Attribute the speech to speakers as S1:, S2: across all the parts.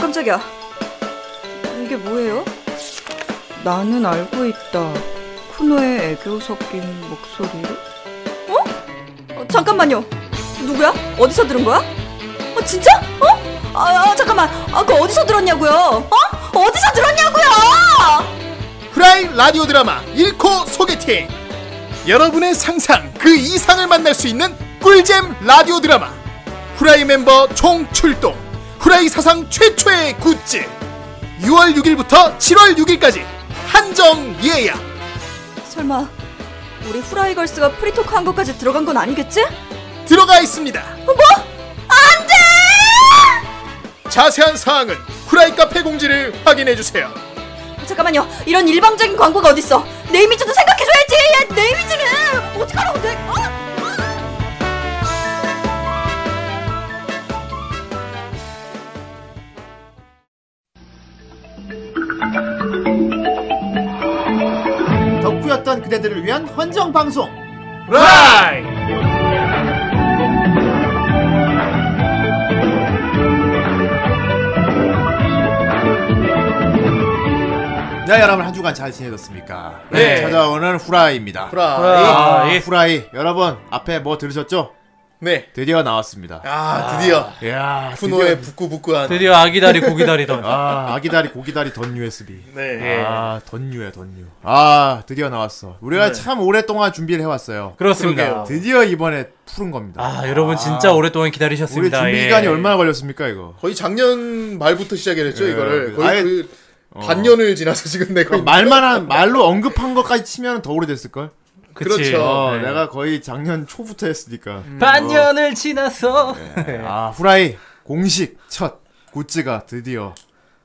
S1: 깜짝이야. 이게 뭐예요?
S2: 나는 알고 있다. 쿠노의 애교 섞인 목소리.
S1: 어, 잠깐만요. 누구야? 어디서 들은 거야? 어, 진짜? 어? 아, 아, 잠깐만. 아, 그거 어디서 들었냐고요? 어? 어디서 들었냐고요?
S3: 프라임 라디오 드라마 1코 소개팅 여러분의 상상 그 이상을 만날 수 있는 꿀잼 라디오 드라마 후라이 멤버 총 출동 후라이 사상 최초의 굿즈 6월 6일부터 7월 6일까지 한정 예약
S1: 설마 우리 후라이걸스가 프리토크 한 것까지 들어간 건 아니겠지?
S3: 들어가 있습니다 뭐? 안돼 자세한 사항은 후라이 카페 공지를 확인해주세요
S1: 아, 잠깐만요. 이런 일방적인 광고가 어딨어? 내 이미지도 생각해줘야지. 야, 내 이미지는 어떡하라고 내? 어?
S4: 덕후였던 그대들을 위한 헌정 방송.
S3: 프라이
S4: 네, 여러분 한 주간 잘 지내셨습니까?
S3: 네.
S4: 찾아오는 후라이입니다.
S3: 프라이
S4: 아,
S5: 예.
S4: 후라이. 여러분 앞에 뭐 들으셨죠?
S3: 네아 아,
S4: 드디어 나왔습니다.
S3: 드디어
S4: 이야,
S3: 쿠노의
S4: 아, 드디어-
S3: 부끄부끄한
S5: 드디어 아기다리 고기다리던
S4: 아, 아기다리 고기다리 던 USB.
S3: 네
S4: 아, 던유야, 던유. 아, 드디어 나왔어. 우리가 참 오랫동안 준비를 해왔어요.
S5: 네. 그렇습니다.
S4: 드디어 이번에 푸른 겁니다.
S5: 아 여러분 진짜 오랫동안
S4: 우리
S5: 기다리셨습니다.
S4: 준비
S5: 예.
S4: 기간이 얼마나 걸렸습니까, 이거?
S3: 거의 작년 말부터 시작했죠
S4: 예,
S3: 이거를
S4: 그-
S3: 거의
S4: 아예- 어.
S3: 그 반년을 지나서 지금 내가
S4: 그럼
S5: 그러니까.
S4: 말만 한 말로 언급한 것까지 치면 더 오래됐을 걸?
S5: 그치.
S3: 그렇죠.
S4: 어,
S5: 네. 음.
S4: 내가 거의 작년 초부터 했으니까. 뭐.
S5: 반년을 지나서 네.
S4: 아, 후라이 공식 첫 굿즈가 드디어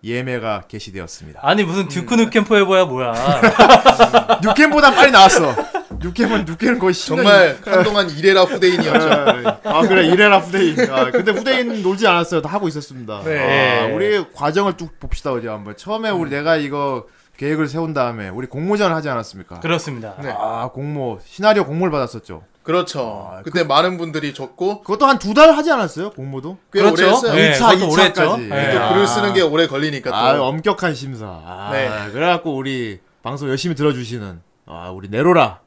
S4: 예매가 개시되었습니다.
S5: 아니 무슨 듀크 누캠 포에버야 뭐야
S4: 뉴캠보다 빨리 나왔어. 뉴캠은 뉴캠은 거의 10년
S3: 정말 한동안 이래라 후대인이었죠.
S4: 아 그래 이래라 후대인. 아, 근데 후대인 놀지 않았어요. 다 하고 있었습니다.
S3: 네.
S4: 아, 우리 과정을 쭉 봅시다 어디 한번. 처음에 우리 내가 이거 계획을 세운 다음에 우리 공모전을 하지 않았습니까?
S5: 그렇습니다.
S3: 네.
S4: 아 공모 시나리오 공모를 받았었죠.
S3: 그렇죠.
S4: 아,
S3: 그때 많은 분들이 적고
S4: 그것도 한 두 달 하지 않았어요 공모도?
S3: 꽤
S5: 그렇죠.
S3: 오래 했어요.
S5: 네,
S4: 1차,
S5: 그것도 오래 했죠.
S4: 2차까지.
S5: 예.
S3: 또 글을 쓰는 게 오래 걸리니까 또.
S4: 아 엄격한 심사. 아,
S3: 네.
S4: 그래갖고 우리 방송 열심히 들어주시는 아 우리 네로라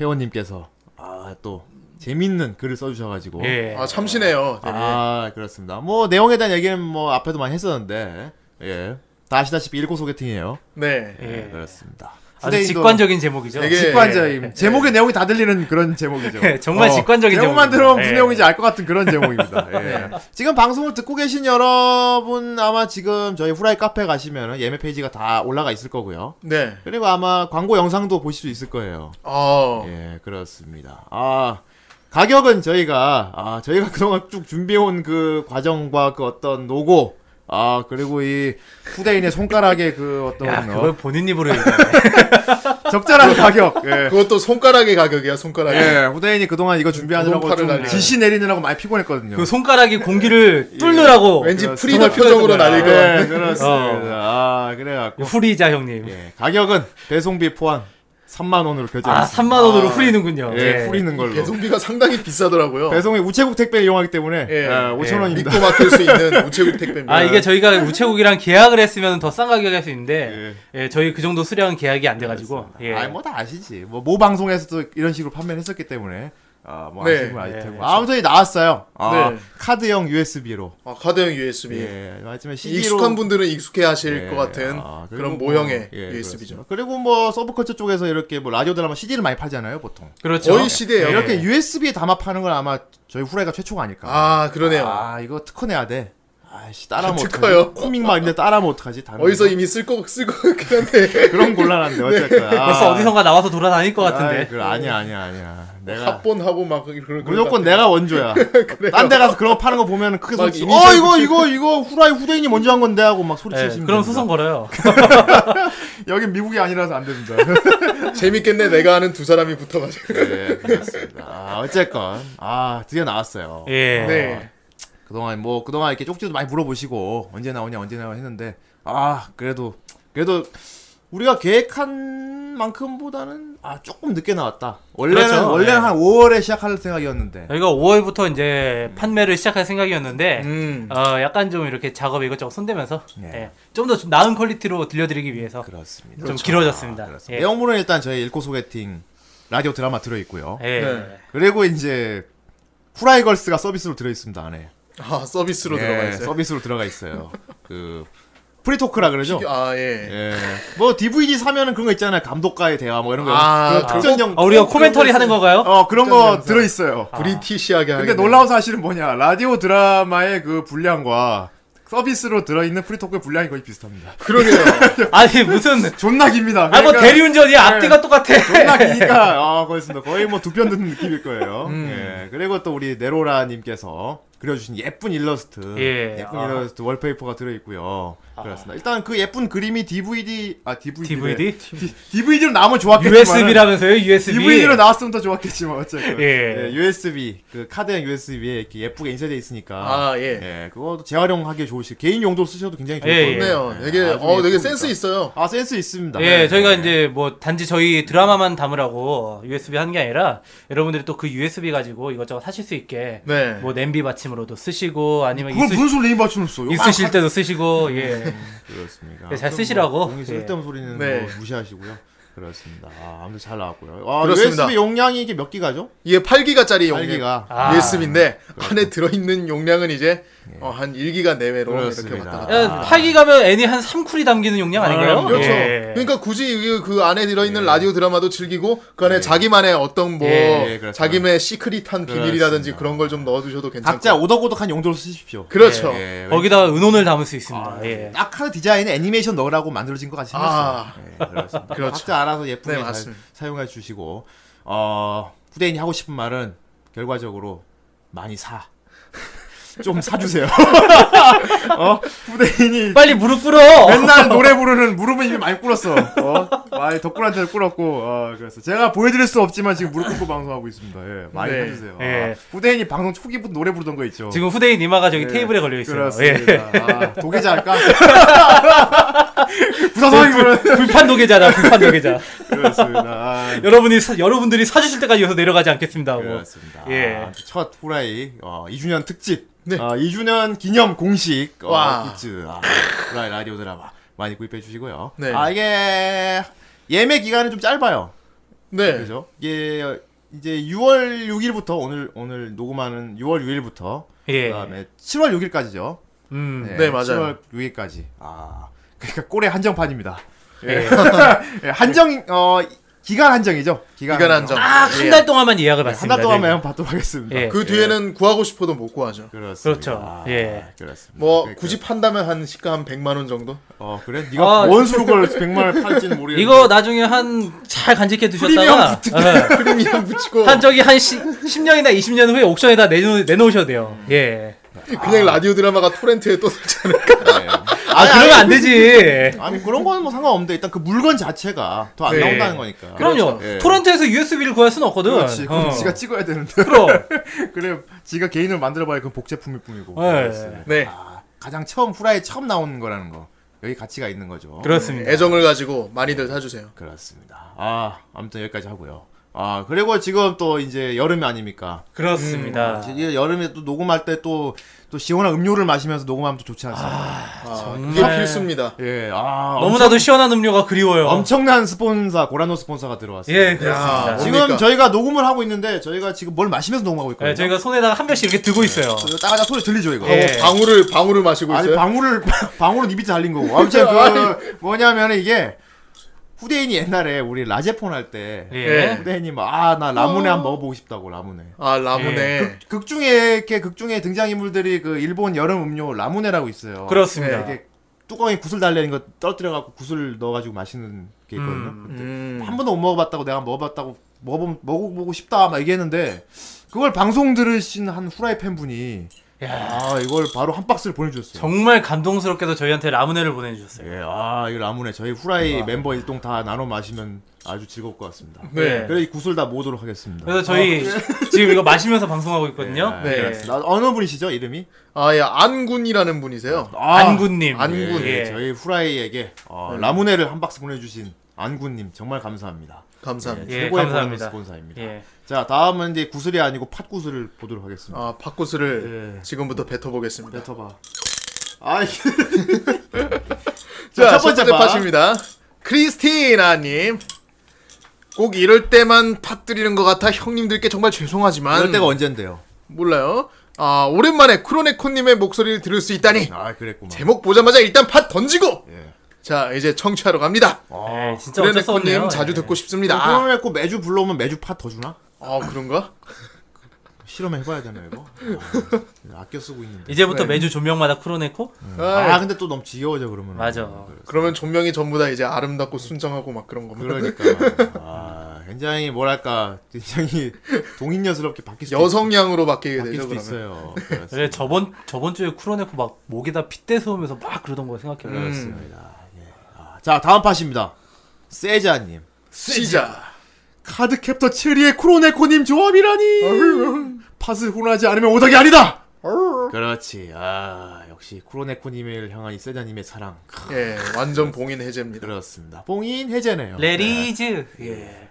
S4: 회원님께서 아 또 재밌는 글을 써주셔가지고
S5: 예.
S3: 아, 참시네요.
S4: 아 그렇습니다. 뭐 내용에 대한 얘기는 뭐 앞에도 많이 했었는데 예. 다 아시다시피 일고 소개팅이에요.
S3: 네.
S5: 예.
S4: 네, 그렇습니다. 후대인도
S5: 아주
S4: 네.
S5: 직관적인 제목이죠.
S3: 되게-
S4: 직관적인 제목의 내용이 다 들리는 그런 제목이죠. 어,
S5: 예, 정말 직관적인
S4: 제목만
S5: 제목입니다.
S4: 들으면 무슨
S5: 예. 네.
S4: 내용인지 알 것 같은 그런 제목입니다. 예. 지금 방송을 듣고 계신 여러분 아마 지금 저희 후라이 카페 가시면 예매 페이지가 다 올라가 있을 거고요.
S3: 네.
S4: 그리고 아마 광고 영상도 보실 수 있을 거예요.
S3: 어.
S4: 예, 그렇습니다. 아, 가격은 저희가, 아, 저희가 그동안 쭉 준비해온 그 과정과 그 어떤 노고, 아, 그리고 이 후대인의 손가락의 그 어떤
S5: 야
S4: 어,
S5: 그걸 본인 입으로 얘기해.
S4: 적절한 가격, 예.
S3: 그것도 손가락의 가격이야, 손가락이.
S4: 예, 후대인이 그동안 이거 준비하느라고
S3: 네. 노동파를
S4: 좀
S3: 날리는.
S4: 지시 내리느라고 많이 피곤했거든요.
S5: 그 손가락이
S4: 예.
S5: 공기를 뚫느라고
S3: 예. 왠지
S4: 그렇습니다.
S3: 프리더 표정으로 날릴 것 어.
S4: 예,
S3: 같네.
S4: 그렇습니다. 아, 그래갖고.
S5: 후리자 형님.
S4: 예, 가격은 배송비 포함 3만원으로
S5: 아
S4: 결제했습니다.
S5: 3만 원으로 후리는군요. 네.
S4: 예, 후리는 걸로.
S3: 배송비가 상당히 비싸더라고요.
S4: 배송이 우체국 택배를 이용하기 때문에
S3: 예.
S4: 예, 5천원입니다.
S3: 믿고 맡길 수 있는 우체국 택배입니다.
S5: 아 이게 저희가
S4: 네.
S5: 우체국이랑 계약을 했으면 더 싼 가격에 할 수 있는데 예. 저희 그 정도 수량은 계약이 안 돼가지고 예.
S4: 아니 뭐다 아시지. 뭐 모 방송에서도 이런 식으로 판매를 했었기 때문에 아뭐
S3: 네.
S4: 아시는 분 아실
S5: 네,
S4: 테고.
S5: 그렇죠.
S4: 아무튼 나왔어요. 아,
S3: 네.
S4: 카드형 USB로.
S3: 아, 카드형 USB.
S4: 예. 하지만 CD로 아,
S3: 익숙한 분들은 익숙해
S4: 예,
S3: 하실 것 같은 그런 모형의 USB죠.
S4: 뭐, 그리고 뭐 서브컬처 쪽에서 이렇게 뭐 라디오 드라마 CD를 많이 팔잖아요, 보통.
S5: 그렇죠.
S3: 거의 시대예요.
S5: 예.
S4: 이렇게 USB에 담아 파는 건 아마 저희 후라이가 최초가 아닐까.
S3: 아, 그러네요.
S4: 아, 이거 특허 내야 돼. 아씨 따라하면
S3: 특허요?
S4: 어떡하지? 코믹 막 있는데 따라하면 어떡하지? 다른
S3: 어디서 네.
S4: 거.
S3: 이미 쓸거 쓸거 같긴 한데
S4: 그런 곤란한데 어쨌든. 아.
S5: 벌써 어디선가 나와서 돌아다닐 것 같은데.
S4: 아이, 그 아니야 아니야 아니야. 내가
S3: 합본하고 막 그런 그런
S4: 무조건 내가 원조야. 딴 데 가서 그런 거 파는 거 보면 크게
S3: 막
S4: 소리치고
S3: 이니셜
S4: 어 이거 이거 이거 후라이 후대인이 먼저 한 건데 하고 막
S5: 예,
S4: 소리치시면
S5: 그럼
S4: 됩니다.
S5: 소송 걸어요.
S4: 여긴 미국이 아니라서 안 됩니다.
S3: 재밌겠네 내가 아는 두 사람이 붙어가지고
S4: 예, 그렇습니다. 아, 어쨌건 아 드디어 나왔어요.
S5: 예.
S3: 네
S4: 그동안 뭐 그동안 이렇게 쪽지도 많이 물어보시고 언제 나오냐 언제 나오냐 했는데 아 그래도 그래도 우리가 계획한 만큼보다는 아 조금 늦게 나왔다. 원래는
S5: 그렇죠. 예.
S4: 원래는
S5: 네.
S4: 한 5월에 시작할 생각이었는데.
S5: 저희가 5월부터 이제 판매를 시작할 생각이었는데
S4: 음.
S5: 어, 약간 좀 이렇게 작업 이것저것 손대면서
S4: 예.
S5: 좀 더 나은 퀄리티로 들려드리기 위해서
S4: 그렇습니다. 그렇죠. 아,
S5: 좀 길어졌습니다.
S4: 그렇습니다.
S5: 예.
S4: 내용물은 일단 저희 읽고 소개팅 라디오 드라마 들어 있고요.
S5: 예.
S3: 네.
S4: 그리고 이제 후라이걸스가 서비스로 들어 있습니다 안에.
S3: 아 서비스로
S4: 예,
S3: 들어가 있어요.
S4: 서비스로 들어가 있어요. 그 프리토크라 그러죠.
S3: 아 예.
S4: 예. 뭐 DVD 사면은 그런 거 있잖아요. 감독과의 대화 뭐 이런 거.
S3: 아,
S4: 그런
S3: 아.
S4: 특전형.
S5: 아, 우리가 코멘터리 하는 건가요?
S4: 어 그런 거
S3: 특전형사.
S4: 들어 있어요.
S3: 브리티시하게 하는.
S4: 근데 놀라운 사실은 뭐냐 라디오 드라마의 그 분량과 서비스로 들어있는 프리토크의 분량이 거의 비슷합니다.
S3: 그러네요.
S5: 아니 무슨
S4: 존나 깁니다.
S5: 아 뭐
S4: 그러니까
S5: 대리운전이야 앞뒤가 똑같아.
S4: 존나 기니까 아 그렇습니다. 거의 뭐 두 편 듣는 느낌일 거예요.
S5: 음.
S4: 예. 그리고 또 우리 네로라님께서 그려주신 예쁜 일러스트,
S5: 예.
S4: 예쁜
S5: 아.
S4: 일러스트 월페이퍼가 들어있고요. 그렇습니다. 일단 그 예쁜 그림이 DVD, 아 DVD, 래.
S5: DVD?
S4: DVD로 나오면 좋았겠지만
S5: USB라면서요 USB.
S4: DVD로 나왔으면 더 좋았겠지만 어쨌든
S5: 예.
S4: 예, USB 그 카드형 USB에 이렇게 예쁘게 인쇄돼 있으니까
S3: 아 예.
S4: 예 그거 재활용하기 좋으실 개인 용도로 쓰셔도 굉장히 좋을
S5: 예,
S4: 것
S5: 예.
S4: 같아요.
S3: 좋네요. 되게
S4: 아주
S3: 어 되게
S4: 예쁩니다.
S3: 센스 있어요.
S4: 아 센스 있습니다.
S5: 예,
S4: 네.
S5: 저희가 이제 뭐 단지 저희 드라마만 담으라고 USB 한 게 아니라 여러분들이 또 그 USB 가지고 이것저것 하실 수 있게
S3: 네.
S5: 뭐 냄비 받침으로도 쓰시고 아니면
S4: 그걸
S5: 있으,
S4: 무슨 음. 소리 이 맞추는 써요?
S5: 있으실 때도 쓰시고 예.
S4: 그렇습니까?
S5: 네, 잘 쓰시라고.
S4: 뭐 공이
S5: 예.
S4: 쓸데없는 소리는
S3: 네.
S4: 뭐 무시하시고요. 그렇습니다. 아, 아무튼 잘 나왔고요. 아,
S3: 그렇습니다.
S4: USB 용량이 이게 몇 기가죠?
S3: 이게 8기가짜리 용량
S4: 8기가. 그렇죠.
S5: 아.
S3: USB인데 안에 들어있는 용량은 이제 어, 한 1기가 내외로 이렇게
S4: 예. 그렇습니다.
S3: 왔다 갔다.
S5: 야, 파기 가면 애니 한 3쿨이 담기는 용량 아닌가요?
S4: 아,
S3: 그렇죠.
S5: 예.
S3: 그러니까 굳이 그, 그 안에 들어있는 라디오 드라마도 즐기고 그 안에 자기만의 어떤 뭐
S5: 예,
S4: 예. 예, 그렇습니다.
S3: 자기만의 시크릿한 비밀이라든지
S4: 그렇습니다.
S3: 그런 걸 좀 넣어두셔도 괜찮고
S4: 각자 오덕오덕한 용도로 쓰십시오.
S3: 그렇죠. 아,
S4: 예,
S5: 네,
S4: 아,
S5: 거기다 은혼을 담을 수 있습니다.
S4: 네.
S5: 예.
S4: 딱 하나 디자인에 애니메이션 넣으라고 만들어진 것 같이 생겼어요.
S3: 아.
S4: 네, 그렇습니다.
S3: 그렇죠.
S4: 각자 알아서 예쁘게
S3: 네,
S4: 잘
S3: 맞습니다.
S4: 사용해 주시고 어, 후대인이 하고 싶은 말은 결과적으로 많이 사. 좀 사주세요. 어? 후대인이
S5: 빨리 무릎 꿇어.
S4: 맨날 노래 부르는 무릎은 이미 많이 꿇었어. 어? 많이 덕분한테 꿇었고 어, 그래서 제가 보여드릴 수 없지만 지금 무릎 꿇고 방송하고 있습니다. 예, 많이
S3: 네.
S4: 사주세요.
S5: 예.
S4: 아, 후대인이 방송 초기부터 노래 부르던 거 있죠.
S5: 지금 후대인 이마가 저기 테이블에 걸려 있어요. 예.
S4: 네, 그렇습니다. 아, 도계자 할까? 부사성이
S5: 네.
S4: 그런.
S5: 불판 노계자다. 불판 노계자.
S4: 그렇습니다. 아,
S5: 여러분이 사- 여러분들이 사주실 때까지 여기서 내려가지 않겠습니다. 하고.
S4: 그렇습니다.
S5: 뭐. 예.
S4: 아, 첫 후라이 어, 2주년 특집.
S3: 네.
S4: 어, 2주년 기념 공식 어,
S3: 와.
S4: 굿즈. 아, 후라이 라디오 드라마 많이 구입해 주시고요.
S3: 네.
S4: 아, 이게 예매 기간은 좀 짧아요.
S3: 네.
S4: 그죠? 이게 이제 6월 6일부터 오늘 오늘 녹음하는 6월 6일부터
S5: 예.
S4: 그다음에 7월 6일까지죠.
S5: 음.
S3: 네, 맞아요.
S4: 7월 6일까지. 아. 그러니까 꼴의 한정판입니다.
S5: 예.
S4: 예, 한정 어 기간 한정이죠. 기간,
S3: 기간 한정.
S5: 아, 한 달 동안만 예약을 받습니다. 네.
S4: 한달 동안만 한번 받도록 하겠습니다.
S5: 예.
S3: 그 뒤에는 구하고 싶어도 못 구하죠.
S4: 그렇습니다.
S5: 그렇죠.
S4: 아,
S5: 예.
S4: 그렇습니다.
S3: 뭐
S4: 그러니까-
S3: 굳이 판다면 한 시가 한 100만 원 정도?
S4: 어 그래? 네가
S5: 아,
S4: 원수로 걸 100만 원 팔지는 모르겠는데.
S5: 이거 나중에 한 잘 간직해 두셨다가 어,
S3: 프리미엄 붙이고
S5: 한 저기 한 10, 10년이나 20년 후에 옥션에다 내놓, 내놓으셔도 돼요. 예.
S3: 그냥
S4: 아.
S3: 라디오 드라마가 토렌트에 떠들지 않을까?
S4: 예.
S5: 아, 그러면 안 되지. 예.
S4: 아니 그런 거는 뭐 상관없는데 일단 그 물건 자체가 더 안
S5: 네.
S4: 나온다는 거니까.
S5: 그럼요.
S4: 예.
S5: 토렌트에서 USB를 구할 수는 없거든.
S4: 그렇지. 그럼
S5: 어.
S4: 지가 찍어야 되는데.
S5: 그럼.
S4: 그래 지가 개인으로 만들어봐야 그 복제품일 뿐이고.
S5: 예.
S4: 그렇습니다.
S3: 네.
S4: 아, 가장 처음 후라이 처음 나오는 거라는 거 여기 가치가 있는 거죠.
S3: 음,
S5: 그렇습니다.
S4: 음.
S3: 애정을 가지고 많이들 사주세요.
S4: 그렇습니다. 아, 아무튼 여기까지 하고요. 아, 그리고 지금 또 이제 여름이 아닙니까?
S5: 그렇습니다.
S4: 이제 여름에 또 녹음할 때 또 또 시원한 음료를 마시면서 녹음하면 또 좋지 않습니까?
S3: 아,
S5: 정말.
S3: 그게 필수입니다.
S4: 예, 아,
S5: 너무나도 시원한 음료가 그리워요.
S4: 엄청, 난 스폰사 고라노 스폰사가 들어왔어요.
S5: 예, 그렇습니다.
S3: 야,
S4: 지금
S3: 뭡니까?
S4: 저희가 녹음을 하고 있는데 저희가 지금 뭘 마시면서 녹음하고 있거든요.
S5: 예, 저희가 손에다가 한 병씩 이렇게 들고 있어요.
S4: 저 따가자 소리 들리죠 이거?
S5: 예.
S3: 방울을 방울을 마시고
S4: 아니
S3: 있어요.
S4: 방울을 방울은 입이 잘린 거고 아무튼 그 뭐냐면 이게 후대인이 옛날에 우리 라제폰 할 때
S5: 예.
S3: 예.
S4: 후대인이 막아나 라무네 한번 먹어보고 싶다고 라무네
S3: 아 라문에
S4: 극 중에 이렇게 극 중에 등장 인물들이 그 일본 여름 음료 라무네라고 있어요.
S5: 그렇습니다.
S4: 예, 이렇게 뚜껑에 구슬 달려있는 거 떨어뜨려 갖고 구슬 넣어가지고 마시는 게 있거든요.
S3: 음.
S4: 한 번도 못 먹어봤다고 내가 먹어봤다고 먹어 먹어보고 싶다 막 얘기했는데 그걸 방송 들으신 한 후라이 팬 분이
S5: 야,
S4: 아 이걸 바로 한 박스를 보내주셨어요.
S5: 정말 감동스럽게도 저희한테 라무네를 보내주셨어요.
S4: 예, 아 이거 라무네 저희 후라이 멤버 일동 다 나눠 마시면 아주 즐거울 것 같습니다.
S5: 네.
S4: 그래 이 구슬 다 모으도록 하겠습니다.
S5: 그래서 저희 지금 이거 마시면서 방송하고 있거든요.
S4: 어, 네.
S3: 네.
S4: 그렇습니다. 어느 분이시죠 이름이?
S3: 아예 안군이라는 분이세요.
S5: 아, 안군님.
S4: 예,
S3: 안군.
S5: 예.
S4: 저희 후라이에게 어, 라무네를 한 박스 보내주신 안구님 정말 감사합니다.
S3: 감사합니다.
S5: 예,
S4: 최고의
S5: 감사합니다.
S4: 보너스 본사입니다.
S5: 예.
S4: 자 다음은 이제 구슬이 아니고 팥구슬을 보도록 하겠습니다.
S3: 아, 팥구슬을
S4: 예.
S3: 지금부터 뱉어보겠습니다.
S4: 뱉어봐. 아이
S3: 자,
S4: 자,
S3: 첫 번째
S4: 팟.
S3: 팟입니다. 크리스티나님. 꼭 이럴 때만 팟 드리는 것 같아 형님들께 정말 죄송하지만
S4: 이럴 때가 언젠데요?
S3: 몰라요. 아 오랜만에 크로네코님의 목소리를 들을 수 있다니
S4: 아 그랬구만.
S3: 제목 보자마자 일단 팟 던지고
S4: 예.
S3: 자 이제 청취하러 갑니다.
S4: 아,
S5: 예, 진짜 어쩔 수 없네요.
S3: 크로네코님 자주
S5: 예.
S3: 듣고 싶습니다. 아,
S4: 그러면 꼭 매주 불러오면 매주 팥 더 주나?
S3: 아 그런가?
S4: 실험해 봐야 되나 이거? 아, 아껴 쓰고 있는데.
S5: 이제부터
S3: 네.
S5: 매주 조명마다 크로네코?
S4: 아
S3: 아,
S4: 근데 또 너무 지겨워져 그러면.
S5: 맞아.
S3: 그러면 존명이 전부 다 이제 아름답고 순정하고 막 그런 겁니다.
S4: 그러니까. 아 굉장히 뭐랄까 굉장히 동인녀스럽게 바뀔 수
S3: 여성향으로 바뀌게
S4: 바뀔
S3: 되죠
S4: 수도
S3: 그러면.
S4: 있어요.
S5: 그래 저번 저번 주에 쿠로네코 막 목에다 핏대 세우면서 막 그러던 거 생각해봐요.
S3: 음,
S4: 자 다음 팟입니다. 세자님.
S3: 시작.
S4: 카드 캡터 7위의 크로네코님 조합이라니. 팟을 혼하지 않으면 오닥이 아니다. 그렇지. 아 역시 크로네코님을 향한 이 세자님의 사랑. 크,
S3: 예, 완전 봉인 해제입니다.
S4: 그렇습니다. 봉인 해제네요.
S5: 레리즈. 예.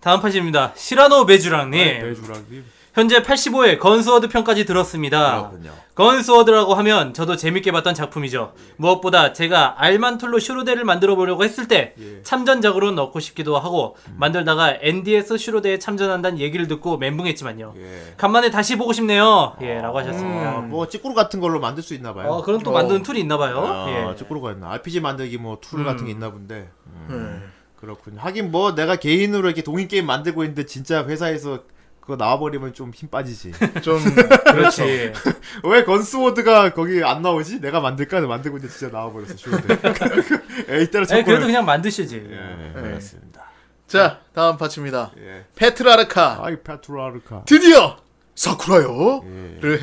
S5: 다음 팟입니다. 시라노 베주랑님.
S4: 네. 배주락님.
S5: 현재 85회 건스워드 편까지 들었습니다.
S4: 그렇군요.
S5: 건스워드라고 하면 저도 재밌게 봤던 작품이죠. 무엇보다 제가 알만툴로 슈로데를 만들어 보려고 했을 때
S4: 예.
S5: 참전작으로 넣고 싶기도 하고
S4: 음.
S5: 만들다가 NDS 슈로데에 참전한다는 얘기를 듣고 멘붕했지만요.
S4: 예.
S5: 간만에 다시 보고 싶네요. 예, 라고 하셨습니다.
S4: 아, 뭐 찌꾸루 같은 걸로 만들 수 있나 봐요.
S5: 어, 그런 또
S3: 어.
S5: 만드는 툴이 있나 봐요.
S4: 아,
S5: 예.
S4: 찌꾸루가 있나? RPG 만들기 뭐 툴 같은 게 있나 본데. 음,
S3: 음.
S4: 그렇군요. 하긴 뭐 내가 개인으로 이렇게 동인 게임 만들고 있는데 진짜 회사에서 그거 나와버리면 좀 힘 빠지지.
S3: 좀
S4: 그렇죠.
S5: 그렇지. 예,
S4: 왜 건스워드가 거기 안 나오지? 내가 만들까? 만들고 있는데 진짜 나와버렸어. 슈로데. 에이 때려
S5: 아니, 그래도
S4: 잡고.
S5: 그냥 만드시지.
S4: 예, 그렇습니다.
S3: 자, 다음 파츠입니다.
S4: 예.
S3: 페트라르카.
S4: 아이 페트라르카.
S3: 드디어 사쿠라요를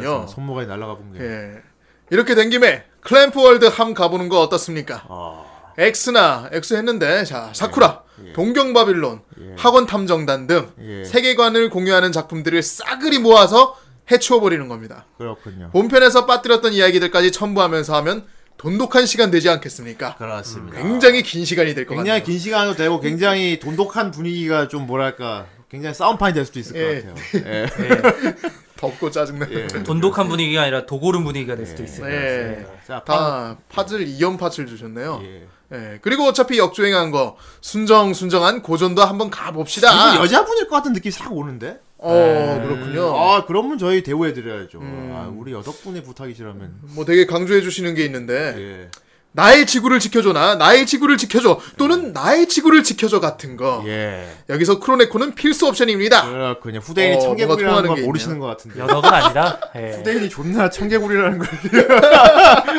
S4: 예. 그렇습니다. 어, 손모가지 날라가 본 게.
S3: 어. 예. 이렇게 된 김에 클램프월드 함 가보는 거 어떻습니까?
S4: 아.
S3: 엑스나 엑스 했는데
S4: 예.
S3: 자 사쿠라, 동경 바빌론, 학원 탐정단 등
S4: 예.
S3: 세계관을 공유하는 작품들을 싸그리 모아서 해치워 버리는 겁니다.
S4: 그렇군요.
S3: 본편에서 빠뜨렸던 이야기들까지 첨부하면서 하면 돈독한 시간 되지 않겠습니까? 음.
S4: 그렇습니다.
S3: 굉장히 긴 시간이 될 것
S4: 굉장히
S3: 같네요.
S4: 긴 시간도 되고 굉장히 돈독한 분위기가 좀 뭐랄까 굉장히 싸움판이 될 수도 있을
S3: 예.
S4: 것 같아요. 예.
S3: 덥고 짜증나요.
S4: 예.
S5: 돈독한 분위기가 아니라 도고른 분위기가 될 수도 있어요.
S3: 네.
S4: 자, 파.
S3: 다 팟을 2연 팟을 주셨네요. 예.
S4: 아. 예.
S3: 그리고 어차피 역주행한 거 순정순정한 고전도 한번 가봅시다.
S4: 이분 여자분일 것 같은 느낌이 싹 오는데?
S3: 어 아, 그렇군요. 음.
S4: 아, 그러면 저희 대우해드려야죠. 아, 우리 여섯 분의 부탁이시라면.
S3: 뭐 되게 강조해 주시는 게 있는데
S4: 예.
S3: 나의 지구를 지켜줘나 나의 지구를 지켜줘 또는 나의 지구를 지켜줘 같은 거
S4: 네. 예.
S3: 여기서 크로네코는 필수 옵션입니다.
S4: 그렇군요. 후대인이
S3: 어, 뭔가
S4: 청개구리라는
S3: 통하는
S4: 걸
S3: 게
S4: 모르시는
S3: 있네요.
S4: 것 같은데.
S5: 연어가 아니라 예.
S4: 후대인이 존나 청개구리라는 걸.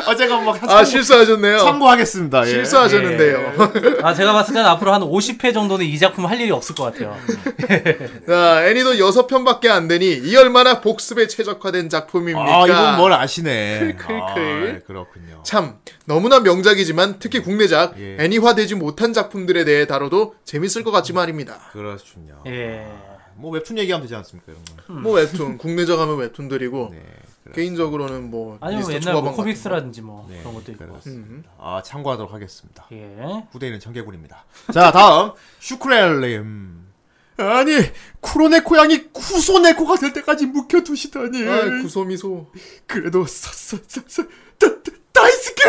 S4: 아, 제가 막.
S3: 아
S4: 참고-
S3: 실수하셨네요.
S4: 참고하겠습니다. 예.
S3: 실수하셨는데요.
S5: 아 제가 봤을 때는 앞으로 한 50회 정도는 이 작품 할 일이 없을 것 같아요.
S4: 음.
S3: 자, 애니도 6편밖에 안 되니 이 얼마나 복습에 최적화된 작품입니까?
S4: 아, 이분 뭘 아시네.
S3: 클클클.
S4: 아, 그렇군요.
S3: 참 너무나 명작이지만 특히 국내작
S4: 예.
S3: 애니화되지 못한 작품들에 대해 다뤄도 재밌을 것 같지 말입니다.
S4: 그렇군요.
S5: 예.
S4: 뭐 웹툰 얘기하면 되지 않습니까, 이런 거.
S3: 뭐 웹툰 국내작 하면 웹툰들이고
S4: 음. 네. 그래.
S3: 개인적으로는 뭐
S5: 아니면
S3: 미스터
S5: 옛날 뭐
S3: 초밥왕 같은 거.
S5: 코믹스라든지 뭐
S4: 네,
S5: 그런 것도 있고.
S4: 그렇습니다.
S3: 음.
S4: 아, 참고하도록 하겠습니다.
S5: 예.
S4: 후대인은 청개구리입니다. 자, 다음 슈크렐님. 아니, 쿠로네코 양이 쿠소네코가 될 때까지 묵혀두시다니.
S5: 음.
S3: 아이, 구소미소
S4: 네. 그래도 사사사사 다이스케.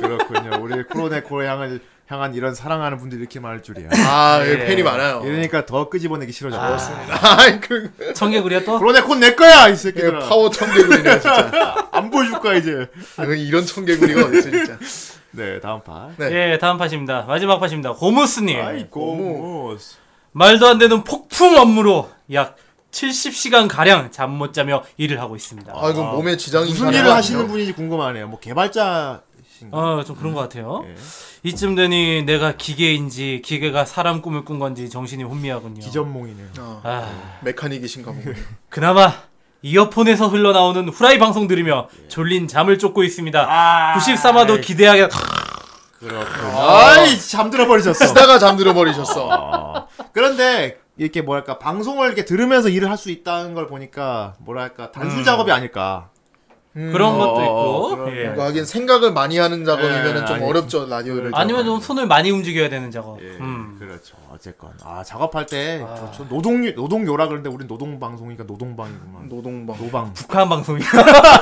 S4: 그렇군요. 우리 쿠로네코 양을 향한 이런 사랑하는 분들이 이렇게 많을 줄이야.
S3: 아,
S5: 예.
S3: 팬이 많아요.
S4: 이러니까 더 끄집어내기 싫어져. 아,
S3: 아이, 그,
S5: 청개구리가 또
S4: 쿠로네코 내 거야 이
S3: 예,
S4: 새끼들아.
S3: 파워 청개구리네, 진짜.
S4: 안 보여줄 거야 이제.
S3: 아, 이런 청개구리가 어딨어, 진짜.
S4: 네, 다음 판.
S3: 네.
S5: 예, 다음 팟입니다. 마지막 팟입니다. 네, 고무스님.
S4: 아이고.
S5: 말도 안 되는 폭풍 업무로 약 70시간 가량 잠 못 자며 일을 하고 있습니다.
S3: 아, 이건 몸에 지장이
S4: 무슨
S3: 가는
S4: 일을
S3: 거
S4: 하시는
S3: 아니에요?
S4: 분인지 궁금하네요. 뭐 개발자신가?
S5: 어, 좀 그런 것 같아요.
S4: 예.
S5: 이쯤 되니 내가 기계인지 기계가 사람 꿈을 꾼 건지 정신이 혼미하군요.
S4: 기전몽이네요.
S3: 어,
S5: 아,
S3: 메카닉이신가 보군요.
S5: 그나마 이어폰에서 흘러나오는 후라이 방송 들으며
S3: 예.
S5: 졸린 잠을 쫓고 있습니다.
S3: 아.
S5: 93화도 기대하게
S4: 아, 네, 그렇군요. 아이 잠들어 버리셨어.
S3: 쓰다가 잠들어 버리셨어.
S4: 그런데 이렇게 뭐랄까 음. 방송을 이렇게 들으면서 일을 할 수 있다는 걸 보니까 뭐랄까 단순 작업이 아닐까.
S5: 그런 것도
S4: 어,
S5: 있고
S4: 그런
S5: 예.
S3: 음. 그거 하긴 생각을 많이 하는 작업이면
S4: 예,
S3: 좀
S4: 아니,
S3: 어렵죠 라디오를.
S5: 아니면 좀 손을 많이 움직여야 되는 작업
S4: 예,
S5: 음.
S4: 그렇죠. 어쨌건 아 작업할 때 저, 저 노동 노동요라 그러는데 우린 노동 방송이니까 노동방이구만.
S3: 노동방.
S4: 노방.
S5: 북한 방송이야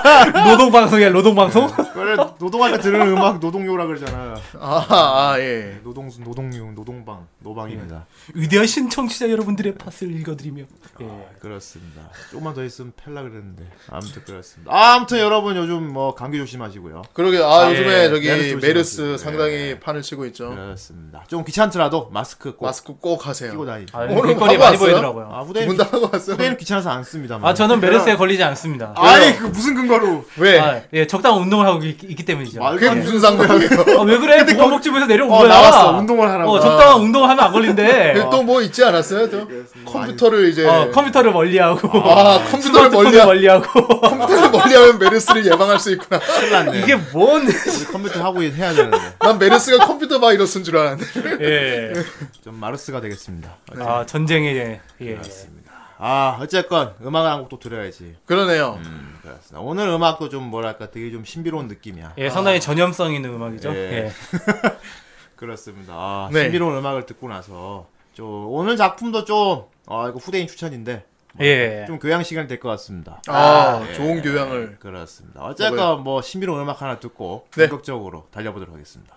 S5: 노동 방송이야 노동 방송
S4: 그래 노동할 때 들은 음악 노동요라 그러잖아.
S3: 아, 아 예.
S4: 노동수 노동요 노동방 노방입니다.
S5: 위대하신 청취자 여러분들의 팟을 읽어드리며 예.
S4: 아, 그렇습니다. 조금만 더 했으면 펠라 그랬는데 아무튼 그렇습니다. 아, 아무튼 여러분 요즘 뭐 감기 조심하시고요.
S3: 그러게 아,
S4: 아,
S3: 요즘에
S4: 예.
S3: 저기
S4: 메르스
S3: 메르스,
S4: 조심하세요. 예.
S3: 상당히 판을 치고 있죠.
S4: 그렇습니다. 좀 귀찮더라도 마스크 꼭
S3: 마스크 꼭 하세요.
S4: 끼고 다니시
S5: 아,
S3: 오늘
S5: 길거리에
S3: 하고
S5: 많이
S3: 왔어요?
S5: 보이더라고요
S4: 아 후대는
S3: 두분 다 하고 왔어요.
S4: 후대는 귀찮아서 안 씁니다.
S5: 아 저는 메르스에 걸리지 않습니다
S4: 아니 그 무슨 근거로
S3: 왜?
S5: 아, 예, 적당한 운동을 하고 있, 기 때문이죠.
S4: 말도
S3: 그게
S4: 안
S3: 무슨 상관이에요?
S5: 아, 왜 그래? 보건복지부에서 내려온
S4: 어,
S5: 거야.
S4: 나왔어. 운동을 하라고.
S5: 어, 적당한 운동을 하면 안 걸린데.
S4: 아.
S5: 어,
S3: 또 뭐 있지 않았어요? 저 컴퓨터를 이제
S5: 컴퓨터를 멀리하고.
S3: 예. 아, 컴퓨터를
S5: 스마트폰을
S3: 멀리하-
S5: 멀리하고.
S3: 컴퓨터를 멀리하면 메르스를 예방할 수 있구나.
S4: 났네.
S5: 이게 뭔?
S4: 우리 컴퓨터 하고 해야 되는데
S3: 난 메르스가 컴퓨터 바이러스인 줄 알았는데.
S5: 예.
S4: 좀 마르스가 되겠습니다.
S5: 아, 전쟁에 예.
S4: 아 어쨌건 음악을 한 곡 또 들어야지.
S3: 그러네요.
S4: 음, 그렇습니다. 오늘 음악도 좀 뭐랄까 되게 좀 신비로운 느낌이야.
S5: 예, 상당히 전염성 있는 음악이죠.
S4: 예.
S5: 예.
S4: 그렇습니다. 아,
S3: 네.
S4: 신비로운 음악을 듣고 나서 좀 오늘 작품도 좀 아, 이거 후대인 추천인데
S5: 예.
S4: 좀 교양 시간이 될 것 같습니다.
S3: 아,
S4: 예.
S3: 좋은 교양을.
S4: 그렇습니다. 어쨌건 뭐 신비로운 음악 하나 듣고
S3: 네.
S4: 본격적으로 달려보도록 하겠습니다.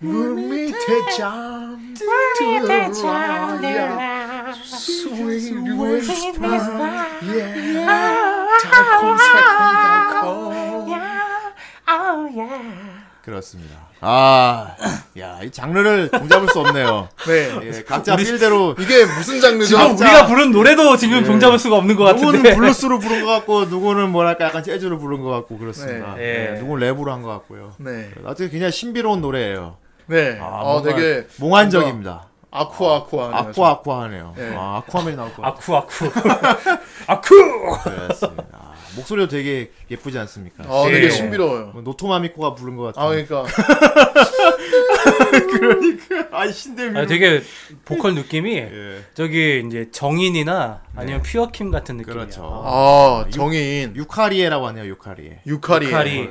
S3: 물밑에 잠 들어라 Sweet whisper yeah 달콤달콤
S4: 그렇습니다. 아, 야, 이 장르를 종잡을 수 없네요.
S3: 네
S4: 예, 각자 필대로
S3: 이게 무슨 장르죠?
S5: 지금 우리가 부른 노래도 지금 종잡을 수가 없는 것
S4: 예. 누구는
S5: 같은데.
S4: 블루스로 부른 것 같고 누구는 뭐랄까 약간 재즈로 부른 것 같고 그렇습니다.
S5: 네. 예.
S4: 예, 누구는 랩으로 한 것 같고요.
S3: 네.
S4: 어떻게 그냥 신비로운 노래예요.
S3: 네.
S4: 아,
S3: 아,
S4: 뭔가
S3: 되게
S4: 몽환적입니다.
S3: 아쿠아 아쿠아
S4: 아쿠아 아쿠아하네요.
S3: 예.
S4: 아, 아쿠아맨 나올 것 같아요.
S5: 아쿠 아쿠 아쿠.
S4: 그렇습니다. 아, 목소리도 되게 예쁘지 않습니까?
S3: 아
S5: 예.
S3: 되게 신비로워요.
S4: 뭐 노토마미코가 부른 것
S3: 아
S4: 같아요.
S3: 그러니까
S4: 아, 신데미.
S5: 아, 되게 보컬 느낌이
S4: 예. 네.
S5: 저기 이제 정인이나 아니면 퓨어킴 같은 느낌이야.
S4: 그렇죠.
S3: 아 정인
S4: 유카리에라고 하네요. 유카리에.
S3: 유카리
S5: 네.
S4: 예,
S5: 유카리.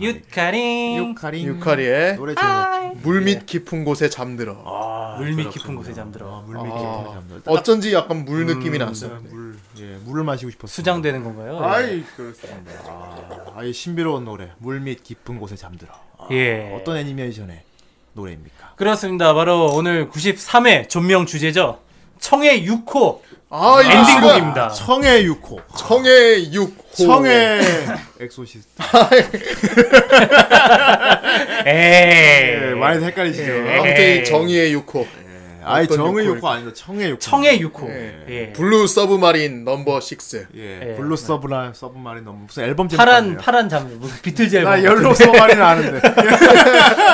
S4: 유카리.
S5: 유카링
S4: 유카리.
S3: 유카리의
S4: 노래 제목.
S3: 물밑 깊은 곳에 잠들어.
S4: 아,
S5: 물밑 깊은
S4: 그렇군요.
S5: 곳에 잠들어.
S4: 아, 물밑
S3: 아.
S4: 깊은 곳에 잠들어. 아,
S3: 어쩐지 약간 물
S4: 음.
S3: 느낌이 났어요.
S4: 물, 예, 물을 마시고 싶었어요.
S5: 수장되는 건가요? 예.
S4: 아이, 그렇습니다. 아, 아이, 신비로운 노래. 물밑 깊은 곳에 잠들어. 아,
S5: 예.
S4: 어떤 애니메이션의 노래입니까?
S5: 그렇습니다. 바로 오늘 93회 존명 주제죠. 청의 6호
S3: 아 이거 진짜
S5: 엔딩곡입니다.
S4: 청의 육호.
S3: 청의 육호.
S4: 청의 엑소시스트. 예,
S5: 에이.
S4: 많이 헷갈리시죠?
S5: 네.
S3: 아무튼 이 정의의 육호.
S4: 예, 아이,
S3: 어떤
S4: 정의
S3: 육호일까?
S4: 육호 아니라 청의 육호.
S5: 청의 6호.
S3: 예.
S5: 예.
S3: 블루 서브마린 넘버 6.
S4: 예,
S5: 예.
S4: 블루 서브라 서브마린 너무 무슨 앨범 제목
S5: 파란
S4: 같네요.
S5: 파란 잠 무슨 비틀즈 앨범
S4: 나
S5: 같은데.
S4: 옐로 서브마린 아는데.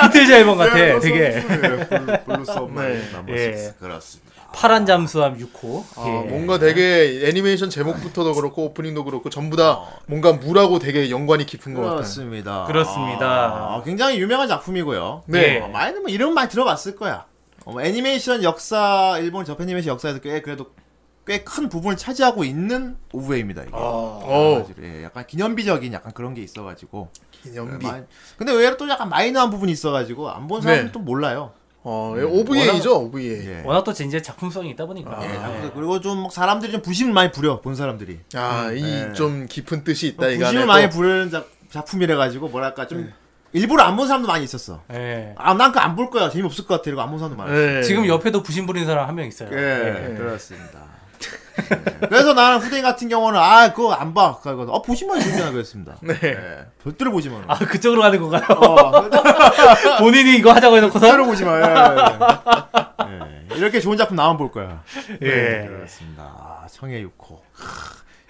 S5: 비틀즈 앨범 같아 되게
S4: 예, 블루- 블루 서브마린 넘버
S5: 예.
S4: 6. 그렇습니다.
S5: 파란 잠수함 예. 6호
S3: 아, 뭔가 되게 애니메이션 제목부터도 그렇고 오프닝도 그렇고 전부 다 뭔가 물하고 되게 연관이 깊은 것 같아요.
S4: 그렇습니다.
S5: 그렇습니다.
S4: 아, 굉장히 유명한 작품이고요.
S5: 네.
S4: 어, 많이 뭐 이름 많이 들어봤을 거야. 어, 뭐 애니메이션 역사 일본 저편 애니메이션 역사에서 꽤 그래도 꽤 큰 부분을 차지하고 있는 오브웨입니다 이게.
S5: 아.
S3: 어,
S4: 사실, 예, 약간 기념비적인 약간 그런 게 있어가지고.
S3: 기념비.
S4: 예, 많이- 근데 의외로 또 약간 마이너한 부분이 있어가지고 안 본 사람은
S3: 네.
S4: 또 몰라요.
S3: 어, OVA죠, OVA.
S4: 예.
S5: 워낙 또 이제 작품성이 있다 보니까
S4: 예, 그리고 좀막 사람들이 좀 부심을 많이 부려 본 사람들이.
S3: 아, 이 좀 깊은 뜻이 있다 이거. 네.
S4: 부심을 어, 많이 부르는 작, 작품이라 가지고 뭐랄까 좀 일부러 안 본 사람도 많이 있었어.
S5: 예.
S4: 아, 난 그 안 볼 거야. 재미없을 것 같아. 이러고 안 본 사람도 많아요.
S3: 예.
S5: 지금 옆에도 부심 부리는 사람 한 명 있어요
S4: 예,
S3: 네.
S4: 그렇습니다. 예. 그래서 나는 후대인 같은 경우는, 아, 그거 안 봐. 그래서, 아, 보시면 좋잖아. 그랬습니다.
S3: 네.
S4: 예. 절대로 보지 마.
S5: 아 그쪽으로 가는 건가요?
S4: 어,
S5: 본인이 이거 하자고 해놓고서
S4: 절대로 보지 마. 예, 예, 예. 예. 이렇게 좋은 작품 나오면 볼 거야. 네,
S5: 예.
S4: 그렇습니다. 아, 청해 6호.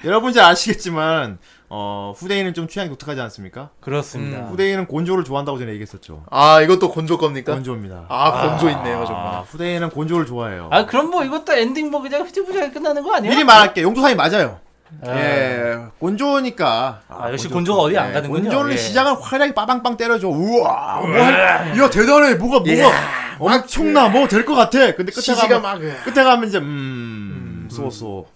S4: 여러분 잘 아시겠지만, 어, 후대인은 좀 취향이 독특하지 않습니까?
S5: 그렇습니다
S4: 후대인은 곤조를 좋아한다고 전에 얘기했었죠.
S3: 아, 이것도 곤조 겁니까?
S4: 곤조입니다.
S3: 아, 곤조 있네요,
S4: 아,
S3: 정말.
S4: 후대인은 곤조를 좋아해요.
S5: 아 그럼 뭐 이것도 엔딩 뭐 그냥 흐지부지하게 끝나는 거 아니야?
S4: 미리 말할게. 용도사이 맞아요.
S5: 아.
S4: 예, 곤조니까.
S5: 아, 역시 곤조가 어디
S4: 네,
S5: 안 가는군요.
S4: 곤조는
S5: 예.
S4: 시작은 화려하게 빠방빵 때려줘. 우와, 뭐 할- 야 대단해. 뭐가 뭐가 엄청나. 뭐 될 것 같아. 근데 끝에
S3: 시시가
S4: 가면
S3: 막
S5: 예.
S4: 끝에 가면 이제 음, 소소.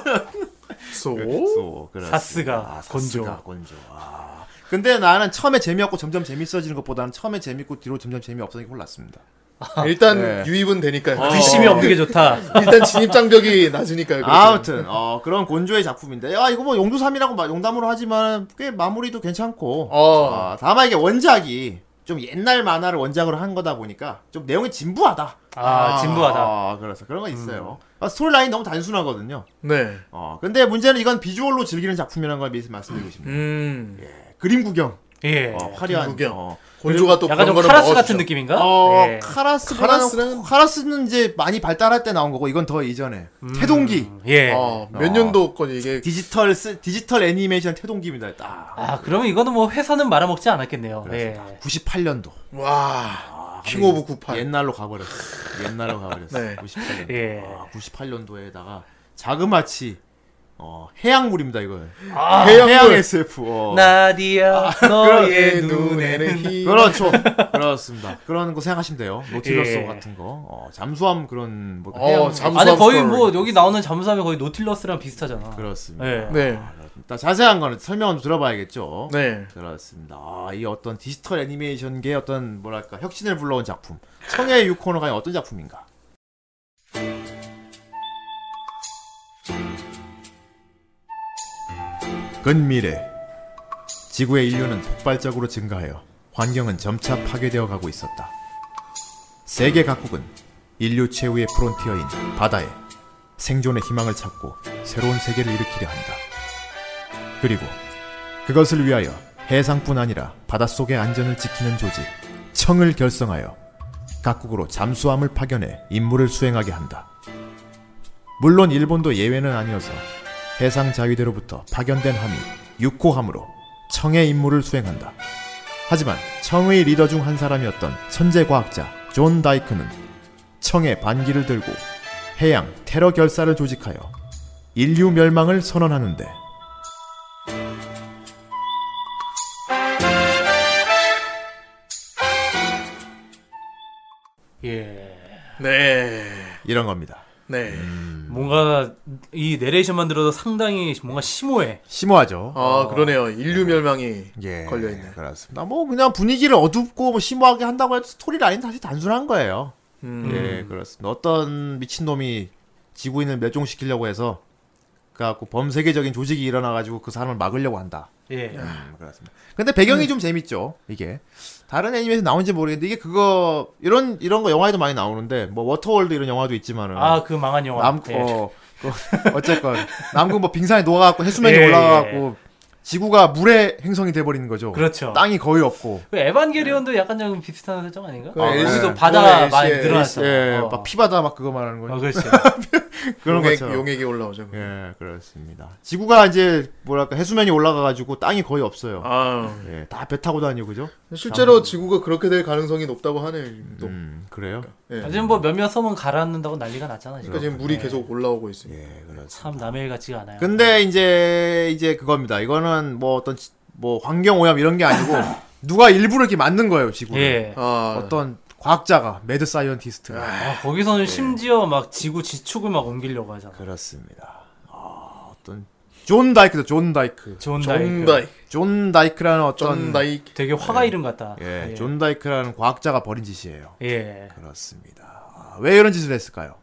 S4: 소.
S3: 쏘.
S4: 예, 그렇습니다.
S5: 뭐? 사스가
S4: 아,
S5: 곤조.
S4: 사스가 곤조. 아. 근데 나는 처음에 재미없고 점점 재밌어지는 것보다는 처음에 재밌고 뒤로 점점 재미없어지는 게 올랐습니다.
S3: 일단
S4: 네.
S3: 유입은 되니까요. 어,
S5: 부심이 아, 없는 게 좋다
S3: 일단 진입 장벽이 낮으니까요. 그렇죠.
S4: 아무튼 어, 그런 곤조의 작품인데 아 이거 뭐 용두삼이라고 막 용담으로 하지만 꽤 마무리도 괜찮고
S3: 어.
S4: 아, 다만 이게 원작이 좀 옛날 만화를 원작으로 한 거다 보니까 좀 내용이 진부하다
S5: 아 진부하다
S4: 아, 그래서 그런 건 있어요 아, 스토리 라인 너무 단순하거든요
S3: 네.
S4: 어, 근데 문제는 이건 비주얼로 즐기는 작품이라는 걸 미리 말씀드리고 싶네요
S3: 음.
S4: 그림 구경
S5: 예
S4: 어, 화려한
S3: 구경.
S4: 어,
S3: 곤조가 또
S5: 약간
S3: 그런
S5: 좀
S3: 거를
S5: 카라스
S3: 먹어주죠.
S5: 같은 느낌인가?
S4: 어,
S5: 예.
S4: 카라스는 카라스는 이제 많이 발달할 때 나온 거고 이건 더 이전에
S5: 음.
S4: 태동기
S5: 예.
S3: 어, 몇 년도 건 이게
S4: 디지털 쓰- 디지털 애니메이션 태동기입니다 딱
S5: 아 그러면 이거는 뭐 회사는 말아먹지 않았겠네요 예.
S4: 98년도.
S3: 와. 킹 오브 98.
S4: 옛날로 가버렸어. 옛날로 가버렸어.
S3: 네.
S4: 98년도.
S5: 예.
S4: 아, 98년도에다가 자그마치 어, 해양물입니다 이거.
S5: 아,
S4: 해양, 해양 SF. 어.
S5: 나디야 너의
S3: 그의
S5: 눈에는
S3: 눈에는 힘.
S4: 그렇죠. 그렇습니다. 그런 거 생각하시면 돼요. 노틸러스
S5: 예.
S4: 같은 거. 어, 잠수함 그런 뭐
S3: 어,
S4: 해양-
S3: 잠-
S5: 아니
S3: 잠수함
S5: 거의
S3: 스토리.
S5: 뭐 여기 나오는 잠수함이 거의 노틸러스랑 비슷하잖아
S4: 그렇습니다.
S5: 예.
S3: 네.
S4: 일단 자세한 거는 설명을 좀 들어봐야겠죠.
S3: 네.
S4: 그렇습니다. 아, 이 어떤 디지털 애니메이션계의 어떤 뭐랄까 혁신을 불러온 작품. 청의 유코너 과연 어떤 작품인가? 근미래 지구의 인류는 폭발적으로 증가하여 환경은 점차 파괴되어 가고 있었다. 세계 각국은 인류 최후의 프론티어인 바다에 생존의 희망을 찾고 새로운 세계를 일으키려 한다. 그리고 그것을 위하여 해상뿐 아니라 바닷속의 안전을 지키는 조직 청을 결성하여 각국으로 잠수함을 파견해 임무를 수행하게 한다. 물론 일본도 예외는 아니어서 해상 자위대로부터 파견된 함이 6호함으로 청의 임무를 수행한다. 하지만 청의 리더 중 한 사람이었던 천재 과학자 존 다이크는 청의 반기를 들고 해양 테러 결사를 조직하여 인류 멸망을 선언하는데
S5: 예.
S3: 네.
S4: 이런 겁니다.
S3: 네.
S5: 뭔가 이 내레이션만 들어도 상당히 뭔가 심오해.
S4: 심오하죠.
S3: 아, 그러네요. 인류 멸망이
S4: 예,
S3: 걸려있네.
S4: 그렇습니다. 뭐 그냥 분위기를 어둡고 뭐 심오하게 한다고 해도 스토리 라인 사실 단순한 거예요.
S3: 음.
S4: 예, 그렇습니다. 어떤 미친 놈이 지구인을 멸종시키려고 해서 그래갖고 범세계적인 조직이 일어나가지고 그 사람을 막으려고 한다.
S5: 예.
S4: 음, 그렇습니다. 근데 배경이 좀 재밌죠. 이게 다른 애니메이션 나온지 모르겠는데 이게 그거 이런 이런 거 영화에도 많이 나오는데 뭐 워터월드 이런 영화도 있지만은
S5: 아 그 망한 영화.
S4: 남
S5: 예.
S4: 어, 그, 어쨌건 남극 뭐 빙산에 녹아갖고 해수면이
S5: 예,
S4: 올라가갖고 지구가 물의 행성이 돼버리는 거죠.
S5: 그렇죠.
S4: 땅이 거의 없고
S5: 그 에반게리온도 약간 좀 비슷한 설정 아닌가?
S3: 그
S4: 아,
S3: LG
S5: 거기도
S3: 도
S4: 네.
S5: 바다
S3: LG,
S5: 많이
S3: LG,
S5: 늘어났어.
S4: 예,
S5: 어.
S4: 막 피바다 막 그거 말하는 거죠.
S5: 어, 그렇지.
S4: 그런
S3: 용액,
S4: 것처럼.
S3: 용액이 올라오죠. 그거.
S4: 예, 그렇습니다. 지구가 이제 뭐랄까 해수면이 올라가가지고 땅이 거의 없어요.
S3: 아,
S4: 예, 다 배 타고 다니고 그죠?
S3: 실제로 지구가 그렇게 될 가능성이 높다고 하네. 또.
S4: 음, 그래요?
S3: 예.
S5: 요즘 뭐 몇몇 섬은 가라앉는다고 난리가 났잖아. 지금.
S3: 그러니까 지금 물이
S5: 예.
S3: 계속 올라오고 있습니다.
S4: 예, 그렇습니다.
S5: 참 남의 일 같지가 않아요.
S4: 근데 이제 이제 그겁니다. 이거는 뭐 어떤 지- 뭐 환경 오염 이런 게 아니고 누가 일부러 이렇게 만든 거예요, 지구를.
S5: 예.
S3: 아,
S4: 어떤 과학자가 매드 사이언티스트가
S5: 아,
S3: 네.
S5: 거기서는 심지어 막 지구 지축을 막 옮기려고 하잖아.
S4: 그렇습니다. 아, 어떤 존 다이크죠, 존 다이크.
S5: 존 다이크.
S3: 정다이,
S4: 존 다이크라는 어떤
S3: 정다이.
S5: 그 되게
S3: 네.
S5: 화가 이름 같다.
S4: 예, 존 다이크라는 과학자가 벌인 짓이에요.
S5: 예.
S4: 그렇습니다. 아, 왜 이런 짓을 했을까요?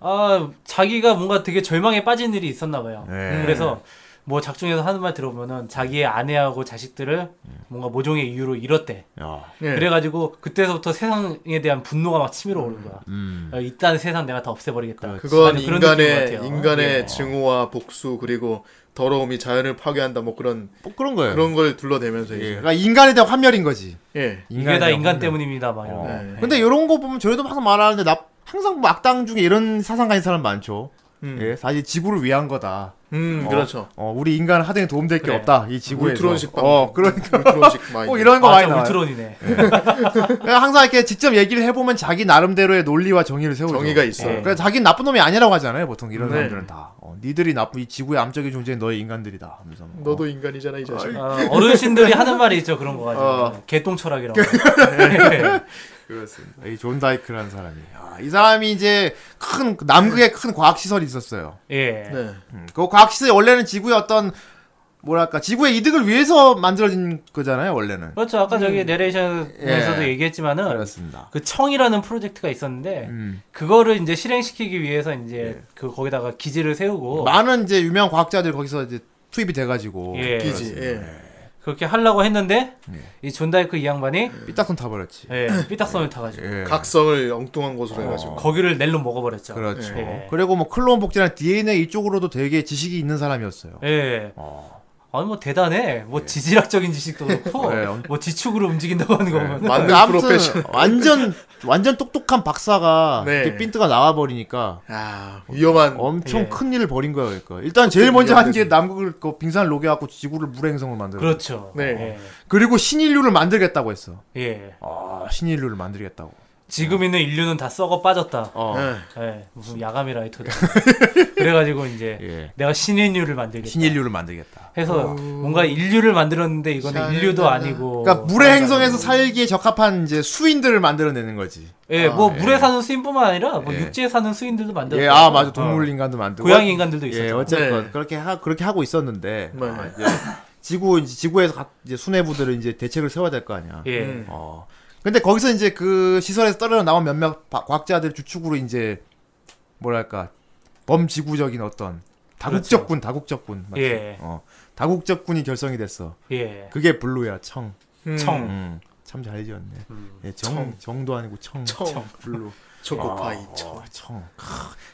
S5: 아 자기가 뭔가 되게 절망에 빠진 일이 있었나 봐요.
S4: 예.
S5: 그래서 뭐 작중에서 하는 말 들어보면은 자기의 아내하고 자식들을 뭔가 모종의 이유로 잃었대.
S4: 야,
S3: 예.
S5: 그래가지고 그때서부터 세상에 대한 분노가 막 치밀어 오른 거야.
S4: 음,
S5: 어, 이딴 세상 내가 다 없애버리겠다.
S3: 그건
S5: 아니, 그런 느낌인 것
S3: 인간의
S5: 같아요.
S3: 인간의
S5: 예.
S3: 증오와 복수 그리고 더러움이 자연을 파괴한다 뭐 그런
S4: 뭐 그런 거예요.
S3: 그런 걸 둘러대면서
S4: 예,
S3: 이제
S4: 그러니까 인간에 대한 환멸인 거지.
S3: 예.
S5: 이게 다
S4: 대한
S5: 인간
S4: 환멸.
S5: 때문입니다, 막 이런.
S4: 어.
S5: 거.
S3: 네.
S4: 근데 이런 거 보면 저희도 항상 말하는데 나 항상 뭐 악당 중에 이런 사상 가진 사람 많죠.
S3: 음,
S4: 예, 사실 지구를 위한 거다.
S3: 음
S4: 어.
S3: 그렇죠.
S4: 어, 우리 인간 하등에 도움될 게
S5: 그래.
S4: 없다. 이 지구에서.
S3: 울트론식 방법.
S4: 어, 그러니까
S3: 울트론식 마인드.
S4: 뭐 이런 거
S5: 아,
S4: 많이
S5: 저
S4: 나와요.
S5: 울트론이네.
S4: 그러니까 항상 이렇게 직접 얘기를 해보면 자기 나름대로의 논리와 정의를 세우죠.
S3: 정의가 있어요.
S4: 어, 그러니까 자기는 나쁜 놈이 아니라고 하잖아요. 보통 이런
S3: 네.
S4: 사람들은 다. 어, 니들이 나쁜 이 지구의 암적인 존재인 너희 인간들이다. 하면서. 뭐.
S3: 너도 인간이잖아 이 자식.
S5: 어, 어르신들이 하는 말이 있죠, 그런 거 가지고. 개똥 철학이라고.
S4: 그렇습니다. 어, 이 존 다이크라는 사람이. 아, 이 사람이 이제 큰 남극에 큰 과학 시설이 있었어요.
S5: 예.
S3: 네.
S4: 음, 그 과학 시설이 원래는 지구의 어떤 뭐랄까 지구의 이득을 위해서 만들어진 거잖아요. 원래는.
S5: 그렇죠. 아까 저기 내레이션에서도
S4: 예.
S5: 얘기했지만은
S4: 그렇습니다.
S5: 그 청이라는 프로젝트가 있었는데
S4: 음.
S5: 그거를 이제 실행시키기 위해서 이제
S4: 네.
S5: 그 거기다가 기지를
S4: 어.
S5: 세우고
S4: 많은 이제 유명 과학자들 거기서 이제 투입이 돼가지고
S5: 예.
S3: 기지. 예.
S5: 그렇게 하려고 했는데
S4: 네.
S5: 이 존 다이크 이 양반이
S4: 삐딱선 타버렸지.
S5: 예, 삐딱선을 타가지고
S4: 예.
S3: 각성을 엉뚱한
S4: 어.
S3: 곳으로 해가지고.
S5: 거기를 낼로 먹어버렸죠.
S4: 그렇죠.
S5: 예.
S4: 그리고 뭐 클론 복제나 DNA 이쪽으로도 되게 지식이 있는 사람이었어요.
S5: 예. 아니 뭐 대단해. 뭐 지질학적인 지식도 그렇고
S4: 예, 엄- 네,
S5: 뭐 지축으로 움직인다고 하는 거면
S3: 만능
S4: 근데 아무튼
S3: 프로페셔널.
S4: 완전 완전 똑똑한 박사가
S3: 네.
S4: 이렇게 핀트가 나와 버리니까
S3: 아
S4: 어.
S3: 위험한.
S4: 엄청
S5: 예.
S4: 큰 일을 벌인 거야 그러니까. 일단 제일 먼저 한 게
S3: 위험해.
S4: 남극을 그 빙산을 녹여갖고 지구를 물의 행성을 만들어.
S5: 그렇죠.
S3: 네.
S4: 그리고 신인류를 만들겠다고 했어.
S5: 예. 예.
S4: 아, 신인류를 만들겠다고.
S5: 지금 있는 인류는 다 썩어 빠졌다.
S4: 어.
S3: 예.
S5: 예. 무슨 야감이 라이터다. 그래가지고 이제
S4: 예.
S5: 내가 신인류를 만들겠다.
S4: 신인류를 만들겠다.
S5: 해서 뭔가 인류를 만들었는데 이거는 인류도 아니고
S4: 그러니까 물의
S5: 어,
S4: 행성에서 살기에 적합한 이제 수인들을 만들어내는 거지.
S5: 예, 뭐 물에 사는 수인뿐만 아니라 뭐 육지에 사는 수인들도 만들고
S4: 아, 예, 아 맞아 동물 인간도 만들고
S5: 어. 고양이 인간들도
S4: 예,
S5: 있었죠.
S4: 어쨌건
S3: 네.
S4: 그렇게 하 그렇게 하고 있었는데
S3: 네.
S4: 아, 이제 지구 이제 지구에서 각 이제 수뇌부들은 이제 대책을 세워야 될 거 아니야.
S5: 예.
S3: 음.
S4: 어. 근데 거기서 이제 그 시설에서 떨어져 나온 몇몇 바- 과학자들 주축으로 이제 뭐랄까 범지구적인 어떤 다국적군 다국적군 맞지?
S5: 그렇죠. 예.
S4: 어 다국적군이 결성이 됐어.
S5: 예.
S4: 그게 블루야 청.
S5: 청.
S4: 음, 참 잘 지었네.
S5: 음.
S4: 예, 정, 정도 아니고 청.
S3: 청.
S4: 블루.
S3: 초코파이
S4: 아,
S3: 청.
S4: 어, 청. 크,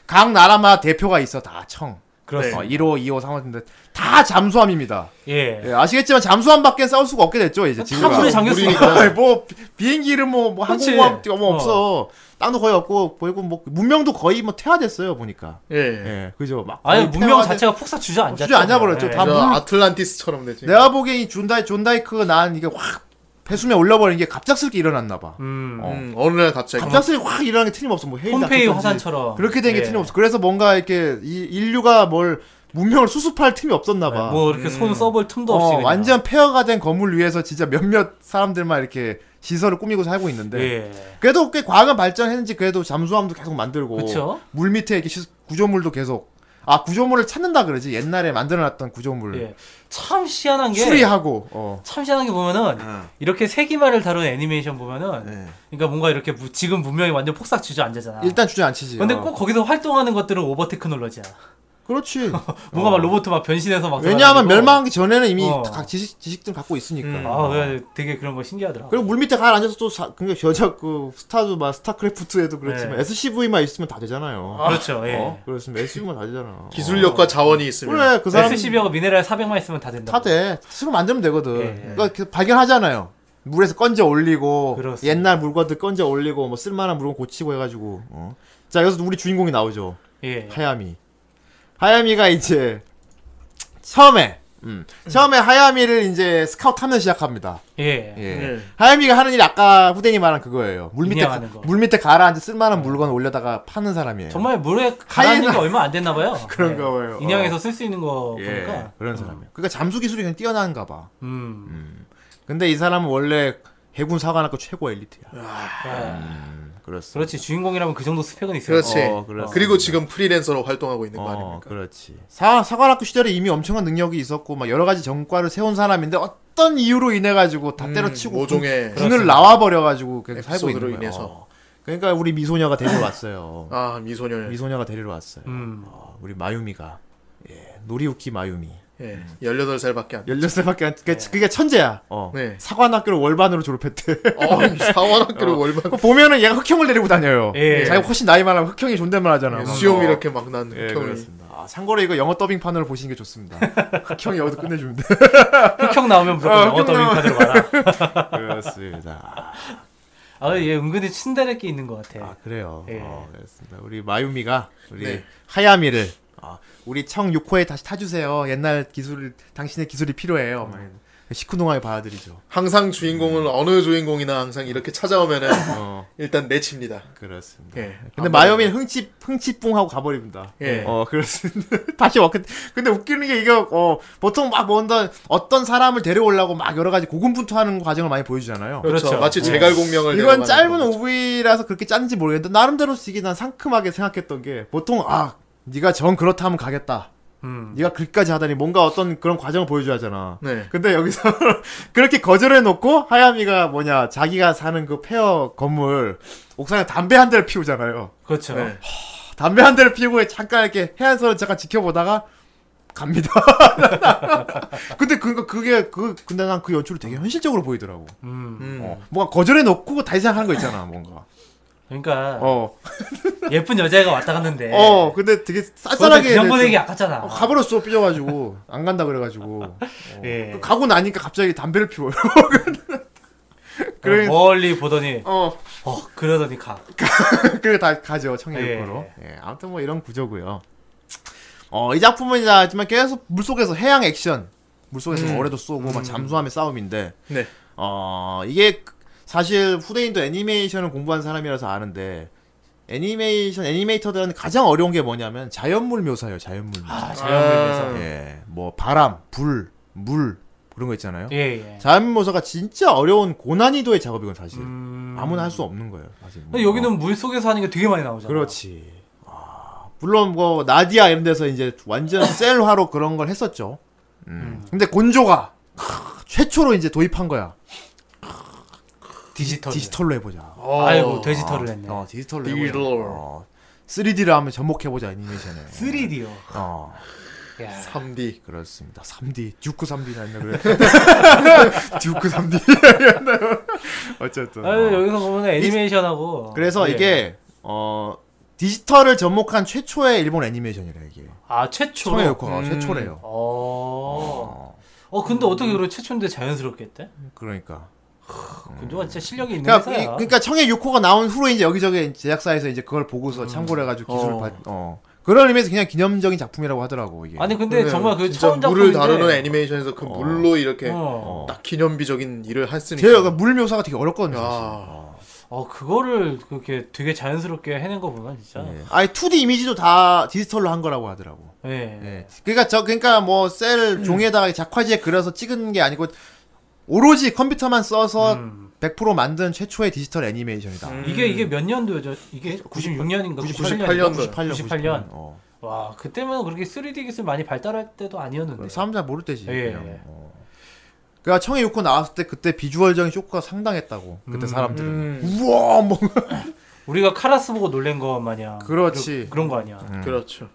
S4: 각 나라마다 대표가 있어 다 청.
S5: 그렇습니다.
S4: 어, 1호, 2호, 3호인데 다 잠수함입니다.
S5: 예.
S4: 예, 아시겠지만 잠수함 밖엔 싸울 수가 없게 됐죠 이제
S5: 다 물에 잠겼으니까.
S4: 우리가 뭐 비- 비행기를 뭐, 뭐
S5: 아, 그치.
S4: 항공모함 뛰어 뭐
S5: 어.
S4: 없어. 땅도 거의 없고 보이고 뭐 문명도 거의 뭐 태화됐어요 보니까.
S3: 예.
S4: 예, 그죠. 막
S5: 네. 아니
S4: 거의
S5: 문명
S4: 태화된-
S5: 자체가 폭삭 주저앉았죠. 예.
S4: 주저앉아버렸죠.
S5: 음.
S4: 다
S3: 그래서
S4: 물-
S3: 아틀란티스처럼 되지.
S4: 내가 보기엔 이 준다이 존다이크가 난 이게 확 배수면 올라버린 게 갑작스럽게 일어났나 봐.
S5: 음.
S3: 음, 어느 날 갑자기
S4: 갑작스럽게 확 일어난 게 틀림없어. 뭐 해인
S5: 폼페이
S4: 닥쳤든지.
S5: 화산처럼.
S4: 그렇게 된 게
S5: 예.
S4: 틀림없어. 그래서 뭔가 이렇게 이 인류가 뭘 문명을 수습할 틈이 없었나 봐.
S5: 뭐 이렇게 손 써볼 틈도 없이
S4: 어,
S5: 그냥.
S4: 완전 폐허가 된 건물 위에서 진짜 몇몇 사람들만 이렇게 시설을 꾸미고 살고 있는데
S5: 예.
S4: 그래도 꽤 과학은 발전했는지 그래도 잠수함도 계속 만들고
S5: 그쵸?
S4: 물 밑에 이렇게 시- 구조물도 계속 아 구조물을 찾는다 그러지 옛날에 만들어놨던 구조물
S5: 예. 참 희한한 게
S4: 음. 수리하고 어.
S5: 참 희한한 게 보면은 이렇게 세기말을 다룬 애니메이션 보면은
S3: 예.
S5: 그러니까 뭔가 이렇게 무- 지금 문명이 완전 폭삭 주저앉잖아.
S4: 네. 일단 주저앉히지
S5: 근데
S4: 어.
S5: 꼭 거기서 활동하는 것들은 오버 테크놀로지야.
S4: 그렇지
S5: 뭔가
S4: 어.
S5: 막 로봇 막 변신해서 막
S4: 왜냐하면
S5: 돌아다니고.
S4: 멸망하기 전에는 이미
S5: 어.
S4: 각 지식 지식들 갖고 있으니까
S5: 음, 아, 그래, 되게 그런 거 신기하더라.
S4: 그리고 물 밑에 가라앉아서또 사, 그러니까 여자 그 스타도 막 스타크래프트에도 그렇지만
S5: 네.
S4: SCV만 있으면 다 되잖아요
S5: 그렇죠. 예.
S4: 어? 그렇습니다. SUV만 다 되잖아. 어.
S3: 기술력과 자원이 있으면
S4: 그래, 그 사람
S5: SCB하고 미네랄 400만 있으면 다 된다.
S4: 다 돼. 스스로 만들면 되거든.
S5: 예, 예.
S4: 그러니까 그 발견하잖아요. 물에서 건져 올리고
S5: 그렇습니다.
S4: 옛날 물건들 건져 올리고 뭐 쓸만한 물건 고치고 해가지고. 어. 자 여기서 우리 주인공이 나오죠.
S5: 예.
S4: 하야미. 하야미가 이제 처음에 음, 처음에 하야미를 이제 스카우트하면 시작합니다.
S5: 예.
S4: 예.
S3: 예.
S4: 하야미가 하는 일이 아까 후대님 말한 그거예요. 물 밑에
S5: 분양하는 거.
S4: 물 밑에 가라앉아
S3: 네.
S4: 쓸만한 물건 올려다가 파는 사람이에요.
S5: 정말 물에 가라앉은 게 얼마 안 됐나 봐요. 예.
S4: 그런가 봐요. 어.
S5: 인양에서 쓸 수 있는 거
S4: 예,
S5: 보니까.
S3: 음.
S4: 그런 사람이에요. 그러니까 잠수 기술이 그냥 뛰어난가 봐.
S5: 음.
S4: 근데 이 사람은 원래 해군 사관학교 최고 엘리트야.
S5: 예.
S4: 그렇습니다.
S5: 그렇지. 주인공이라면 그 정도 스펙은 있어요.
S3: 그렇지.
S4: 어, 그렇습니다.
S3: 그리고 지금 프리랜서로 활동하고 있는 거
S4: 어,
S3: 아닙니까?
S4: 그렇지. 사, 사관학교 시절에 이미 엄청난 능력이 있었고 막 여러 가지 전과를 세운 사람인데 어떤 이유로 인해 가지고 다 때려치고
S3: 음, 모종의
S4: 군, 을 나와 버려 가지고 계속 살고 있는
S3: 에피소드로
S4: 거예요.
S3: 인해서.
S4: 어. 그러니까 우리 미소녀가 데리러 왔어요.
S3: 아 미소녀.
S4: 미소녀가 데리러 왔어요.
S5: 음.
S4: 어, 우리 마유미가 예, 노리우키 마유미.
S3: 예.
S4: 음.
S3: 18살밖에 안 돼.
S4: 16살밖에 안,
S5: 네.
S4: 그게, 그게 천재야. 어.
S3: 네.
S4: 사관학교를 월반으로 졸업했대.
S3: 어, 사원학교를 얼마나
S4: 그거 보면은 얘가 흑형을 데리고 다녀요.
S5: 예.
S4: 자기가 훨씬 나이 많아 흑형이 존댓말 하잖아.
S3: 예,
S4: 막.
S3: 수염 이렇게 막 나는
S4: 어. 예,
S3: 흑형이.
S4: 그렇습니다. 아, 참고로 이거 영어 더빙판으로 보시는 게 좋습니다. 흑형이 여기서 아, 끝내주는데.
S5: 흑형 나오면 무조건 영어 더빙판으로 봐라.
S4: 그렇습니다.
S5: 아, 얘 은근히 친다래끼 있는 것 같아.
S4: 아, 그래요.
S5: 예.
S4: 어, 그렇습니다. 우리 마유미가 우리
S3: 네.
S4: 하야미를 아, 우리 청 6호에 다시 타주세요. 옛날 기술, 당신의 기술이 필요해요. 막
S5: 음.
S4: 이러는. 시큰둥하게 받아들이죠.
S3: 항상 주인공은 어느 주인공이나 항상 이렇게 찾아오면은
S4: 어,
S3: 일단 내칩니다.
S4: 그렇습니다.
S3: 예.
S4: 근데 마요미는 흥치 흥치뿡 하고 가버립니다.
S3: 예.
S4: 어 그렇습니다. 다시 와. 근데, 근데 웃기는 게 이거 어 보통 막 뭔가 어떤 사람을 데려오려고 막 여러 가지 고군분투하는 과정을 많이 보여주잖아요.
S3: 그렇죠.
S5: 그렇죠.
S3: 마치
S5: 예.
S4: 이건
S3: 제갈공명을 내려가는
S4: 짧은
S3: 거죠.
S4: 오브이라서 그렇게 짠지 모르겠는데 나름대로 되게 난 상큼하게 생각했던 게 보통 아 네가 정 그렇다면 가겠다.
S5: 음.
S4: 네가 그까지 하다니 뭔가 어떤 그런 과정을 보여줘야 하잖아.
S3: 네.
S4: 근데 여기서 그렇게 거절해 놓고 하야미가 뭐냐 자기가 사는 그 폐허 건물 옥상에 담배 한 대를 피우잖아요.
S5: 그렇죠.
S3: 네.
S4: 어. 담배 한 대를 피우고 잠깐 이렇게 해안선을 잠깐 지켜보다가 갑니다. 근데 그니까 그게 그 근데 난 그 연출이 되게 현실적으로 보이더라고.
S5: 음.
S3: 음.
S4: 어, 뭔가 거절해 놓고 다시 생각하는 거 있잖아, 뭔가.
S5: 그러니까
S4: 어,
S5: 예쁜 여자애가 왔다 갔는데.
S4: 어, 근데 되게 쌀쌀하게.
S5: 명분에게
S4: 좀-
S5: 아깝잖아.
S4: 어, 가버렸어 삐져가지고 안 간다 그래가지고
S5: 예.
S4: 가고 나니까 갑자기 담배를 피워요. 그래-
S5: 어, 멀리 보더니
S4: 어,
S5: 어 그러더니 가.
S4: 그래 다 가죠 청해육으로. 예, 아무튼 뭐 이런 구조고요. 어, 이 작품은 이제 하지만 계속 물 속에서 해양 액션, 물 속에서
S5: 음.
S4: 어뢰도 쏘고 막 잠수함의 싸움인데,
S3: 네.
S4: 어 이게 그- 사실 후대인도 애니메이션을 공부한 사람이라서 아는데 애니메이션 애니메이터들은 가장 어려운 게 뭐냐면 자연물 묘사예요, 자연물 묘사.
S5: 아 자연물에서.
S3: 아.
S4: 예, 뭐 바람, 불, 물 그런 거 있잖아요.
S5: 예예.
S4: 자연물 묘사가 진짜 어려운 고난이도의 작업이건 사실
S5: 음.
S4: 아무나 할 수 없는 거예요. 사실.
S5: 근데 여기는 물 속에서 하는 게 되게 많이 나오잖아.
S4: 그렇지. 아, 물론 뭐 나디아 이런 데서 이제 완전 셀화로 그런 걸 했었죠. 음. 근데 곤조가 크, 최초로 이제 도입한 거야.
S5: 디지털.
S4: 디지털로 해보자.
S3: 어.
S5: 아이고 디지털을 했네.
S4: 어, 디지털로
S3: 디지털.
S4: 해보자. 어, 3D로 한번 접목해보자 애니메이션에.
S5: 3D요.
S4: 어.
S3: 3D.
S4: 그렇습니다. 3D, 듀크 3D 아니냐 그래. 듀크 3D. 어쨌든.
S5: 아
S4: 어.
S5: 여기서 보면 애니메이션하고
S4: 그래서
S5: 예.
S4: 이게 어 디지털을 전목한 최초의 일본 애니메이션이래 이게.
S5: 아
S4: 처음에
S5: 최초로.
S4: 요코가
S3: 음.
S4: 최초래요.
S5: 어.
S4: 어,
S5: 어 근데 어떻게 그런 최초인데 자연스럽게 했대?
S4: 그러니까.
S5: 근조가 진짜 실력이 있는
S4: 그러니까, 이,
S5: 회사야.
S4: 그러니까 청의 요코가 나온 후로 이제 여기저기 제작사에서 이제 그걸 보고서 참고를 해가지고 기술을
S3: 어.
S4: 받. 어. 그런 의미에서 그냥 기념적인 작품이라고 하더라고 이게.
S5: 아니 근데 정말 그
S3: 네. 진짜
S5: 처음
S3: 물을
S5: 작품인데
S3: 다루는 애니메이션에서 그
S4: 어.
S3: 물로 이렇게
S5: 어.
S3: 딱 그러니까. 기념비적인 일을 했으니까. 아.
S4: 제가 물 묘사가 되게 어렵거든요.
S3: 야.
S4: 사실. 어.
S5: 어 그거를 그렇게 되게 자연스럽게 해낸 거 보면 진짜.
S4: 예. 아니 2D 이미지도 다 디지털로 한 거라고 하더라고.
S5: 예.
S4: 예. 그러니까 저 그러니까 뭐 셀 종이에다가 작화지에 그려서 찍은 게 아니고 오로지 컴퓨터만 써서
S5: 음.
S4: 100% 만든 최초의 디지털 애니메이션이다.
S5: 이게 이게 몇 년도죠? 이게 96년인가
S3: 98년.
S4: 음. 98년.
S5: 98년.
S4: 어.
S5: 와 그때면 그렇게 3D 기술 많이 발달할 때도 아니었는데.
S4: 사람 잘 모를 때지.
S5: 그렇죠. 예,
S4: 그냥.
S5: 예.
S4: 어. 그러니까 청의 요코 나왔을 때 그때 비주얼적인 쇼크가 상당했다고. 그때
S5: 음.
S4: 사람들은
S3: 음.
S4: 우와 뭐
S5: 우리가 카라스 보고 놀란 거 마냥.
S4: 그렇지. 음.
S5: 그, 런거 아니야.
S3: 그렇죠.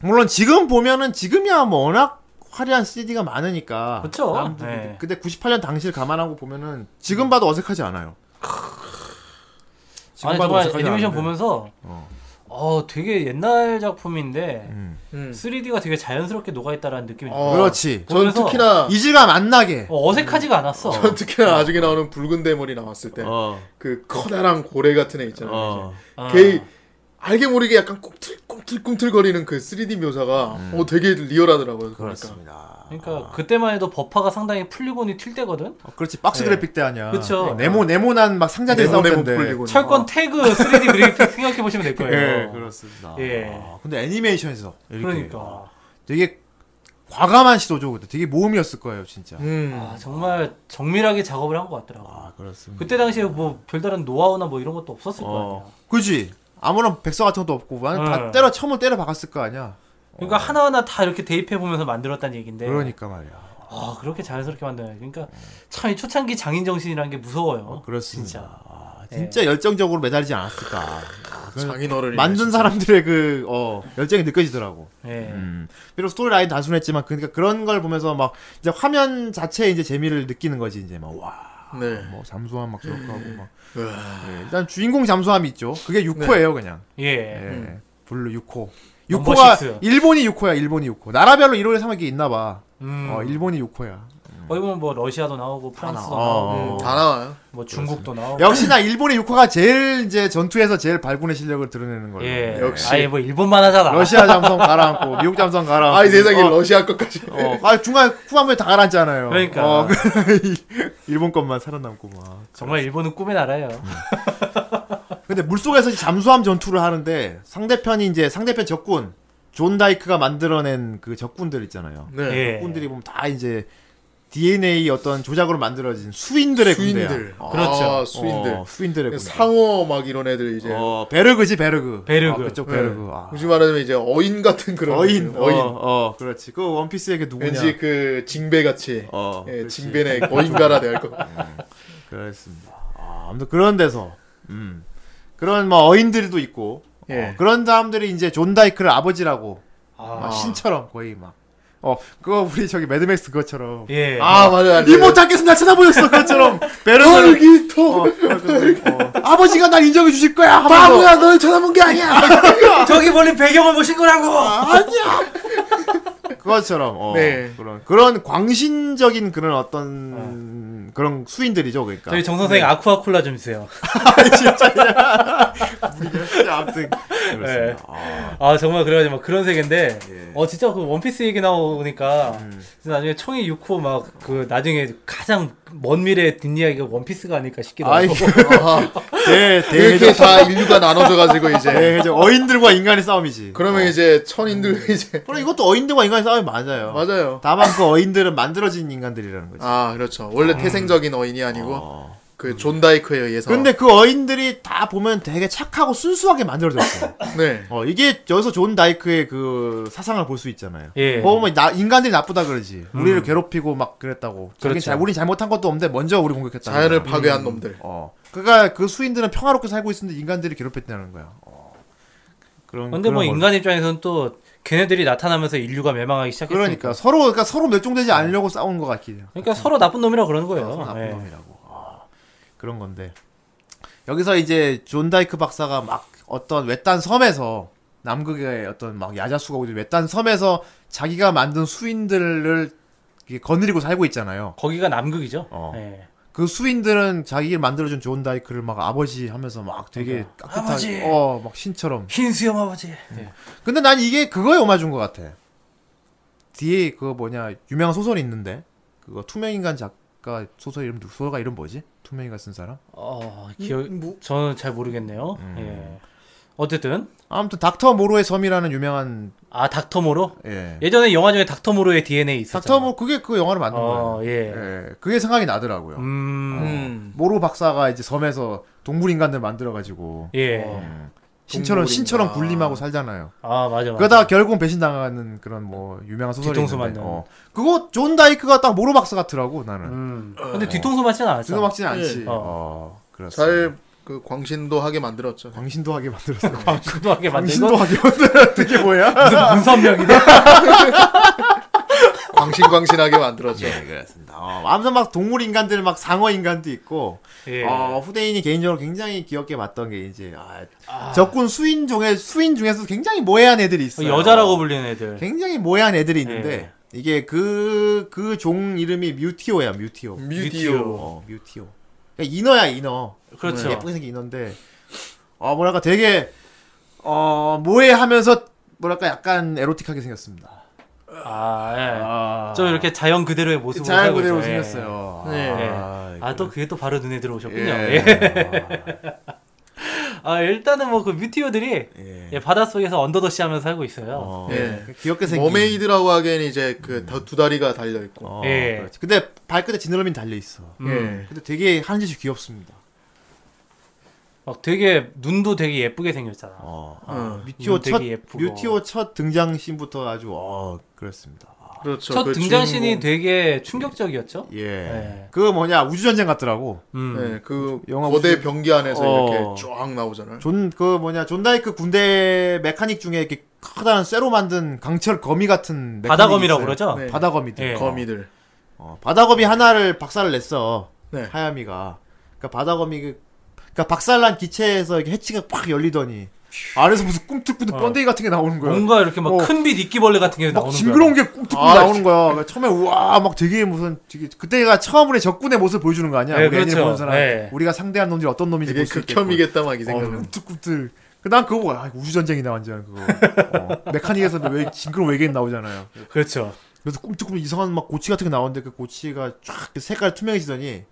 S4: 물론 지금 보면은 지금이야 뭐 워낙 화려한 CD가 많으니까.
S5: 그쵸.
S4: 사람들이
S5: 예.
S4: 근데 98년 당시를 감안하고 보면은 지금 봐도 어색하지 않아요. 지금
S5: 아니
S4: 봐도
S5: 정말
S4: 어색하지
S5: 애니메이션
S4: 않은데.
S5: 보면서
S4: 어.
S5: 어. 되게 옛날 작품인데
S4: 음.
S3: 음.
S5: 3D가 되게 자연스럽게 녹아있다라는 느낌이 들어요.
S3: 어.
S4: 그렇지.
S3: 전
S5: 보면서-
S3: 특히나
S4: 이질감 안 나게.
S5: 어, 어색하지가 않았어.
S4: 음.
S3: 전 특히나 나중에 나오는 붉은 대머리 나왔을 때 그
S4: 어.
S3: 커다란 고래 같은 애 있잖아요.
S4: 어.
S5: 아.
S3: 걔 알게 모르게 약간 꿈틀꿈틀꿈틀거리는 그 3D 묘사가 어, 되게 리얼하더라고요.
S4: 음.
S3: 그러니까.
S4: 그렇습니다.
S5: 그러니까 그때만 해도 버퍼가 상당히 풀리곤이 튈 때거든.
S4: 어, 그렇지. 박스
S5: 네.
S4: 그래픽 때 아니야.
S5: 그쵸. 예.
S4: 네모 네모난 막 상자들
S3: 네모,
S4: 싸울
S3: 네모
S4: 텐데.
S3: 풀리고.
S5: 철권 태그 3D 그래픽 생각해 보시면 될 거예요.
S4: 음. 아. 예, 그렇습니다.
S5: 예.
S4: 아, 근데 애니메이션에서 이렇게
S5: 그러니까
S4: 되게 과감한 시도죠. 근데 되게 모험이었을 거예요, 진짜.
S3: 음.
S5: 아, 정말 정밀하게 작업을 한 것 같더라고.
S4: 아, 그렇습니다.
S5: 그때 당시에 뭐 별다른 노하우나 뭐 이런 것도 없었을 거
S4: 어.
S5: 아니야.
S4: 그지. 아무런 백서 같은 것도 없고 완전 다
S5: 네.
S4: 때려 처음으로 때려 박았을 거 아니야.
S5: 그러니까 하나하나 다 이렇게 대입해 보면서 만들었다는 얘긴데.
S4: 어. 그러니까 말이야.
S5: 아 그렇게 자연스럽게 만드네. 그러니까 참 이 초창기 장인 정신이라는 게 무서워요.
S4: 어, 그렇습니다.
S5: 진짜. 네.
S4: 아, 진짜 열정적으로 매달리지 않았을까.
S3: 장인어른
S5: 그러니까
S4: 만든 사람들의 그 어, 열정이 느껴지더라고.
S5: 예.
S4: 음. 비록 스토리라인 단순했지만 그러니까 그런 걸 보면서 막 이제 화면 자체에 이제 재미를 느끼는 거지 이제 막 와.
S3: 네.
S4: 뭐 잠수함 막 기억하고 막
S3: 으아. 네.
S4: 예, 일단 주인공 잠수함이 있죠. 그게 6호예요, 그냥.
S5: 예.
S4: 예.
S3: 음.
S4: 블루 6호.
S5: 넘버
S4: 6호가
S5: 식스.
S4: 일본이 6호야, 일본이 6호. 나라별로 1호에 3호이 있나 봐.
S5: 음.
S4: 어, 일본이 6호야.
S5: 거기 보면 뭐 러시아도 나오고 프랑스도
S4: 나와.
S5: 나오고
S4: 어.
S3: 음, 다 나와요.
S5: 뭐 중국도 나오고.
S4: 역시나 일본의 6호가 제일 이제 전투에서 제일 발군의 실력을 드러내는 거예요.
S5: 예.
S3: 역시.
S5: 아예 뭐 일본만 하잖아.
S4: 러시아 잠수함 가라앉고 미국 잠수함 가라앉고.
S3: 아이 세상에
S4: 어,
S3: 러시아 것까지.
S4: 어, 아 중간 후반부에 다 가라앉잖아요.
S5: 그러니까.
S4: 어, 그- 일본 것만 살아남고 막.
S5: 정말 일본은 꿈의 나라예요.
S4: 근데 물속에서 이제 잠수함 전투를 하는데 상대편이 이제 상대편 적군 존 다이크가 만들어낸 그 적군들 있잖아요.
S3: 네.
S5: 예.
S4: 적군들이 보면 다 이제 DNA 어떤 조작으로 만들어진 수인들의 군대야.
S3: 수인들.
S5: 그렇죠.
S3: 아, 수인들.
S4: 어, 수인들의 군대.
S3: 상어 막 이런 애들 이제.
S4: 어, 베르그지 베르그.
S5: 베르그.
S4: 아, 그쪽
S3: 네.
S4: 베르그. 아.
S3: 굳이 말하자면 이제 어인 같은 그런.
S4: 어인.
S3: 애들. 어인.
S4: 어, 어, 그렇지. 그 원피스에게 누구냐.
S3: 왠지 그 징배 같이.
S4: 어.
S3: 예,
S4: 그렇지.
S3: 징배네 어인가라 대할 거.
S4: 그렇습니다. 아, 아무튼 그런 데서 음. 그런 뭐 어인들도 있고
S3: 예.
S4: 어, 그런 사람들이 이제 존 다이크를 아버지라고 막
S5: 아.
S4: 신처럼 거의 막. 어, 그거 우리 저기 매드맥스 그거처럼.
S5: 예.
S3: 아 맞아. 맞아.
S4: 이모타께서 날 쳐다보셨어 그거처럼. 어, 베르그.
S3: 털기토.
S4: 아버지가 날 인정해 주실 거야. 하면서.
S3: 바보야 널 쳐다본 게 아니야.
S5: 저기 멀리 배경을 보신
S4: 아.
S5: 거라고.
S4: 그것처럼 어,
S3: 네.
S4: 그런 그런 광신적인 그런 어떤 그런 수인들이죠 그러니까
S5: 저희 정 선생 님 아쿠아 콜라 좀 주세요.
S4: 진짜 아무튼 그렇습니다 아,
S5: 아 정말 그래가지고 막 그런 세계인데
S4: 예.
S5: 어 진짜 그 원피스 얘기 나오니까
S4: 음.
S5: 진짜 나중에 총이 6호 막 그 나중에 가장 먼 미래의 뒷이야기가 원피스가 아닐까 싶기도
S4: 아이
S5: 하고
S4: 대
S3: 이렇게
S4: 대회적
S3: 다 인류가 나눠져 가지고 이제.
S4: 대회적 어인들과 인간의 싸움이지 어.
S3: 그러면 이제
S4: 음.
S3: 천인들 이제
S4: 그럼 이것도 어인들과 인간의 싸움이 맞아요
S3: 맞아요.
S4: 다만 그 어인들은 만들어진 인간들이라는 거지
S3: 아 그렇죠.
S4: 음.
S3: 원래 태생적인 어인이 아니고
S4: 어.
S3: 그 존 다이크에 의해서.
S4: 근데 그 어인들이 다 보면 되게 착하고 순수하게 만들어졌어
S3: 네.
S4: 어 이게 여기서 존 다이크의 그 사상을 볼 수 있잖아요.
S5: 예. 음.
S4: 그거 보면 나 인간들이 나쁘다 그러지. 우리를 괴롭히고 막 그랬다고. 그렇
S5: 그렇죠.
S4: 잘, 우린 잘못한 것도 없는데 먼저 우리 공격했다.
S3: 자연을 파괴한 놈들.
S4: 어. 그러니까 그 수인들은 평화롭게 살고 있었는데 인간들이 괴롭혔다는 거야. 어. 그런
S5: 근데 뭐
S4: 그런 걸로.
S5: 인간 입장에서는 또 걔네들이 나타나면서 인류가 멸망하기 시작했으니까
S4: 그러니까 서로 그러니까 서로 멸종되지 않으려고 싸운 것 같긴 해요.
S5: 그러니까 서로 나쁜 놈이라 그러는 거예요.
S4: 그래서 나쁜
S5: 예.
S4: 어, 놈이라고. 아, 그런 건데 여기서 이제 존 다이크 박사가 막 어떤 외딴 섬에서 남극의 어떤 막 야자수가 오지 외딴 섬에서 자기가 만든 수인들을 이렇게 거느리고 살고 있잖아요.
S5: 거기가 남극이죠.
S4: 어.
S5: 예.
S4: 그 수인들은 자기를 만들어준 존 다이크를 막 아버지 하면서 막 되게
S5: 아버지!
S4: 깍듯하게 어막 신처럼.
S5: 흰 수염 아버지.
S4: 음. 근데 난 이게 그거에 오마준 것 같아. 뒤에 그거 뭐냐 유명한 소설이 있는데 그거 투명인간 작가 소설 이름 소설가 이름 뭐지? 투명인간 쓴 사람?
S5: 어, 기억 저는 잘 모르겠네요.
S4: 음.
S5: 예. 어쨌든
S4: 아무튼 닥터 모로의 섬이라는 유명한
S5: 아 닥터 모로
S4: 예.
S5: 예전에 영화 중에 닥터 모로의 DNA 있었잖아.
S4: 닥터 모 그게 그 영화를 만든
S5: 어,
S4: 거예요.
S5: 예.
S4: 예. 그게 생각이 나더라고요.
S5: 음.
S4: 어. 모로 박사가 이제 섬에서 동물 인간들 만들어 가지고
S5: 예.
S4: 신처럼
S3: 동물인간.
S4: 신처럼 군림하고 살잖아요.
S5: 아, 맞아 맞아.
S4: 그러다 결국은 배신당하는 그런 뭐 유명한 소설이
S5: 뒤통수
S4: 있는데
S5: 맞는.
S4: 어. 그거 존 다이크가 딱 모로 박사 같더라고 나는.
S5: 음. 근데 뒤통수 맞지는 않았어.
S4: 그거 막지는 않지.
S5: 예.
S4: 어.
S5: 어.
S4: 그렇습니다.
S3: 잘 그 광신도 하게 만들었죠.
S4: 광신도하게 만들었어.
S5: 강도하게 만들고
S4: 광신도하게 만들었던 게 뭐야?
S5: 문선명이네.
S3: 광신광신하게 만들었죠.
S4: 그렇습니다. 어, 아무튼 막 동물 인간들 막 상어 인간도 있고
S5: 예.
S4: 어, 후대인이 개인적으로 굉장히 귀엽게 봤던 게 이제 아, 적군 수인 중에 수인 중에서 굉장히 모해한 애들이 있어요.
S5: 여자라고 불리는 애들.
S4: 굉장히 모해한 애들이 있는데
S5: 예.
S4: 이게 그 그 종 이름이 뮤티오야 뮤티오.
S3: 뮤디오.
S4: 어, 뮤티오. 그러니까 인어야 인어.
S5: 그렇죠.
S4: 네. 예쁘게 생긴 인어인데 어 뭐랄까 되게 어 모해하면서 뭐랄까 약간 에로틱하게 생겼습니다.
S5: 아, 예.
S4: 아.
S5: 좀 이렇게 자연 그대로의 모습으로
S4: 잘
S5: 살고
S4: 그대로
S5: 있어요. 예.
S4: 생겼어요.
S3: 네.
S4: 아,
S5: 아 또 그게 또 바로 눈에 들어오셨군요.
S4: 예.
S5: 예. 아 일단은 뭐 그 뮤티오들이
S4: 예.
S5: 예, 바닷속에서 언더더시하면서 살고 있어요.
S4: 어,
S3: 예.
S4: 귀엽게 생긴.
S3: 머메이드라고 하기엔 이제 그 두 다리가 달려 있고. 예.
S4: 어,
S5: 예.
S4: 그렇지. 근데 발끝에 지느러미 달려 있어.
S5: 음.
S4: 근데 되게 하는 짓이 귀엽습니다.
S5: 막 되게 눈도 되게 예쁘게 생겼잖아.
S4: 어.
S3: 어.
S4: 뮤티오
S5: 되게
S4: 첫
S5: 예쁘고.
S4: 뮤티오 첫 등장 씬부터 아주 어 그렇습니다. 아,
S3: 그렇죠.
S5: 첫
S3: 그
S5: 등장신이
S3: 주인공-
S5: 되게 충격적이었죠.
S4: 예.
S5: 예.
S4: 그 뭐냐 우주 전쟁 같더라고.
S5: 음.
S4: 예.
S3: 네, 그
S4: 영화
S3: 거대
S4: 무슨-
S3: 변기 안에서
S4: 어.
S3: 이렇게 쫙 나오잖아요.
S4: 존 그 뭐냐 존 다이크 군대 메카닉 중에 이렇게 커다란 쇠로 만든 강철 거미 같은 메카닉이
S5: 바다검이라고
S4: 있어요.
S5: 그러죠.
S3: 네.
S4: 바다 거미들.
S5: 예.
S4: 어.
S3: 거미들.
S4: 어, 바다 거미 하나를 박살을 냈어.
S3: 네.
S4: 하야미가. 그러니까 바다 거미 그 그러니까 박살난 기체에서 이렇게 해치가 팍 열리더니 안에서 무슨 꿈틀꿈틀
S5: 어.
S4: 번데기 같은 게 나오는 거야.
S5: 뭔가 이렇게
S4: 어.
S5: 막 큰빛 이끼벌레 같은 게
S4: 막
S5: 나오는
S4: 징그러운 게 꿈틀꿈틀
S3: 아,
S4: 나오는 거야. 그러니까 처음에 우와 막 되게 무슨 되게 그때가 처음으로 적군의 모습을 보여주는 거 아니야?
S5: 네,
S4: 우리 애니를
S5: 그렇죠.
S4: 보는 사람
S5: 네.
S4: 우리가 상대한 놈들이 어떤 놈인지
S3: 되게
S4: 볼수 있겠고.
S3: 극혐이겠다 막이
S4: 어,
S3: 생각은.
S4: 꿈틀꿈틀. 그난 그거 뭐야 우주 전쟁이나 완전 그거. 어, 메카닉에서 왜 징그러운 외계인 나오잖아요.
S5: 거야. 그렇죠.
S4: 그래서 꿈틀꿈틀 이상한 막 고치 같은 게 나오는데 그 고치가 쫙 색깔 투명해지더니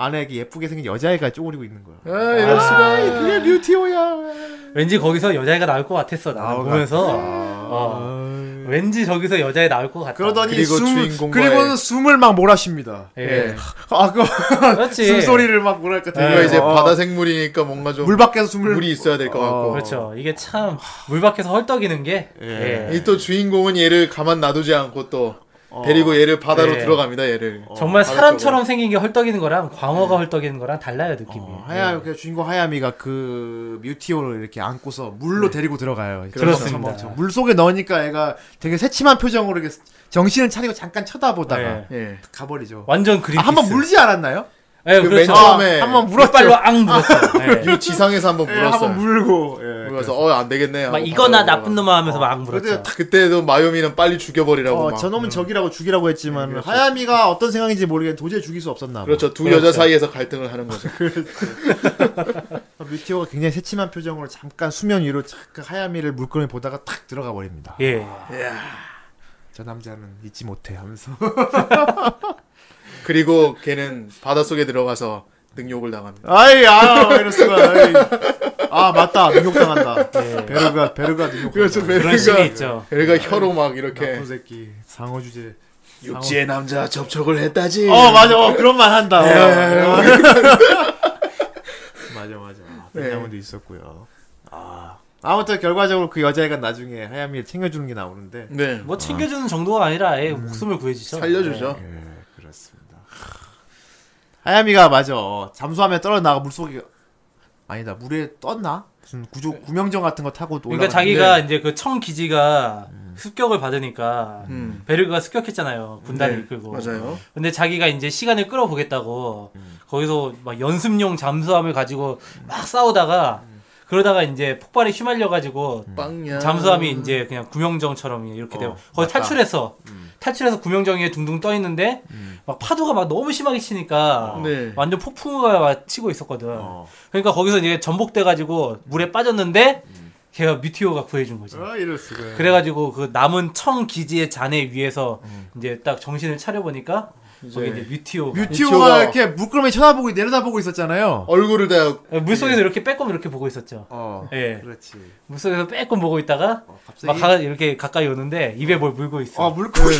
S4: 안에 이렇게 예쁘게 생긴 여자애가 쪼그리고 있는 거야.
S3: 아, 이럴 수가.
S4: 그게 뮤티오야.
S5: 왠지 거기서 여자애가 나올 것 같았어.
S3: 아,
S5: 나
S4: 나올 것
S5: 보면서
S4: 아.
S5: 어. 왠지 저기서 여자애 나올 것 같다.
S4: 그러더니
S3: 그리고
S4: 숨
S3: 주인공과의-
S4: 그리고는 숨을 막 몰아쉽니다.
S5: 예.
S3: 예.
S4: 아 그
S5: 그렇지.
S4: 숨소리를 막 뭐랄까
S3: 그러니까
S4: 되게
S3: 이제
S4: 어,
S3: 바다 생물이니까 뭔가 좀
S4: 물 밖에서 숨을
S3: 물이 있어야 될 것 같고.
S5: 그렇죠. 이게 참 물 밖에서 헐떡이는 게
S4: 예.
S5: 예.
S3: 이 또 주인공은 얘를 가만 놔두지 않고 또
S4: 어.
S3: 데리고 얘를 바다로
S5: 예.
S3: 들어갑니다. 얘를.
S5: 정말
S3: 바다
S5: 사람처럼 생긴 게 헐떡이는 거랑 광어가 헐떡이는 거랑 달라요 느낌이.
S4: 예.
S5: 예.
S4: 어, 하야
S3: 예.
S4: 그 주인공 하야미가 그 뮤티오를 이렇게 안고서
S3: 예.
S4: 물로 데리고 들어가요.
S5: 그렇습니다.
S4: 첨벙첨벙. 물 속에 넣으니까 애가 되게 새침한 표정으로 이렇게 정신을 차리고 잠깐 쳐다보다가
S5: 예.
S3: 예.
S4: 가버리죠.
S5: 완전 그림.
S4: 아, 한 번 물지 않았나요?
S5: 예,
S3: 그맨
S5: 그렇죠.
S3: 처음에
S4: 한번 물었죠. 아,
S5: 물빨로 앙 물었어. 예.
S3: 이 지상에서 네, 한번
S4: 예,
S3: 물었어요.
S4: 한번 물고. 예,
S3: 물어서 어안 되겠네. 하고
S5: 막 이거나
S3: 바다로
S5: 나쁜 놈아 하면서 막 앙 물었죠.
S4: 그래도
S3: 그때도 마요미는 빨리 죽여버리라고
S4: 어,
S3: 막.
S4: 저놈은 적이라고 죽이라고 했지만 하야미가 어떤 생각인지 모르겠는데 도저히 죽일 수 없었나 봐.
S3: 그렇죠. 두
S5: 그렇죠.
S3: 여자 사이에서 갈등을 하는 거죠.
S4: 어, 뮤티오가 굉장히 새침한 표정으로 잠깐 수면 위로 잠깐 하야미를 물끄러미 보다가 탁 들어가 버립니다.
S5: 예.
S4: 저 남자는 잊지 못해 하면서.
S3: 그리고 걔는 바닷속에 들어가서 능욕을 당합니다.
S4: 아이 아 이럴 수가. 아이. 아 맞다 능욕당한다. 베르가 베르가 능욕.
S3: 그렇죠.
S5: 그런
S4: 그러니까
S5: 식이
S3: 베르가 예.
S5: 있죠.
S3: 베르가 그러니까 혀로 막 이렇게
S4: 나쁜 새끼 상어 주제.
S3: 육지의 남자 접촉을 했다지.
S4: 어 맞아 어, 그런 말 한다. 어. 맞아 맞아. 벤야민도 있었고요. 아 아무튼 결과적으로 그 여자애가 나중에 하야미를 챙겨주는 게 나오는데.
S3: 네.
S4: 아.
S5: 뭐 챙겨주는 정도가 아니라
S4: 음.
S5: 애 목숨을 구해주죠. 네.
S3: 살려주죠.
S4: 예, 그렇습니다. 하야미가 맞아. 잠수함에 떨어져 나가 물속에 아니다 물에 떴나 무슨 구조 구명정 같은 거 타고
S5: 그러니까 자기가 이제 그 청 기지가 습격을 받으니까
S3: 음.
S5: 베르그가 습격했잖아요. 군단을
S3: 네,
S5: 이끌고.
S3: 맞아요. 음.
S5: 근데 자기가 이제 시간을 끌어보겠다고 거기서 막 연습용 잠수함을 가지고 막 싸우다가 그러다가 이제 폭발에 휘말려 가지고
S3: 빵야.
S5: 음. 잠수함이 이제 그냥 구명정처럼 이렇게
S4: 어,
S5: 되고 거기
S4: 맞다.
S5: 탈출해서
S3: 음.
S5: 탈출해서 구명정 위에 둥둥 떠 있는데 막 파도가 막 너무 심하게 치니까
S3: 네. 어.
S5: 완전 폭풍우가 막 치고 있었거든.
S4: 어.
S5: 그러니까 거기서 이제 전복돼 가지고 물에 빠졌는데 걔가 뮤티오가 구해준 거지.
S4: 아, 이럴 수가
S5: 그래가지고 그 남은 청 기지의 잔해 위에서 이제 딱 정신을 차려 보니까 거기 이제 뮤티오 가
S4: 뮤티오가
S3: 뮤티오가-
S4: 이렇게 물끄러미 쳐다보고 내려다보고 있었잖아요
S3: 얼굴을 다
S5: 물 속에서 이렇게 빼꼼 이렇게 보고 있었죠.
S4: 어
S5: 예,
S4: 그렇지 어,
S5: 물 속에서 빼꼼 보고 있다가 막
S4: 갑자기
S5: 가, 이렇게 가까이 오는데 입에 뭘 물고 있어.
S4: 아 물고기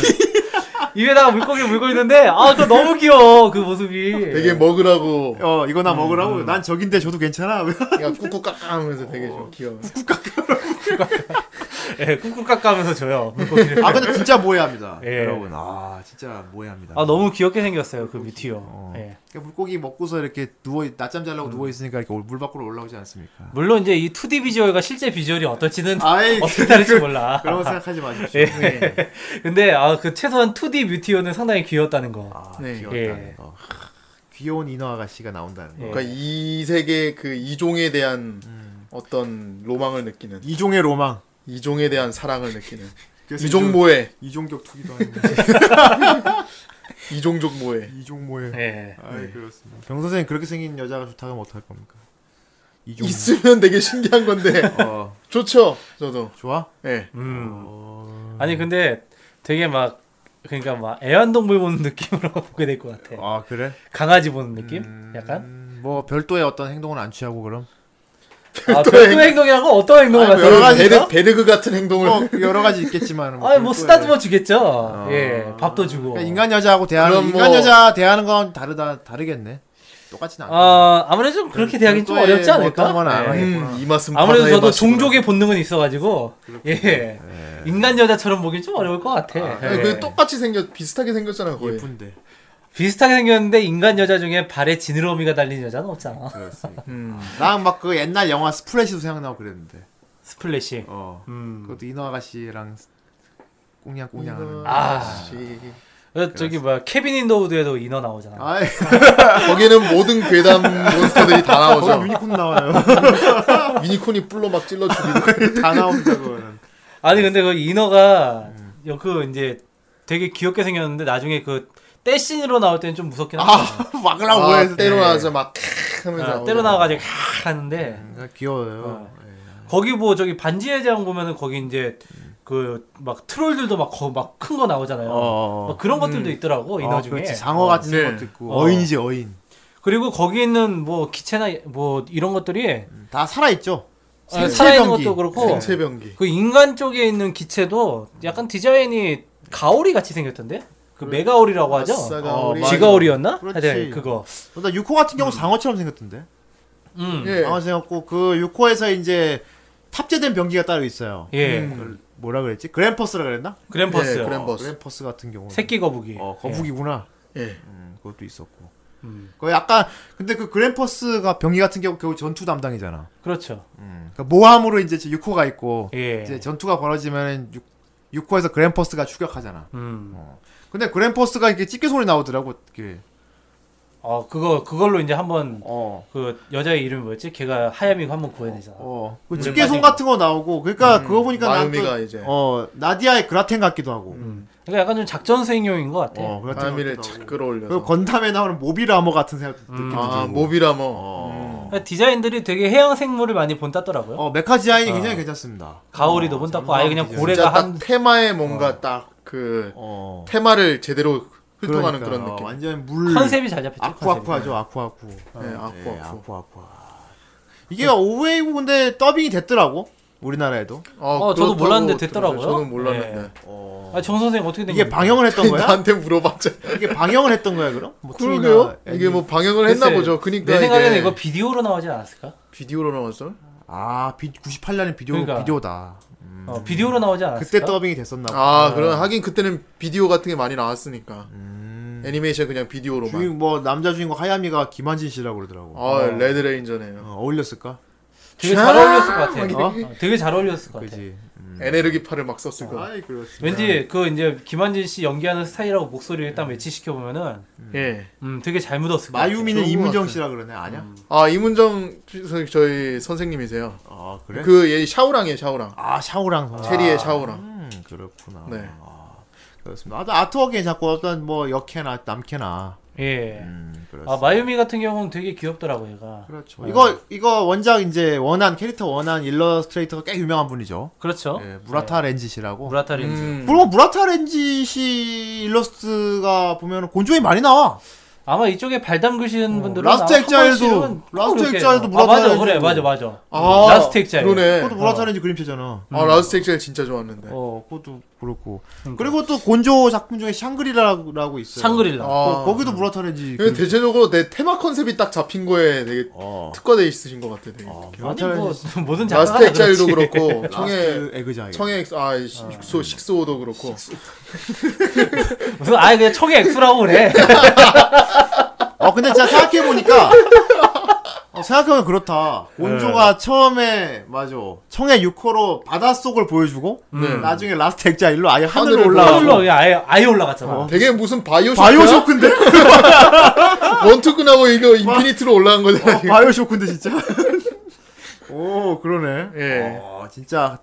S5: 입에다가 물고기 물고 있는데 아 그거 너무 귀여워 그 모습이.
S3: 되게 먹으라고
S4: 어 이거나 먹으라고 난 저긴데 저도 괜찮아
S3: 야 꾹꾹 깎아 하면서 되게
S5: 어.
S3: 좀 귀여워.
S5: 네. 예, 꾹꾹 깎아하면서 줘요 물고기를.
S4: 아 근데 진짜 모해합니다
S5: 예.
S4: 여러분 아 진짜 모해합니다
S5: 아 너무 귀엽게 생겼어요 그 뮤티오.
S4: 어.
S5: 예.
S4: 그러니까 물고기 먹고서 이렇게 누워 낮잠 자려고 누워 있으니까 이렇게 올- 물 밖으로 올라오지 않습니까?
S5: 물론 이제 이 2D 비주얼과 실제 비주얼이 어떨지는
S4: 아이
S5: 어떻게 다를지 몰라.
S4: 그런 거 생각하지 마십시오.
S5: 예.
S4: 네.
S5: 근데 아 그 최소한 2D 뮤티오는 상당히 귀여웠다는 거.
S4: 아,
S3: 네.
S4: 귀엽다는
S5: 예.
S4: 거. 하, 귀여운 인어 아가씨가 나온다는 거.
S5: 예.
S3: 그러니까 이 세계 그 이종에 대한
S5: 음.
S3: 어떤 로망을 느끼는
S4: 이종의 로망.
S3: 이종에 대한 사랑을 느끼는
S4: 그래서
S3: 이종 모해
S4: 이종격 투기도 하는
S3: 이종족 모해
S4: 이종 모해.
S5: 예.
S4: 아이 그렇습니다. 병 선생 님 그렇게 생긴 여자가 좋다면 어떡할 겁니까? 이종.
S3: 있으면 되게 신기한 건데
S4: 어
S3: 좋죠 저도
S4: 좋아? 어,
S3: 예
S5: 음. 아니 근데 되게 막 그러니까 막 애완동물 보는 느낌으로 보게 될 것 같아.
S4: 아 그래?
S5: 강아지 보는 느낌?
S4: 음,
S5: 약간?
S4: 뭐 별도의 어떤 행동은 안 취하고 그럼?
S5: 아, 별도 행동이라고 어떤 행동을
S4: 아니, 뭐 여러 가지
S5: 말씀하세요?
S3: 베르, 베르그 같은 행동을
S5: 어.
S3: 음,
S4: 뭐 여러 가지 있겠지만.
S5: 아니 뭐
S4: 별도의-
S5: 쓰다듬어 주겠죠.
S4: 아.
S5: 예, 밥도 주고.
S4: 그러니까 인간 여자하고 대하는
S3: 그럼 뭐-
S4: 인간 여자 대하는 건 다르다 다르겠네. 똑같진 않아.
S5: 아 아무래도 좀 그렇게 대하기 좀
S4: 별도의
S5: 어렵지
S4: 뭐
S5: 않을까?
S4: 어떤 건 안
S5: 예.
S4: 하겠-
S3: 음, 이 맛은
S5: 아무래도
S3: 바다의
S5: 저도
S3: 맛이구나.
S5: 종족의 본능은 있어가지고 예 인간 여자처럼 보기 좀 어려울 것 같아.
S3: 아니,
S5: 예.
S3: 그 똑같이 생겼 비슷하게 생겼잖아 거의
S4: 예쁜데.
S5: 비슷하게 생겼는데 인간 여자 중에 발에 지느러미가 달린 여자는 없잖아.
S4: 그렇습니다.
S3: 음.
S4: 난막 그 옛날 영화 스플래시도 생각나고 그랬는데.
S5: 스플래시.
S4: 어.
S5: 음.
S4: 그것도 인어 아가씨랑 꽁냥꽁냥 하는. 아.
S5: 아.
S3: 아씨.
S5: 어, 저기 뭐야 케빈 인더우드에도 인어 나오잖아.
S4: 아이,
S3: 거기는 모든 괴담 몬스터들이 다
S5: 어,
S4: 거기
S3: 나오죠
S4: 어, 유니콘 나와요.
S3: 유니콘이 뿔로 막 찔러 죽이고
S4: 다 나옵니다, 그거는.
S5: 아니 근데 그 인어가 여- 그 이제 되게 귀엽게 생겼는데 나중에 그 떼신으로 나올 때는 좀 무섭긴 하거든요.
S4: 막으라고 네.
S3: 아,
S4: 해서.
S3: 때로 나와서 막 하면서
S5: 네. 아, 때로 아, 나와가지고 하 하는데
S4: 그러니까 귀여워요.
S5: 거기 뭐 저기 반지의 제왕 보면은 거기 이제 그 막 트롤들도 막 큰 거 나오잖아요.
S4: 어.
S5: 막뭐 그런 것들도 있더라고 인어
S4: 어,
S5: 중에.
S4: 그렇지. 상어 같은
S3: 네.
S4: 것도 있고.
S5: 어.
S4: 어인이지, 어인.
S5: 그리고 거기 있는 뭐 기체나 뭐 이런 것들이
S4: 다 살아있죠?
S5: 아,
S4: 생체
S5: 살아있는
S4: 변기.
S5: 것도 그렇고
S3: 생체병기
S5: 그 인간 쪽에 있는 기체도 약간 디자인이 가오리 같이 생겼던데? 그 메가오리라고 하죠?
S4: 어,
S3: 아싸가오리
S4: 맞아.
S5: 지가오리였나?
S4: 그렇지.
S5: 하여튼 그거.
S4: 나 유코 같은 경우 상어처럼 생겼던데?
S5: 음.
S3: 예.
S4: 상어 생겼고, 그 유코에서 이제 탑재된 변기가 따로 있어요.
S5: 예.
S3: 음.
S4: 그걸 뭐라 그랬지? 그램퍼스라 그랬나?
S5: 그램퍼스.
S3: 예, 그램- 그램퍼스.
S4: 어, 그램퍼스 같은 경우.
S5: 새끼 거북이.
S4: 어, 거북이구나.
S3: 예.
S4: 음, 그것도 있었고.
S5: 음.
S4: 그 약간 근데 그 그램퍼스가 병이 같은 경우 겨우 전투 담당이잖아.
S5: 예. 그렇죠.
S3: 음.
S4: 그러니까 모함으로 이제 육호가 있고
S5: 예.
S4: 이제 전투가 벌어지면 육 육호에서 그램퍼스가 추격하잖아.
S5: 음.
S4: 어. 근데 그램퍼스가 이렇게 찢기 소리 나오더라고. 이렇게.
S5: 어, 그거 그걸로 이제 한번
S4: 어.
S5: 그 여자의 이름이 뭐였지? 걔가 하야미가 한번 구해내잖아.
S4: 어. 그
S5: 음.
S4: 집게 손 같은 거 나오고 그러니까
S5: 아,
S4: 그거 보니까
S3: 음. 마요미가
S4: 난 또-
S3: 이제.
S4: 어, 나디아의 그라텐 같기도 하고.
S5: 그러니까 약간 좀 작전 수행용인 것 같아.
S4: 어, 그라텐
S3: 마미를
S4: 같기도 하고.
S3: 착 끌어올려서
S4: 그리고 건담에 나오는 모비라머 같은 생각
S5: 음.
S4: 도 느낌도
S3: 아
S4: 들고.
S3: 모비라머 음.
S5: 그러니까 디자인들이 되게 해양 생물을 많이 본땄더라고요.
S4: 어, 메카 디자인이
S5: 어.
S4: 굉장히 괜찮습니다.
S5: 가오리도
S4: 어,
S5: 본땄고 아예 그냥
S4: 장난
S5: 고래가
S3: 진짜 딱
S5: 한 어.
S3: 테마에 뭔가 딱 그
S4: 어.
S3: 테마를 제대로 훑어가는
S4: 그러니까,
S3: 그런
S4: 어,
S3: 느낌
S4: 완전 물
S5: 컨셉이 잘 잡혔죠. 컨셉이.
S4: 아쿠아쿠아죠 아쿠아쿠
S3: 네, 아쿠아쿠.
S4: 이게 오웨이브 근데 더빙이 됐더라고 우리나라에도
S5: 어,
S3: 그렇다고
S5: 저도 몰랐는데
S3: 들었어요.
S5: 됐더라고요.
S3: 저는 몰랐는데 어.
S5: 아, 정 선생 어떻게 된
S4: 이게
S5: 거예요?
S4: 방영을 했던 거야?
S3: 나한테 물어봤자
S4: 이게 방영을 했던 거야 그럼? 뭐
S3: 그러게요
S4: 툴이나 그러니까
S3: 이게 뭐 방영을
S5: 글쎄,
S3: 했나 보죠 그니까
S5: 내 생각에는
S3: 이게
S5: 이거 비디오로 나오지 않았을까?
S3: 비디오로 나왔어
S4: 아 비, 98년에 비디오,
S5: 그러니까.
S4: 비디오다
S5: 어, 비디오로 나오지 않았을까? 아.
S4: 그때 더빙이 됐었나 보다
S3: 아 그런 하긴 그때는 비디오 같은 게 많이 나왔으니까
S5: 음.
S3: 애니메이션 그냥 비디오로만.
S4: 주인 뭐 남자 주인공 하야미가 김한진 씨라고 그러더라고.
S3: 아 레드레인저네요.
S4: 어, 어울렸을까?
S5: 어. 되게 잘 어울렸을 것 같아요. 음.
S4: 어?
S5: 어, 되게 잘 어울렸을 것 같아요.
S4: 그지. 음.
S3: 에네르기파를 막 썼을 거.
S4: 아이
S3: 네.
S4: 그렇습니다.
S5: 왠지 그 이제 김한진 씨 연기하는 스타일하고 목소리를 딱 매치시켜 보면은
S3: 예.
S5: 음 되게 잘 묻었을 것 같아요.
S4: 마유미는
S3: 좋은 것
S4: 이문정
S3: 같아.
S4: 씨라 그러네. 아니야?
S3: 아 이문정 선- 저희 선생님이세요.
S4: 아 그래?
S3: 그 얘 샤오랑이에요 샤오랑.
S4: 아 샤오랑 선수.
S3: 체리의
S4: 아,
S3: 샤오랑.
S4: 음 그렇구나.
S3: 네.
S4: 아, 그렇습니다. 아, 아트웍에 자꾸 어떤 뭐 역캐나 남캐나.
S5: 예.
S4: 음 그렇습니다.
S5: 아 마유미 같은 경우는 되게 귀엽더라고 얘가.
S4: 그렇죠. 이거 이거 원작 이제 원한 캐릭터 원한 일러스트레이터가 꽤 유명한 분이죠.
S5: 그렇죠.
S4: 예, 무라타 렌지 씨라고.
S5: 무라타 렌즈.
S3: 음.
S4: 그리고 무라타 렌지 씨 일러스트가 보면 곤조이 많이 나와.
S5: 아마 이쪽에 발 담그시는 분들은
S4: 어, 라스트
S5: 아마 한
S4: 액자일도-
S5: 번씩은 꼭
S4: 라스트
S5: 그렇게-
S4: 액자일도
S5: 아,
S4: 무라타
S5: 맞아
S4: 렌즈.
S5: 그래 맞아 맞아.
S3: 아,
S5: 라스트 액자일.
S3: 그러네. 어.
S4: 그것도 무라타 렌지 그림체잖아.
S5: 뭐-
S3: 아 라스트 액셀 진짜 좋았는데.
S4: 어, 그것도 그렇고.
S5: 그러니까.
S4: 그리고 또 곤조 작품 중에 샹그리라고 라고 있어요.
S5: 샹그릴라.
S3: 아.
S4: 거, 거기도 무라타 렌지.
S3: 이거 대체적으로 내 테마 컨셉이 딱 잡힌 거에 되게
S4: 어.
S3: 특화돼 있으신 것 같아. 되게.
S4: 어,
S5: 아니
S4: 무라타
S5: 뭐
S4: 렌지.
S5: 모든 작가가
S3: 라스트
S5: 다
S3: 액자일도
S5: 그렇지.
S3: 그렇고 청해
S4: 라스트 에그자일.
S3: 청해 아 식소 식소도 그렇고
S5: 무슨 아예 그냥 청의 액수라고 그래.
S4: 어 근데 진짜 생각해 보니까 어, 생각해보면 그렇다. 곤조가 처음에 맞아 청해 6호로 바닷속을 보여주고 나중에 라스트 액자 일로 아예 하늘로
S3: 하늘을
S5: 하늘로
S4: 올라가고 네.
S5: 그냥 아예 아예 올라갔잖아.
S3: 되게 무슨 바이오쇼크
S4: 바이오쇼크인데?
S3: 원투근하고 이거 인피니트로 올라간 거잖아.
S4: 어,
S3: 지금.
S4: 바이오쇼크인데 진짜. 오 그러네.
S3: 예.
S4: 어 진짜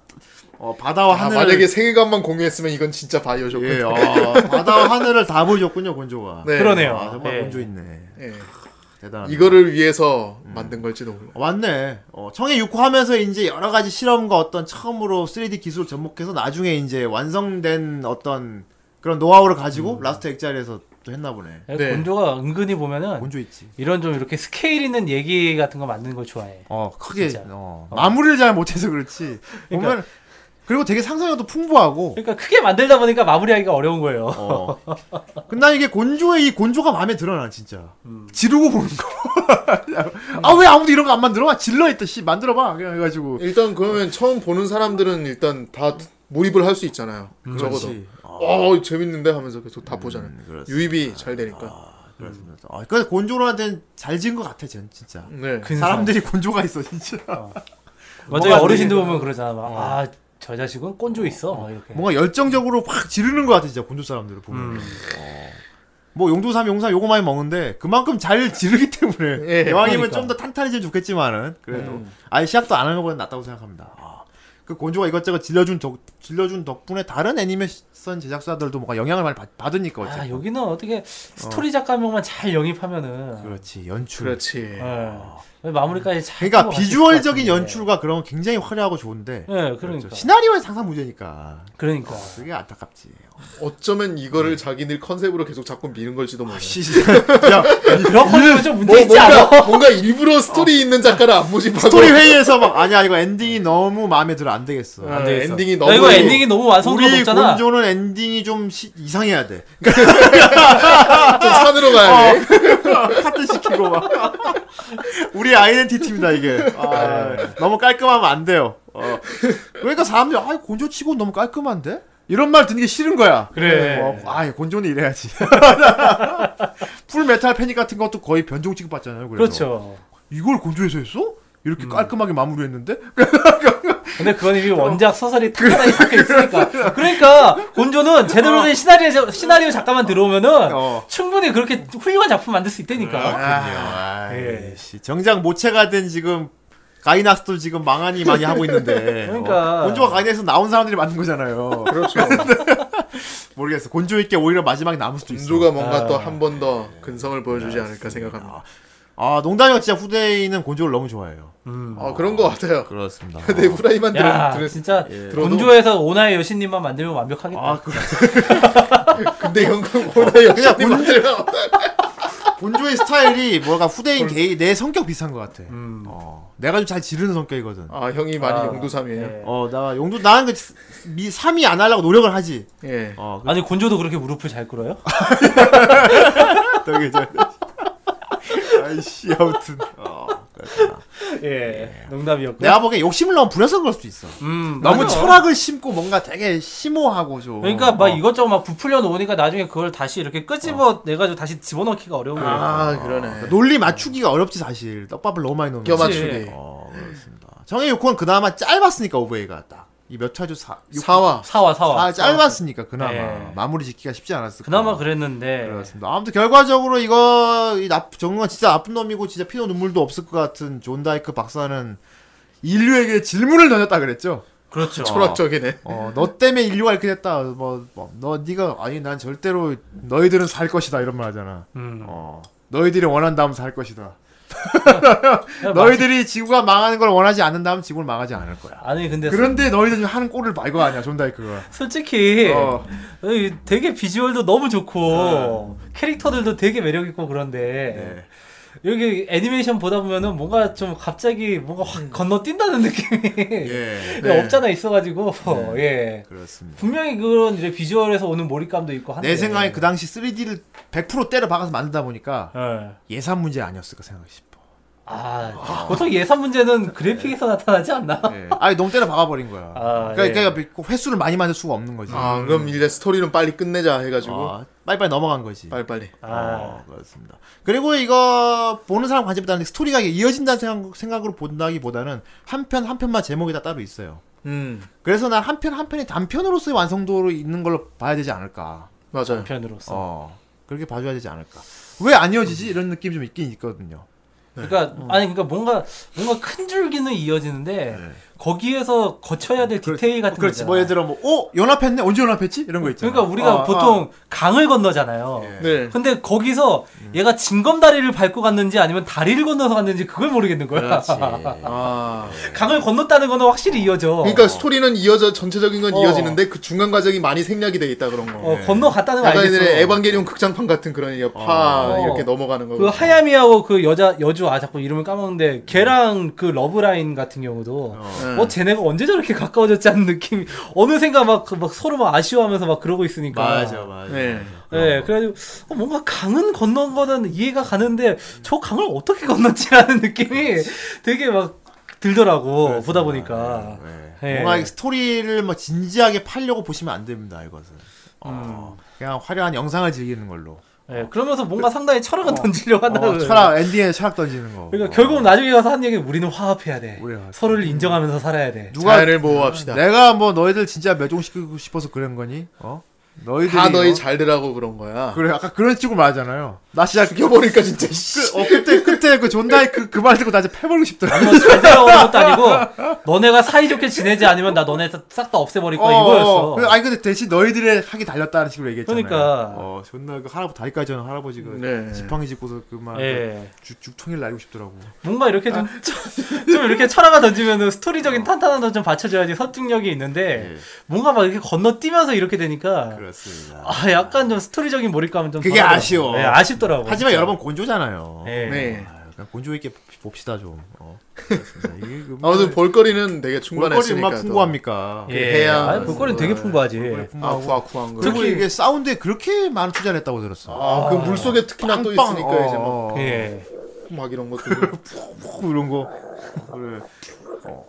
S4: 어, 바다와
S3: 아,
S4: 하늘.
S3: 만약에 세계관만 공유했으면 이건 진짜 바이오쇼크.
S4: 예, 어, 바다와 하늘을 다 보여줬군요 곤조가.
S3: 네.
S5: 그러네요.
S4: 아 정말
S5: 예.
S4: 곤조 있네.
S3: 예.
S4: 대단하네.
S3: 이거를 위해서 만든 걸지도 몰라.
S4: 어, 맞네. 어, 청해 6호 하면서 이제 여러 가지 실험과 어떤 처음으로 3D 기술을 접목해서 나중에 이제 완성된 어떤 그런 노하우를 가지고 라스트 액자리에서 또 했나 보네.
S5: 그러니까.
S3: 네.
S5: 곤조가 은근히 보면은
S4: 뭔조 있지.
S5: 이런 좀 이렇게 스케일 있는 얘기 같은 거 만드는 걸 좋아해.
S4: 어, 크게
S5: 진짜.
S4: 어, 마무리를 잘 못해서 그렇지. 보면 그리고 되게 상상력도 풍부하고.
S5: 그러니까 크게 만들다 보니까 마무리하기가 어려운 거예요.
S4: 어. 근데 난 이게 곤조의 이 곤조가 마음에 들어 난 진짜. 지르고 보는 거. 아 왜 아무도 이런 거 안 만들어? 봐 질러 있다 씨 만들어 봐. 그냥 해 가지고.
S3: 일단 그러면 처음 보는 사람들은 일단 다 몰입을 할 수 있잖아요.
S4: 음,
S3: 적어도. 어 재밌는데 하면서 계속 다 보잖아요.
S4: 그렇습니다.
S3: 유입이 잘 되니까.
S4: 그렇습니다. 아, 근데 곤조한테는 잘 지은 것 같아, 전 진짜.
S3: 네.
S5: 근사.
S4: 사람들이 곤조가 있어, 진짜.
S5: 맞아요.
S4: 뭐가
S5: 어르신들
S4: 되게-
S5: 보면 그러잖아. 막, 아, 저 자식은 꼰조 있어. 막 이렇게.
S4: 뭔가 열정적으로 확 지르는 것 같아, 진짜 곤조 사람들을 보면.
S5: 음.
S4: 어. 뭐 용조삼, 용삼 요거 많이 먹는데 그만큼 잘 지르기 때문에
S3: 예,
S4: 이왕이면
S5: 그러니까. 음.
S4: 좀 더 탄탄해지면 좋겠지만은 그래도 아예 시작도 안 하는 것보다 낫다고 생각합니다. 아. 그 곤조가 이것저것 질려준 덕 질려준 덕분에 다른 애니메이션 제작사들도 뭔가 영향을 많이 받, 받으니까 뭐 어째.
S5: 아, 여기는 어떻게 스토리 작가 한 명만 잘 영입하면은.
S4: 그렇지 연출.
S3: 그렇지.
S5: 예. 마무리까지 잘.
S4: 그러니까
S5: 끌어갔을
S4: 비주얼적인
S5: 것 같은데.
S4: 연출과 그런 건 굉장히 화려하고 좋은데
S5: 예, 그러니까.
S4: 그렇죠. 아, 시나리오는 항상 문제니까
S5: 그러니까.
S4: 그게 안타깝지.
S3: 어쩌면 이거를 자기들 컨셉으로 계속 자꾸 미는 걸지도 몰라.
S4: 야,
S5: 그런 거는 좀 문제
S3: 뭐
S5: 있지 않아? 어.
S3: 뭔가 뭔가 일부러 스토리 있는 작가를 안 모집하고
S4: 스토리 회의에서 막 아니야 이거 엔딩이 너무 마음에 들어 안 되겠어.
S3: 아, 엔딩이
S5: 나
S3: 너무
S5: 이거 엔딩이 너무 완성도가
S4: 우리
S5: 네. 높잖아.
S4: 곤조는 엔딩이 좀 시- 이상해야 돼.
S3: 좀 산으로 가야 돼.
S4: 카트 시키고 막. 우리 아이덴티티입니다 이게. 아, 너무 깔끔하면 안 돼요. 어. 그러니까 사람들이 아 곤조 치고 너무 깔끔한데? 이런 말 듣는 게 싫은 거야.
S5: 그래.
S4: 어, 아, 예, 곤조는 이래야지. 풀 메탈 패닉 같은 것도 거의 변종 취급받잖아요. 그래서.
S5: 그렇죠. 음.
S4: 이걸 곤조에서 했어? 이렇게 깔끔하게 마무리했는데?
S5: 근데 그건 이미 원작 소설이 특별하게 적혀 있으니까. 그러니까 곤조는 제대로 된 시나리오 시나리오 작가만 들어오면은
S4: 어.
S5: 충분히 그렇게 훌륭한 작품 만들 수 있다니까.
S4: 아,
S5: 예.
S4: 아이씨. 정작 모체가 된 지금 가이나스도 지금 망하니 많이 하고 있는데.
S5: 그러니까.
S4: 어, 곤조가 가이나에서 나온 사람들이 만든 거잖아요.
S3: 그렇죠.
S4: 모르겠어. 곤조에게 오히려 마지막에 남을 수도 있어.
S3: 인조가 뭔가 또 한 번 더 근성을 보여주지 않을까 생각합니다.
S4: 아, 농담이가 진짜 후대인은 곤조를 너무 좋아해요.
S3: 아 그런 거 같아요.
S4: 그렇습니다.
S3: 근데 후라이만
S5: 야,
S3: 들은 들은
S5: 진짜
S3: 들어도-
S5: 곤조에서 오나의 여신님만 만들면 완벽하겠다.
S4: 예. 아, 그,
S3: 근데 연금 후라이 역시 만들어.
S4: 곤조의 스타일이 뭐랄까 후대인 개이 내 성격 비슷한 것 같아. 어, 내가 좀 잘 지르는 성격이거든.
S3: 아 형이 많이
S5: 아,
S3: 용두삼이에요.
S5: 네.
S4: 어, 나 용도 나는 그 미, 3위 안 하려고 노력을 하지.
S3: 예.
S4: 어, 그
S5: 아니 곤조도 그렇게 무릎을 잘 꿇어요?
S4: 떡이 저 아이씨 아무튼. 어, 그렇습니다. 그랬구나.
S5: 예. 농담이었고.
S4: 내가 보기엔 욕심을 너무 부려서 그럴 수도 있어.
S5: 음,
S4: 너무
S5: 맞아.
S4: 철학을 심고 뭔가 되게 심오하고 좀.
S5: 그러니까 막
S4: 어.
S5: 이것저것 막 부풀려 놓으니까 나중에 그걸 다시 이렇게 끄집어 내가지고 다시 집어넣기가 어려운 거예요.
S3: 아 그러네.
S4: 논리 맞추기가 어렵지 사실. 떡밥을 너무 많이 넣으면.
S3: 껴
S5: 맞추-
S3: 맞추기.
S4: 어 그렇습니다. 정의 욕구는 그나마 짧았으니까 오브웨이가 딱. 이 몇 화죠 사. 육-
S3: 사와.
S5: 사와 사와.
S4: 아 짧았으니까 그나마
S5: 예.
S4: 마무리 짓기가 쉽지 않았을 거야.
S5: 그나마 그랬는데.
S4: 그렇습니다. 아무튼 결과적으로 이거 이 나, 정말 진짜 나쁜 놈이고 진짜 피도 눈물도 없을 것 같은 존 다이크 박사는 인류에게 질문을 던졌다 그랬죠.
S5: 그렇죠.
S3: 철학적이네.
S4: 어, 너 때문에 인류가 이렇게 됐다. 뭐, 뭐, 너 네가 아니 난 절대로 너희들은 살 것이다 이런 말 하잖아.
S5: 음.
S4: 어, 너희들이 원한다면 살 것이다.
S5: 야,
S4: 너희들이 지구가 망하는 걸 원하지 않는다면 지구를 망하지 않을 거야.
S5: 아니 근데
S4: 그런데 너희들 지금 하는 꼴을 봐 이거 아니야 존 다이크가.
S3: 예.
S5: 솔직히
S4: 어.
S5: 어이, 되게 비주얼도 너무 좋고
S4: 네.
S5: 캐릭터들도 되게 매력 있고
S3: 예.
S4: 예.
S5: 그런데 여기 애니메이션 보다 보면은 뭔가 좀 갑자기 뭔가 확 건너뛴다는 느낌이
S4: 음. 예. 네.
S3: 네.
S5: 없잖아 있어가지고 예
S4: 그렇습니다.
S5: 분명히 그런 이제 비주얼에서 오는 몰입감도 있고
S3: 아,
S5: 한데
S3: 예.
S4: 내 생각에 그 당시 3D를 100% 때려 박아서 만들다 보니까
S5: 예.
S4: 예산 문제 아니었을까 생각이 싶어.
S5: 아, 보통 예산
S4: 네.
S5: 문제는 그래픽에서 나타나지 않나?
S4: 예. 아니 너무 때려 박아버린 거야.
S5: 아,
S4: 그러니까,
S5: 예.
S4: 그러니까 그 횟수를 많이 만들 수가 없는 거지.
S3: 아 그럼 이제 스토리는 빨리 끝내자 해가지고
S4: 아, 빨리빨리 넘어간 거지.
S3: 빨리 빨리.
S5: 아,
S4: 어, 그렇습니다. 그리고 이거 보는 사람 관심보다는 스토리가 이게 이어진다는 생각, 생각으로 본다기보다는 한 편 한 편만 제목이 다 따로 있어요.
S3: 음
S4: 그래서 난 한 편 한 편이 단편으로서의 완성도로 있는 걸로 봐야 되지 않을까.
S3: 맞아요.
S5: 한편으로서.
S4: 어 그렇게 봐줘야 되지 않을까. 왜 안 이어지지 이런 느낌 이좀 있긴 있거든요.
S5: 그러니까
S4: 네. 음.
S5: 아니 그러니까 뭔가 뭔가 큰 줄기는 이어지는데 거기에서 거쳐야 될 디테일 같은
S4: 네. 어, 그렇지.
S5: 거잖아.
S4: 뭐 예를 들어 뭐어 연합했네 언제 연합했지 이런 거 있잖아.
S5: 그러니까 우리가
S4: 어, 예.
S5: 보통
S4: 어.
S5: 강을 건너잖아요.
S3: 네.
S5: 근데 거기서 얘가 진검다리를 밟고 갔는지 아니면 다리를 건너서 갔는지 그걸 모르겠는 거야.
S4: 그렇지.
S3: 아
S5: 강을 건넜다는 거는 확실히 이어져.
S3: 그러니까 스토리는 이어져 전체적인 건
S5: 어.
S3: 이어지는데 그 중간 과정이 많이 생략이 돼 있다 그런 거.
S5: 어, 건너갔다는 거
S3: 약간
S5: 알겠어.
S3: 이제 에반게리온 극장판 같은 그런 이파
S5: 어.
S3: 이렇게 넘어가는 거.
S5: 그 하야미하고 그 여자 여주 아 자꾸 이름을 까먹는데 걔랑 그 러브라인 같은 경우도 어,
S3: 네.
S4: 뭐
S5: 쟤네가 언제 저렇게 가까워졌지 않는 느낌이 어느샌가 막, 그- 막 서로 막 아쉬워하면서 막 그러고 있으니까
S4: 맞아 맞아.
S3: 네.
S5: 예, 그래가지고 어, 뭔가 강은 건넌 거는 이해가 가는데 저 강을 어떻게 건넜지라는 느낌이 되게 막 들더라고 보다 보니까
S4: 네.
S5: 예.
S4: 뭔가 이 스토리를 막 진지하게 팔려고 보시면 안 됩니다. 이것은.
S5: 음.
S4: 어, 그냥 화려한 영상을 즐기는 걸로.
S5: 예, 그러면서 뭔가 상당히 철학은 던지려고 한다는
S4: 네. 어, 철학 엔딩에 철학 던지는 거.
S5: 아, 네. 그러니까
S4: 어.
S5: 결국은 나중에 가서 한 얘기는 우리는 화합해야 돼
S4: 우리 화합.
S5: 서로를 인정하면서 살아야 돼
S4: 누가
S3: 자해를 보호합시다.
S4: 내가 뭐 너희들 진짜 매종시키고 싶어서 그런 거니? 어? 너희들이
S3: 다 너희
S4: 어?
S3: 잘 되라고 그런 거야.
S4: 그래 아까 그런 식으로 말하잖아요. 나 진짜 그,
S3: 죽여버릴까 진짜. 씨.
S4: 그, 어, 그때 그때 그 존다이 그그 말 듣고 나 진짜 패버리고 싶더라.
S5: 뭐잘 되라고는 것도 아니고 너네가 사이좋게 지내지 않으면 나 너네 싹 다 없애버릴 거야
S4: 어, 어.
S5: 그러니까 이거였어
S4: 그래, 아니 근데 대신 너희들의 학이 달렸다는 식으로 얘기했잖아요.
S5: 그러니까.
S4: 어 존나 그 할아버지 다리까지 하는 할아버지 그
S3: 네.
S4: 지팡이 짚고서 그만
S5: 예.
S4: 죽통일 날리고 싶더라고.
S5: 뭔가 이렇게 좀,
S4: 아.
S5: 좀 이렇게 철학을 던지면은
S4: 어.
S5: 스토리적인 탄탄함도 좀 받쳐줘야지 설득력이
S4: 네.
S5: 있는데
S4: 예.
S5: 뭔가 막 이렇게 건너뛰면서 이렇게 되니까
S4: 그렇습니다.
S5: 아 약간 좀 스토리적인 몰입감은 좀
S4: 그게
S5: 덜하더라고요.
S4: 아쉬워.
S5: 예, 아쉽더라고
S4: 하지만 여러분 곤조잖아요.
S5: 예.
S3: 네.
S4: 아유, 그냥 곤조 있게 봅시다 좀. 어.
S3: 아무튼 볼거리는 되게
S4: 볼거리
S3: 충분했으니까.
S4: 막 풍부합니까?
S5: 예.
S3: 해야-
S5: 아니, 볼거리는 되게 풍부하지
S3: 아쿠아쿠한 거.
S4: 그리고 이게 사운드에 그렇게 많은 투자를 했다고 들었어.
S3: 아, 그 물 속에 특히나 또
S4: 빵빵.
S3: 있으니까
S4: 어,
S3: 이제 막,
S4: 어,
S5: 예.
S3: 막 이런 것들.
S4: 푹 이런 거. 그래. 어,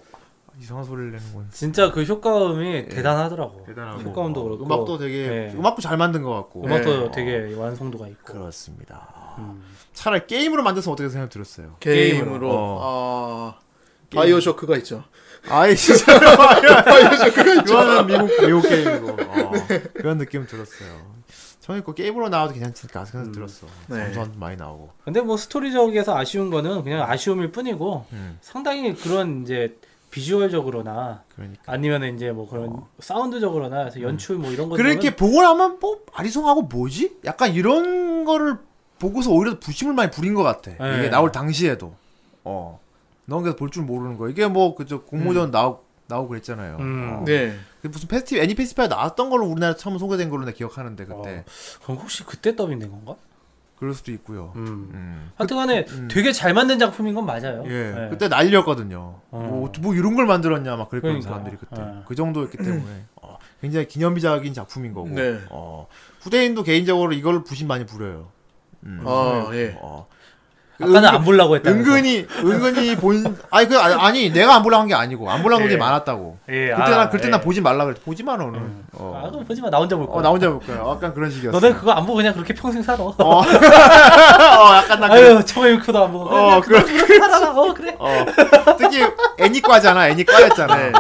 S4: 이상한 소리를 내는 건
S5: 진짜 그 효과음이 대단하더라고
S4: 예. 대단하고.
S5: 효과음도
S4: 어,
S5: 그렇고
S4: 음악도 되게
S5: 예.
S4: 음악도 잘 만든 것 같고.
S5: 음악도
S4: 예.
S5: 되게 완성도가 있고
S4: 그렇습니다.
S5: 음.
S4: 차라리 게임으로 만들었으면 어떻게 생각 들었어요?
S3: 게임으로.
S4: 어.
S3: 아. 바이오 쇼크가 있죠.
S4: 아이 진짜
S3: 바이오 쇼크가 있죠.
S4: 그거는 미국 미국 게임이고 네. 어, 그런 느낌 들었어요. 저는 그 게임으로 나와도 괜찮으니까 생각 들었어.
S3: 네.
S4: 점수도 많이 나오고.
S5: 근데 뭐 스토리적에서 아쉬운 거는 그냥 아쉬움일 뿐이고
S4: 음.
S5: 상당히 그런 이제 비주얼적으로나
S4: 그러니까.
S5: 아니면 이제 뭐 그런 사운드적으로나 해서 연출 뭐 이런 거
S4: 음. 그렇게 보고 나면 뭐 아리송하고 뭐지? 약간 이런 거를 보고서 오히려 부심을 많이 부린 것 같아.
S5: 네.
S4: 이게 나올 당시에도. 어. 넌 그래서 볼 줄 모르는 거. 이게 뭐 그저 공모전 나오 나오고 그랬잖아요.
S5: 음.
S4: 어.
S3: 네.
S4: 그 무슨 페스티벌 애니 페스티벌 나왔던 걸로 우리나라 처음 소개된 걸로 내가 기억하는데 그때.
S5: 그럼 혹시 그때 더빙된 건가?
S4: 그럴 수도 있고요. 음.
S5: 하여튼간에 되게 잘 만든 작품인 건 맞아요.
S4: 예.
S5: 예.
S4: 그때 난리였거든요.
S5: 어.
S4: 뭐, 뭐 이런 걸 만들었냐 막 그랬거든요
S5: 그러니까.
S4: 사람들이 그때.
S5: 예.
S4: 그 정도였기 때문에 어, 굉장히 기념비적인 작품인 거고.
S3: 네.
S4: 어, 후대인도 개인적으로 이걸 부심 많이 부려요. 음.
S3: 아, 예.
S4: 어.
S5: 아까는 안 보려고 했다.
S4: 은근히 은근히 본 아니 그 아니, 아니, 내가 안 보려고 한 게 아니고 안 보려고 한게
S5: 예.
S4: 많았다고.
S5: 예,
S4: 그때
S5: 아,
S4: 나 그때 나
S5: 예.
S4: 보지 말라 그랬. 보지 마 너는. 어.
S5: 아, 그럼 보지 마. 나 혼자 볼 거야.
S4: 어, 나 혼자 볼 거야. 약간 그런 식이었어.
S5: 너네 그거 안 보고 그냥 그렇게 평생 살아.
S4: 어. 어, 약간 나 그래.
S5: 아유, 저거 이크도 안 보고.
S4: 어,
S5: 그냥
S4: 그런
S5: 그렇게 살아. 어, 그래.
S4: 어. 특히 애니과잖아.
S5: 네.
S4: 애니과였잖아.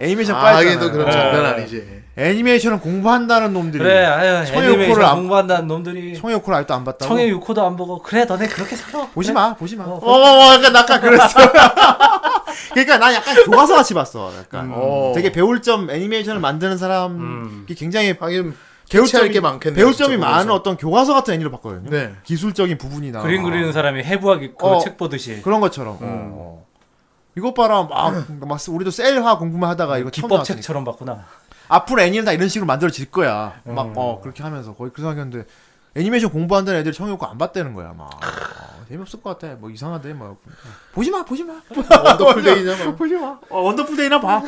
S4: 애니메이션
S3: 네. 아, 이게
S4: 네. 과였잖아.
S3: 또
S5: 그렇죠.
S3: 그런 장난 아니지.
S4: 애니메이션은 공부한다는 놈들이.
S5: 그래. 아유,
S4: 청해 욕구를
S5: 애니메이션
S4: 안-
S5: 공부한다는 놈들이
S4: 청해코를 아직도 안 봤다고.
S5: 청해 6호도 안 보고 그래 너네 그렇게 살아.
S4: 보지
S5: 그래.
S4: 마, 보지 마.
S5: 어,
S4: 어, 어, 어, 약간 나 아까 그랬어. 그러니까 나 약간 교과서 같이 봤어. 약간
S3: 어.
S4: 되게 배울 점 애니메이션을 만드는 사람이
S5: 음.
S4: 굉장히
S3: 하긴
S4: 배울
S3: 캐치할
S4: 점이
S3: 게 많겠네,
S4: 배울
S3: 진짜
S4: 점이 많은
S3: 보면서.
S4: 어떤 교과서 같은 애니로 봤거든요.
S3: 네.
S4: 기술적인 부분이나
S5: 그림 그리는 사람이 해부학 있고
S4: 아. 어.
S5: 책 보듯이
S4: 그런 것처럼. 어. 이것 봐라, 막, 막 우리도 셀화 공부만 하다가 이거 처음 나왔으니까.
S5: 기법책처럼 봤구나.
S4: 앞으로 애니는 다 이런 식으로 만들어질 거야. 막, 어, 그렇게 하면서. 거의 그 생각이었는데, 애니메이션 공부한다는 애들이 청해놓고 안 봤다는 거야, 막. 어, 재미없을 것 같아. 뭐 이상하대, 막. 보지 마, 보지 마.
S3: 어,
S4: 어,
S3: 언더플레이냐 봐.
S4: 보지 마. 어, 원더풀 데이나 봐.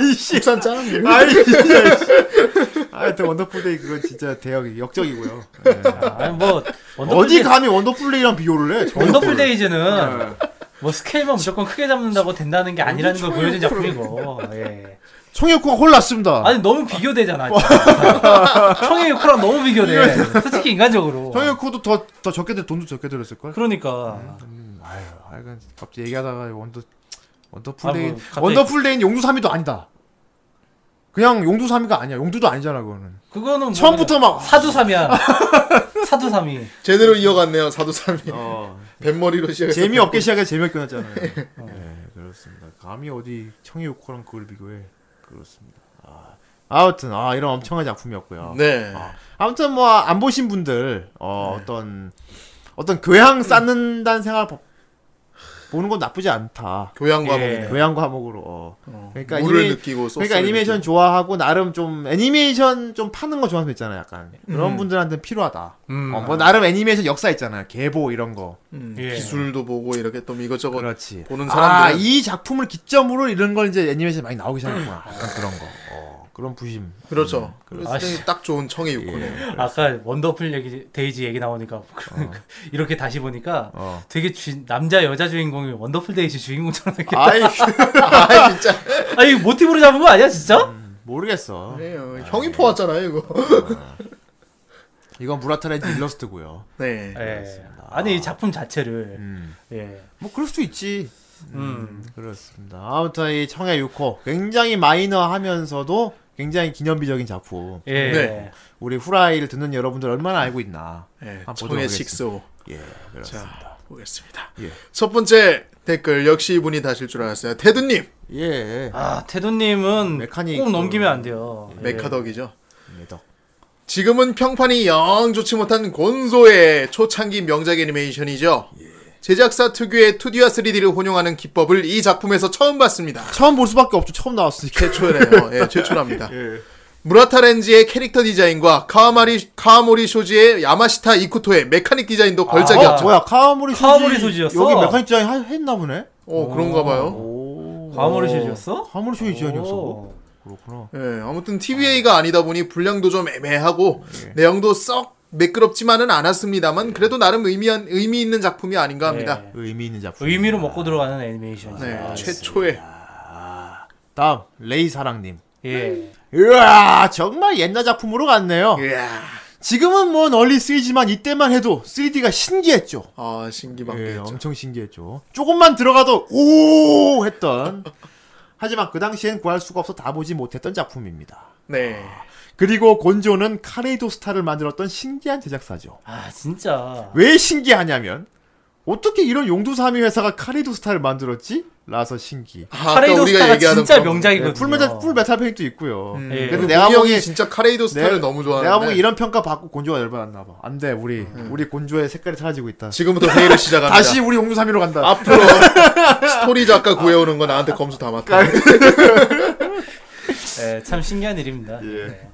S4: 아이씨.
S3: 국산 짱.
S4: 아이씨. 아이씨. 하여튼 원더풀 데이 그건 진짜 대역, 역적이고요. 예.
S5: 아니 뭐
S4: 어디
S5: 원더풀
S4: 감히 원더풀 데이랑 비교를 해?
S5: 데이- 원더풀 데이즈는
S4: 네.
S5: 뭐 스케일만 무조건 크게 잡는다고 된다는 게 아니라는 걸 보여준 작품이고. 예.
S4: 청해놓고가 혼났습니다.
S5: 아니 너무 비교되잖아. 청해 6호랑 너무 비교돼. 솔직히 인간적으로.
S4: 청해놓고도 더, 더 적게, 들- 돈도 적게 들었을걸?
S5: 그러니까
S4: 아유, 하여간 갑자기 얘기하다가 원더
S5: 아,
S4: 원더풀 데이
S5: 뭐, 갑자기-
S4: 원더풀 데이는 용두 삼이도 아니다. 그냥 용두 삼이가 아니야. 용두도 아니잖아 그거는.
S5: 그거는 뭐
S4: 처음부터 막
S5: 그냥 사두삼이야. 사두삼이.
S3: 제대로 이어갔네요 사도삼이. 뱃머리로 시작해서
S4: 재미 없게 시작해 재미없게 났잖아요.
S3: 어.
S4: 네, 그렇습니다. 감히 어디 청해요코랑 그걸 비교해. 그렇습니다. 아, 아무튼 아 이런 엄청난 작품이었고요.
S3: 네.
S4: 아무튼 뭐 안 보신 분들 어, 어떤 어떤 교양 쌓는다는 생각을 보- 보는 건 나쁘지 않다.
S3: 교양
S4: 예,
S3: 과목이네.
S4: 교양 과목으로. 어. 그러니까
S3: 물을
S4: 애니메-
S3: 느끼고 소스를
S4: 그러니까 애니메이션
S3: 느끼고.
S4: 좋아하고 나름 좀 애니메이션 좀 파는 거 좋아하는 분 있잖아요, 약간
S3: 음.
S4: 그런 분들한테 필요하다.
S5: 음.
S4: 어, 뭐 나름 애니메이션 역사 있잖아요, 계보 이런 거.
S3: 음,
S5: 예.
S3: 기술도 보고 이렇게 또 이것저것
S4: 그렇지.
S3: 뭐 보는
S4: 아,
S3: 사람들.
S4: 이 작품을 기점으로 이런 걸 이제 애니메이션 많이 나오기 시작했구나.
S3: 음.
S4: 약간 그런 거. 어, 그런 부심.
S3: 그렇죠.
S4: 음,
S3: 그래서
S5: 아이씨.
S3: 딱 좋은 청의
S4: 예.
S3: 육군이에요.
S5: 아까 원더풀 얘기 데이지 얘기 나오니까 뭐 그러니까 이렇게 다시 보니까
S4: 어.
S5: 되게 주, 남자 여자 주인공이 원더풀 데이지 주인공처럼 생겼. 아,
S4: 아이,
S3: 아 진짜.
S5: 아 이거 모티브로 잡은 거 아니야 진짜?
S4: 음, 모르겠어.
S3: 그래요.
S4: 예.
S3: 형이 퍼왔잖아요 이거.
S4: 이건 무라타레지 일러스트고요.
S3: 네.
S4: 아,
S5: 예. 아니 이 작품 자체를
S4: 음.
S5: 예.
S4: 뭐 그럴 수도 있지.
S5: 음.
S4: 그렇습니다. 아무튼 이 청해 6호 굉장히 마이너하면서도 굉장히 기념비적인 작품.
S5: 예.
S3: 네.
S4: 우리 후라이를 듣는 여러분들 얼마나 알고 있나.
S3: 네.
S4: 한번
S3: 청의
S4: 보도록
S3: 식소
S4: 예, 그렇습니다.
S3: 보겠습니다.
S4: 예.
S3: 첫 번째 댓글 역시 이분이 다실 줄 알았어요. 테드님
S4: 예.
S5: 아 태도님은
S4: 메카닉
S5: 꼭
S4: 그-
S5: 넘기면 안 돼요. 예.
S3: 메카덕이죠.
S4: 매덕.
S3: 지금은 평판이 영 좋지 못한 곤소의 초창기 명작 애니메이션이죠. 제작사 특유의 2D와 3D를 혼용하는 기법을 이 작품에서 처음 봤습니다.
S4: 처음 볼 수밖에 없죠. 처음 나왔으니까.
S3: 최초네요. 예, 최초랍니다. 무라타 렌즈의 캐릭터 디자인과 카와마리 카와모리 쇼지의 야마시타 이쿠토의 메카닉 디자인도 걸작이었죠.
S4: 어, 뭐야? 카와모리 소지.
S5: 카와모리 소지였어?
S4: 여기 메카닉 디자인 하- 했나 보네.
S3: 어, 그런가 봐요.
S4: 오.
S5: 과몰의 실이었어?
S4: 카와모리 소지 디자인이었어.
S5: 오.
S4: 그렇구나.
S3: 예, 아무튼 TVA가 아니다 보니 분량도 좀 애매하고 내용도 썩 매끄럽지만은 않았습니다만 그래도 나름 의미한 의미 있는 작품이 아닌가 합니다.
S5: 예.
S4: 그 의미 있는 작품.
S5: 의미로 먹고 들어가는 애니메이션.
S3: 네, 최초의
S4: 다음 레이 사랑님.
S5: 예.
S4: 으아 정말 옛날 작품으로 갔네요.
S3: 이야,
S4: 지금은 뭐 널리 쓰이지만 이때만 해도 3D가 신기했죠.
S3: 아 신기방기했죠.
S4: 예, 엄청 신기했죠. 조금만 들어가도 오 했던. 하지만 그 당시엔 구할 수가 없어 다 보지 못했던 작품입니다.
S3: 네,
S4: 그리고 곤조는 카레이도 스타를 만들었던 신기한 제작사죠.
S5: 아 진짜.
S4: 왜 신기하냐면 어떻게 이런 용두사미 회사가 카레이도 스타를 만들었지? 라서 신기. 네,
S3: 아, 아까
S5: 카레이도 스타가 진짜
S3: 그런- 네,
S5: 명작이거든요.
S4: 풀메탈 풀메탈 페인도 있고요.
S3: 음,
S5: 예.
S3: 근데
S4: 근데
S3: 내가
S4: 내가
S3: 보기
S4: 보기엔
S3: 진짜 카레이도 스타를
S4: 내-
S3: 너무
S4: 내가 보기
S3: 좋아하는데 음.
S4: 이런 평가 받고 곤조가 열받았나 봐. 안 돼, 우리 우리 곤조의 색깔이 사라지고 있다.
S3: 지금부터 회의를 시작합니다.
S4: 다시 우리 용두사미로 간다.
S3: 앞으로 스토리 작가 구해오는 거 나한테 검수 담았다.
S5: 아,
S3: 네.
S5: 예, 참 신기한 일입니다. 네.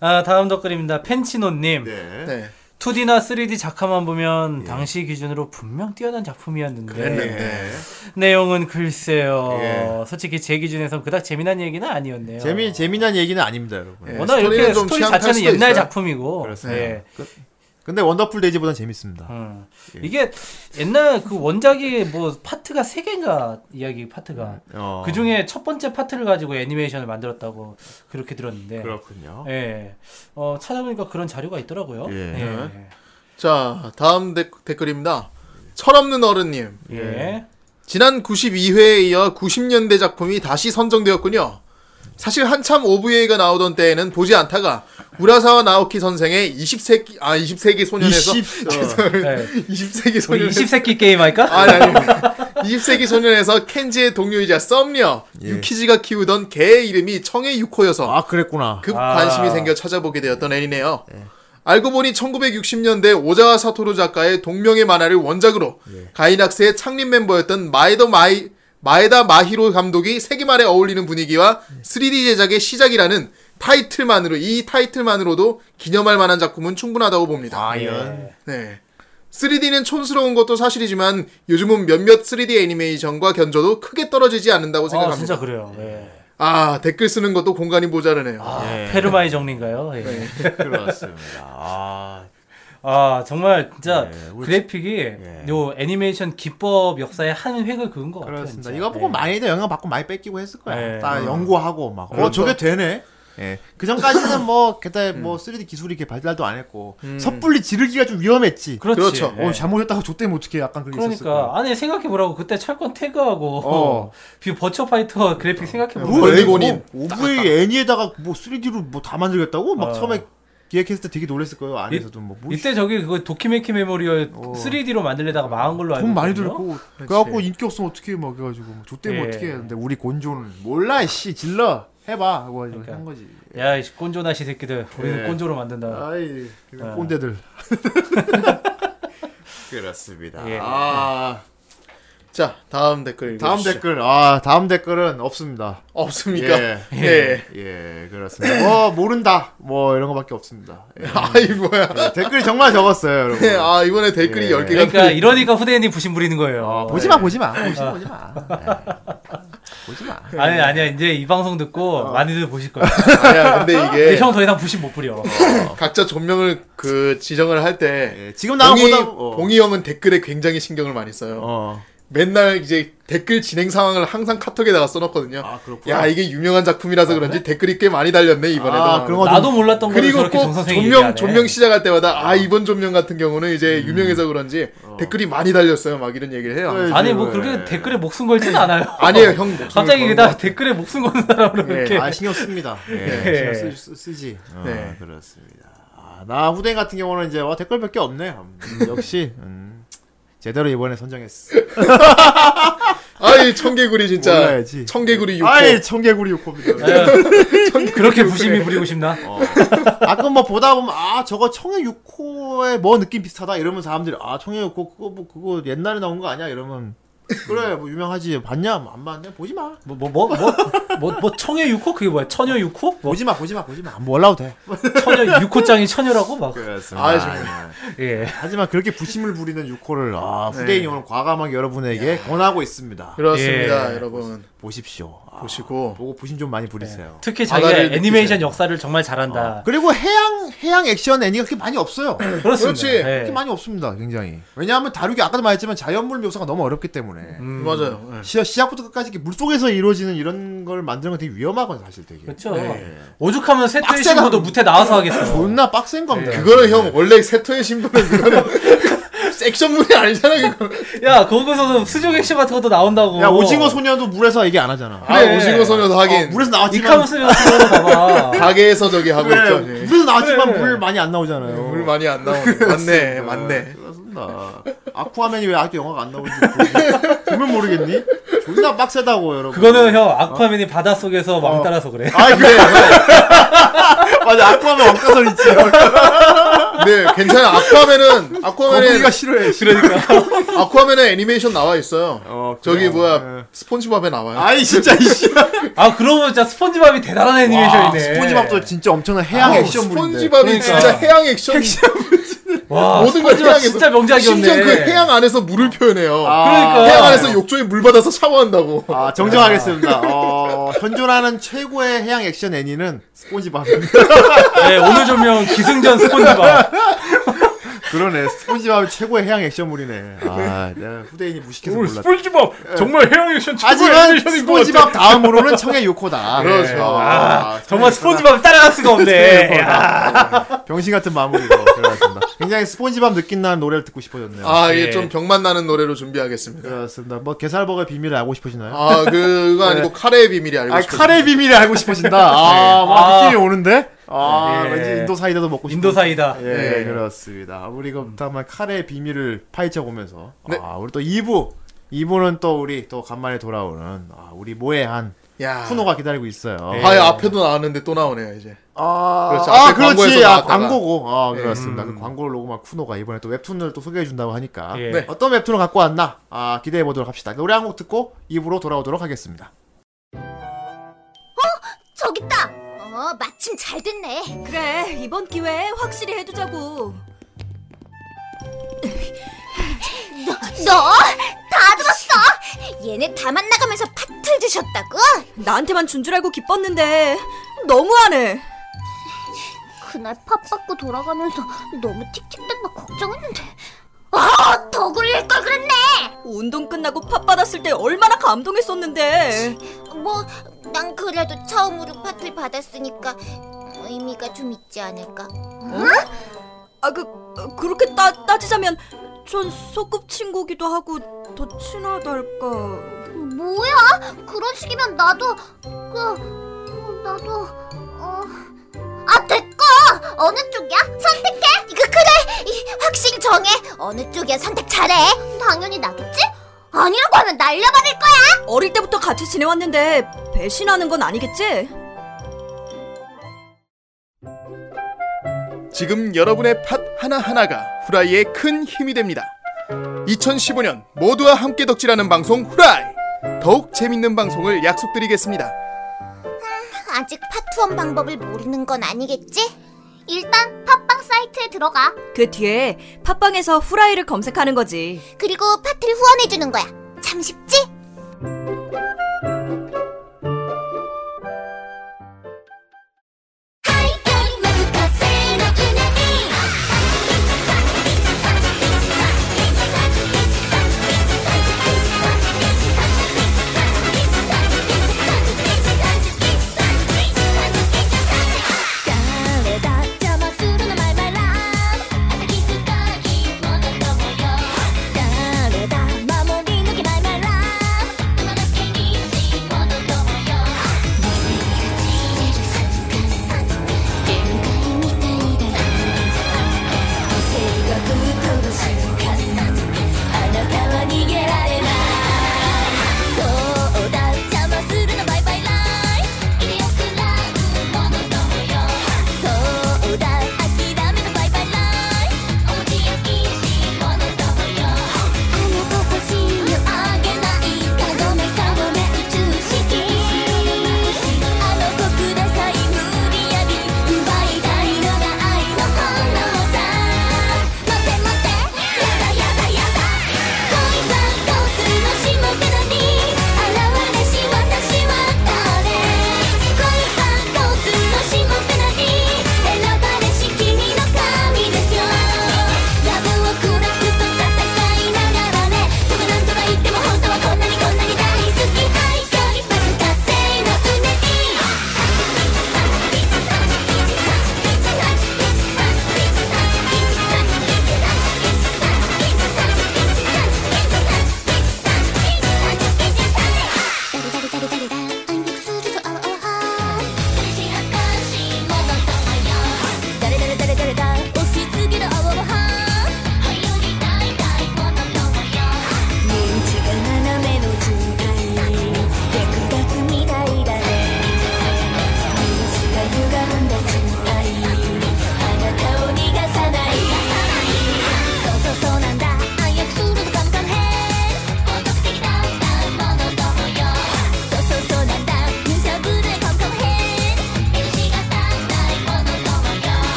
S5: 아 다음 댓글입니다. 펜치노님.
S4: 예. 네.
S3: 네, 예.
S5: 2D나 3D 작화만 보면 당시 기준으로 분명 뛰어난 작품이었는데
S3: 네.
S4: 네.
S3: 그랬는데
S5: 내용은 글쎄요.
S4: 예.
S5: 솔직히 제 기준에선 그닥 재미난 얘기는 아니었네요.
S4: 재미 재미난 얘기는 아닙니다, 여러분.
S3: 예.
S5: 워낙
S3: 스토리는
S5: 이렇게
S3: 좀
S5: 스토리
S3: 취향 탈
S5: 자체는
S3: 수도
S5: 옛날
S3: 있어요.
S5: 작품이고
S4: 그렇습니다.
S5: 예.
S4: 근데 원더풀 데이지보단 재밌습니다. 예.
S5: 음. 이게 옛날 그 원작이 뭐 파트가 세 개인가 이야기 파트가
S4: 어,
S5: 그 중에 첫 번째 파트를 가지고 애니메이션을 만들었다고 그렇게 들었는데
S4: 그렇군요.
S5: 예. 어, 찾아보니까 그런 자료가 있더라고요.
S4: 예.
S5: 예.
S3: 자, 다음 데- 댓글입니다. 철없는 어른님.
S5: 예.
S3: 지난 92회에 이어 90년대 작품이 다시 선정되었군요. 사실 한참 오브웨이가 나오던 때에는 보지 않다가 우라사와 나오키 선생의 20세기 아 20세기 소년에서
S4: 20, 어.
S3: 20세기
S5: 예. 우리
S3: 소년
S5: 20세기 게임 할까?
S3: 아니, 아니. 20세기 소년에서 켄지의 동료이자 썸녀 유키지가 키우던 개의 이름이 청의 유코여서
S4: 아 그랬구나.
S3: 급
S5: 아.
S3: 관심이 생겨 찾아보게 되었던 애니네요. 알고 보니 1960년대 오자와 사토루 작가의 동명의 만화를 원작으로 가이낙스의 창립 멤버였던 마에더 마이 마에다 마히로 감독이 세기말에 어울리는 분위기와 3D 제작의 시작이라는 타이틀만으로 이 타이틀만으로도 기념할 만한 작품은 충분하다고 봅니다.
S4: 과연
S3: 네. 3D는 촌스러운 것도 사실이지만 요즘은 몇몇 3D 애니메이션과 견조도 크게 떨어지지 않는다고
S5: 아,
S3: 생각합니다.
S5: 진짜 그래요. 예.
S3: 아, 댓글 쓰는 것도 공간이 모자르네요.
S5: 아,
S4: 예. 네.
S5: 페르마의 정리인가요? 예.
S4: 그렇습니다. 아,
S5: 아, 정말 진짜
S4: 예, 우리-
S5: 그래픽이
S4: 예.
S5: 요 애니메이션 기법 역사의 한 획을 그은 것 같아요.
S4: 그렇습니다.
S5: 진짜.
S4: 이거 보고
S5: 예.
S4: 많이들 영향 받고 많이 뺏기고 했을 거야.
S5: 예. 그렇죠.
S4: 다
S5: 음.
S4: 연구하고 막. 어, 저게 되네. 예. 그 전까지는 뭐, 게다가
S5: 음.
S4: 뭐, 3D 기술이 이렇게 발달도 안 했고, 섣불리 지르기가 좀 위험했지.
S5: 그렇지.
S3: 그렇죠.
S5: 예.
S4: 어, 잘못했다고 좆되면 어떻게 약간 그게 있었을
S5: 그러니까
S4: 거야.
S5: 아니 생각해 보라고 그때 철권 태그하고
S4: 어.
S5: 뷰 버처 파이터 그래픽 생각해 보라고.
S4: 뭐,
S3: 멀리곤인.
S4: 뭐, OVA 애니에다가 뭐, 3D로 뭐 다 만들겠다고? 막
S5: 어.
S4: 처음에 기획했을 때 되게 놀랬을 거예요. 안에서도 뭐, 뭐
S5: 이때 저기 그거 도키메키 메모리얼
S4: 어.
S5: 3D로 만들려다가 망한 걸로 알고
S4: 돈 많이
S5: 있거든요.
S4: 들고 그래갖고 인기 없으면 어떻게 막 해가지고 뭐 좆되면
S5: 예.
S4: 어떻게 했는데 우리 곤조는 몰라 씨 질러 해봐 하고
S5: 그러니까.
S4: 한 거지
S5: 야, 이 꼰조나 시 새끼들. 우리는
S4: 예.
S5: 꼰조로 만든다.
S4: 아이
S5: 아.
S4: 꼰대들 어. 그렇습니다
S5: 예.
S4: 아
S3: 자, 다음 댓글 읽어
S4: 다음
S3: 주시죠.
S4: 댓글 아 다음 댓글은 없습니다
S3: 없습니까?
S4: 예.
S3: 예.
S4: 예 그렇습니다 어 모른다 뭐 이런 거밖에 없습니다 예.
S3: 아이 뭐야.
S4: 예, 댓글이 정말 적었어요 여러분
S3: 예, 아, 이번에 댓글이
S4: 예.
S3: 10개가
S5: 그러니까 이러니까 후대인이 부심 부리는 거예요.
S4: 어, 보지마 보지마 보지마 보지마 보지마
S5: 네. 아니 아니야 이제 이 방송 듣고
S4: 아.
S5: 많이들 보실 거예요.
S3: 아니야. 근데
S5: 근데
S3: 이게
S5: 형 더 이상 부심 못 부려.
S4: 어,
S3: 각자 존명을 그 지정을 할 때
S4: 예, 지금 나온
S3: 봉이,
S4: 보다 어.
S3: 봉이 형은 댓글에 굉장히 신경을 많이 써요.
S4: 어.
S3: 맨날 이제 댓글 진행 상황을 항상 카톡에다가 써놓거든요.
S4: 아 그렇구나
S3: 야 이게 유명한
S5: 아,
S3: 작품이라서 그런지 댓글이 꽤 많이 달렸네 이번에도.
S4: 아, 그런 거
S5: 나도 몰랐던 거를
S3: 그리고
S5: 저렇게
S3: 꼭
S5: 정 선생이
S3: 존명
S5: 얘기하네. 어. 음.
S3: 존명 시작할 때마다 아 이번 존명 같은 경우는 이제 유명해서 그런지 댓글이 많이 달렸어요 막 이런 얘기를 해요.
S4: 그래.
S5: 아니 뭐
S4: 예.
S5: 그렇게 댓글에 목숨 걸진 않아요.
S3: 아니에요 형 목소리
S5: 어. 갑자기
S3: 거는
S5: 그다
S3: 거.
S5: 댓글에 목숨 거는 사람으로
S3: 예.
S5: 이렇게.
S4: 아 신경 씁니다. 예,
S5: 예.
S4: 신경 쓰, 쓰, 지
S3: 네.
S4: 그렇습니다. 아, 나 후대인 같은 경우는 이제 와 댓글 몇 개 없네. 음, 역시 음, 제대로 이번에 선정했어.
S3: 아이 청개구리 진짜
S4: 몰라야지.
S3: 청개구리 육호
S4: 아이 청개구리 육호입니다.
S5: 예. 그렇게 부심이 부리고 싶나? 어,
S4: 아까 뭐 보다 보면 아 저거 청해 육호의 뭐 느낌 비슷하다 이러면 사람들이 아 청해 육호 그거 뭐 그거 옛날에 나온 거 아니야 이러면 그래 뭐 유명하지 봤냐 뭐안 봤냐 보지 마
S5: 뭐 뭐 뭐 뭐 뭐 청의 육호 그게 뭐야? 처녀 육호? 뭐
S4: 보지 마 보지 마 보지 마뭐 올라도 돼.
S5: 처녀 육호장이 처녀라고 막.
S4: 그렇습니다.
S3: 아, 정말.
S5: 예.
S4: 하지만 그렇게 부심을 부리는 육호를 아 후대인 형은 과감하게 여러분에게 권하고 있습니다.
S3: 그렇습니다
S5: 예.
S3: 여러분
S4: 보십시오. 아,
S3: 보시고
S4: 보고 부심 좀 많이 부리세요.
S5: 특히 자기가
S3: 바다를
S5: 애니메이션
S3: 느끼세요.
S5: 역사를 정말 잘한다.
S4: 그리고 해양 해양 액션 애니가 그렇게 많이 없어요. 어, 그렇게
S5: 그렇습니다.
S3: 그렇지.
S5: 예.
S4: 많이 없습니다. 굉장히. 왜냐하면 다루기 아까도 말했지만 자연물 묘사가 너무 어렵기 때문에
S5: 음.
S3: 맞아요 예.
S4: 시, 시작부터 끝까지 이렇게 물 속에서 이루어지는 이런 걸 만드는 건 되게 위험하거든요, 사실 되게.
S5: 그렇죠. 오죽하면 세트의
S4: 빡세다.
S5: 신부도 무태 나와서 하겠어.
S4: 존나 빡센
S5: 예.
S4: 겁니다.
S3: 예. 그거는 형 원래 세토의 신분은 그거는 액션물이 아니잖아 그거
S5: 야 거기서 수족 액션 같은 것도 나온다고.
S4: 야 오징어 소녀도 물에서 얘기 안 하잖아.
S3: 아
S5: 그래.
S3: 오징어 소녀도 하긴
S4: 어, 물에서
S5: 이카노
S4: 나왔지만
S5: 쓰면서 봐봐.
S3: 가게에서 저기 하고
S4: 그래,
S3: 있죠 예.
S4: 물에서 나왔지만
S5: 그래.
S4: 물 많이 안 나오잖아요. 어,
S3: 물 많이 안 나오네 맞네 맞네
S4: 그렇습니다. 아쿠아맨이 왜 아직도 영화가 안 나오는지 모르겠- 보면 모르겠니? 존나 빡세다고 여러분.
S5: 그거는 형 아쿠아맨이 바다 속에서 왕 따라서 그래.
S4: 아 그래. 맞아 아쿠아맨 왕가설 있지.
S3: 네 괜찮아 아쿠아맨은 아쿠아맨은
S4: 거북이가 싫어해. 그러니까. 싫으니까.
S3: 아쿠아맨은 애니메이션 나와 있어요 네.
S4: 어, 그래요.
S3: 저기
S4: 예.
S3: 뭐야 스폰지밥에 나와요
S4: 아이 진짜 이씨. 아,
S5: 아 그러면 진짜 스폰지밥이 대단한 애니메이션이네.
S4: 스폰지밥도 진짜 엄청난 해양
S3: 아우,
S4: 액션물인데.
S3: 어, 스폰지밥이
S5: 그러니까.
S3: 진짜 해양 액션
S5: 와
S3: 모든 걸
S5: 스폰지밥
S3: 해양에서
S5: 진짜 명작이었네.
S3: 심지어 그 해양 안에서 물을 표현해요
S5: 그러니까.
S3: 해양 안에서 욕조에 물 받아서 샤워한다고
S4: 아 정정하겠습니다. 어, 현존하는 최고의 해양 액션 애니는 스폰지밥.
S5: 네 오늘 조명 기승전 스폰지밥.
S4: 그러네. 스폰지밥이 최고의 해양 액션물이네. 아, 내가 후대인이 무식해서
S6: 오늘
S4: 몰랐다.
S6: 스폰지밥 정말 해양 액션 최고의
S4: 하지만
S6: 애니메이션인 것 같아.
S4: 스폰지밥 다음으로는 청의 요코다.
S6: 그렇죠.
S4: 예.
S6: 아,
S4: 청의
S5: 정말 스폰지밥 따라갈 수가 없네. 야.
S4: 병신 같은 마무리로 들어갔습니다. 굉장히 스폰지밥 느낀 날 노래를 듣고 싶어졌네요.
S3: 아, 예,
S5: 예.
S3: 좀 병맛 나는 노래로 준비하겠습니다.
S4: 그렇습니다. 뭐 게살버거의 비밀을 알고 싶으시나요? 아,
S3: 아, 그거 아니고 카레의 비밀이 알고 싶어요. 네.
S4: 카레 비밀을 알고 싶으신다. 아, 막
S5: 아.
S4: 느낌이 오는데. 아,
S5: 예.
S4: 왠지 인도 사이다도 먹고 싶은.
S5: 인도 사이다.
S4: 예,
S3: 예.
S4: 그렇습니다. 우리 가 다만 카레의 비밀을 파헤쳐 보면서
S3: 음. 네.
S4: 아, 우리 또 2부 2부는 또 우리 또 간만에 돌아오는 아, 우리 모해한
S3: 야.
S4: 쿠노가 네. 기다리고 있어요.
S3: 아, 예, 앞에도 나왔는데 또 나오네요, 이제.
S4: 아,
S3: 그렇지.
S4: 아,
S3: 그렇죠. 앞에
S4: 그렇지.
S3: 광고에서
S4: 아,
S3: 나왔다가.
S4: 광고고. 아,
S3: 예.
S4: 그렇습니다. 그
S5: 음.
S4: 광고를 녹음한 쿠노가 이번에 또 웹툰을 또 소개해 준다고 하니까
S5: 예.
S3: 네.
S4: 어떤 웹툰을 갖고 왔나 아, 기대해 보도록 합시다. 노래 한 곡 듣고 2부로 돌아오도록 하겠습니다.
S7: 저기 있다. 어, 마침 잘 됐네.
S1: 그래 이번 기회에 확실히 해두자고
S7: 너 다 들었어? 얘네 다 만나가면서 파틀 드셨다고?
S1: 나한테만 준 줄 알고 기뻤는데 너무하네
S7: 그날 팝 받고 돌아가면서 너무 틱틱댄다 걱정했는데. 어, 더 굴릴 걸 그랬네.
S1: 운동 끝나고 팝 받았을 때 얼마나 감동했었는데
S7: 뭐, 난 그래도 처음으로 파틀 받았으니까 의미가 좀 있지 않을까.
S1: 아 그 그렇게 따, 따지자면 전 소꿉친구기도 하고 더 친하달까
S7: 뭐야? 그런 식이면 나도 그 나도 어. 아 됐고 어느 쪽이야? 선택해. 이거 그래 이, 확신 정해. 어느 쪽이야 선택 잘해. 당연히 나겠지? 아니라고 하면 날려버릴 거야.
S1: 어릴 때부터 같이 지내왔는데 배신하는 건 아니겠지?
S3: 지금 여러분의 팟 하나하나가 후라이의 큰 힘이 됩니다. 2015년 모두와 함께 덕질하는 방송 후라이! 더욱 재밌는 방송을 약속드리겠습니다.
S7: 아직 파투원 방법을 모르는 건 아니겠지? 일단 팟빵 사이트에 들어가.
S1: 그 뒤에 팟빵에서 후라이를 검색하는 거지
S7: 그리고 파트를 후원해주는 거야. 참 쉽지?
S8: 「誰だ守り抜けないマイラブ」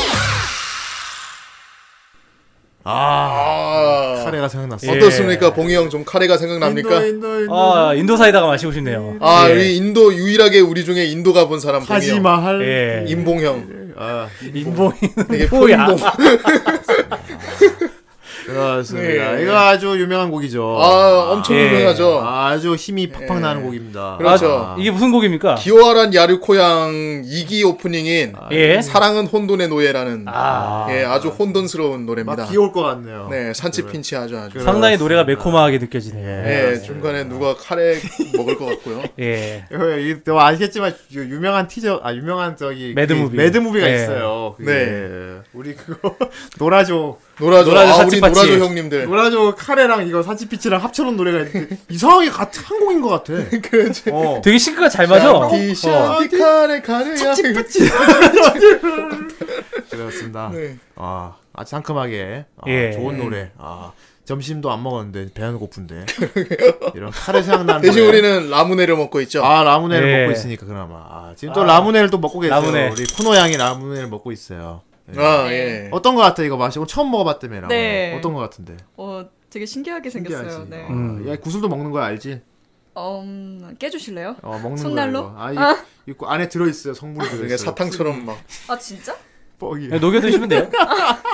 S5: 예.
S3: 아, 어떻습니까? 봉이 형 좀 카레가 생각납니까?
S4: 인도 인도.
S5: 아 인도 사이다가 마시고 싶네요.
S3: 아,
S5: 예.
S3: 우리 인도 유일하게 우리 중에 인도 가본 사람 봉이 형.
S4: 하지마 할.
S5: 예.
S3: 인봉 형.
S4: 아,
S5: 인봉
S3: 되게
S5: 뭐야?
S3: 표인봉.
S4: 그렇습니다.
S3: 예.
S4: 이거 아주 유명한 곡이죠.
S3: 아, 엄청
S5: 예.
S3: 유명하죠.
S4: 아, 주 힘이 팍팍
S3: 예.
S4: 나는 곡입니다.
S3: 그렇죠.
S5: 아, 이게 무슨 곡입니까?
S3: 기오아란 야르코양 2기 오프닝인
S5: 예.
S3: 아, 사랑은 혼돈의 노예라는
S5: 아
S3: 예, 아주 혼돈스러운 노래입니다.
S4: 막 귀여울 것 같네요.
S3: 네, 산치핀치 아주 아주.
S5: 상당히 노래가 매콤하게 그, 느껴지네요.
S3: 예, 중간에 누가 카레 먹을 것 같고요.
S5: 예.
S4: 어, 이거 이- 또 아시겠지만 유- 유명한 티저 아 유명한 저기
S5: 매드
S4: 그
S5: 무비.
S4: 매드 무비가
S5: 예.
S4: 있어요. 그게.
S3: 네.
S4: 우리 그거 노라조
S3: 노라조,
S5: 노라조
S3: 아, 우리
S5: 사치파치.
S3: 노라조 형님들.
S4: 노라조 카레랑 이거 산치피치랑 합쳐놓은 노래가 있는데 이상하게 같은 한 곡인 것 같아.
S3: 그렇지.
S4: 어.
S5: 되게 싱크가 잘 맞아. 어.
S3: 샤티,
S1: 어.
S3: 샤티 카레 카레야.
S4: 그렇습니다.
S3: 네.
S4: 아 아주 상큼하게 아,
S5: 예.
S4: 좋은 노래. 아 점심도 안 먹었는데 배는 고픈데 이런 카레 생각나는.
S3: 대신
S4: 노래.
S3: 우리는 라무네를 먹고 있죠.
S4: 아 라무네를
S5: 예.
S4: 먹고 있으니까 그나마 아, 지금 또 라무네를 또 먹고 계세요.
S5: 라무네.
S4: 우리 쿠노 양이 라무네를 먹고 있어요. 예.
S3: 아, 예.
S4: 어떤 거 같아 이거 맛이? 오늘 처음 먹어봤다며 라무네.
S1: 네.
S4: 어떤 거 같은데?
S1: 어, 되게 신기하게 생겼어요.
S4: 신기하지. 어.
S1: 네.
S4: 아, 야 구슬도 먹는 거야 알지?
S1: 음, 깨주실래요?
S4: 어 먹는
S1: 손난로?
S4: 거야. 이거. 아, 이, 이 구- 안에 들어있어요 성분이
S3: 되게
S4: 들어있어요.
S3: 사탕처럼 막.
S1: 아 진짜?
S4: 뻑이.
S5: 예, 녹여 드시면 돼요.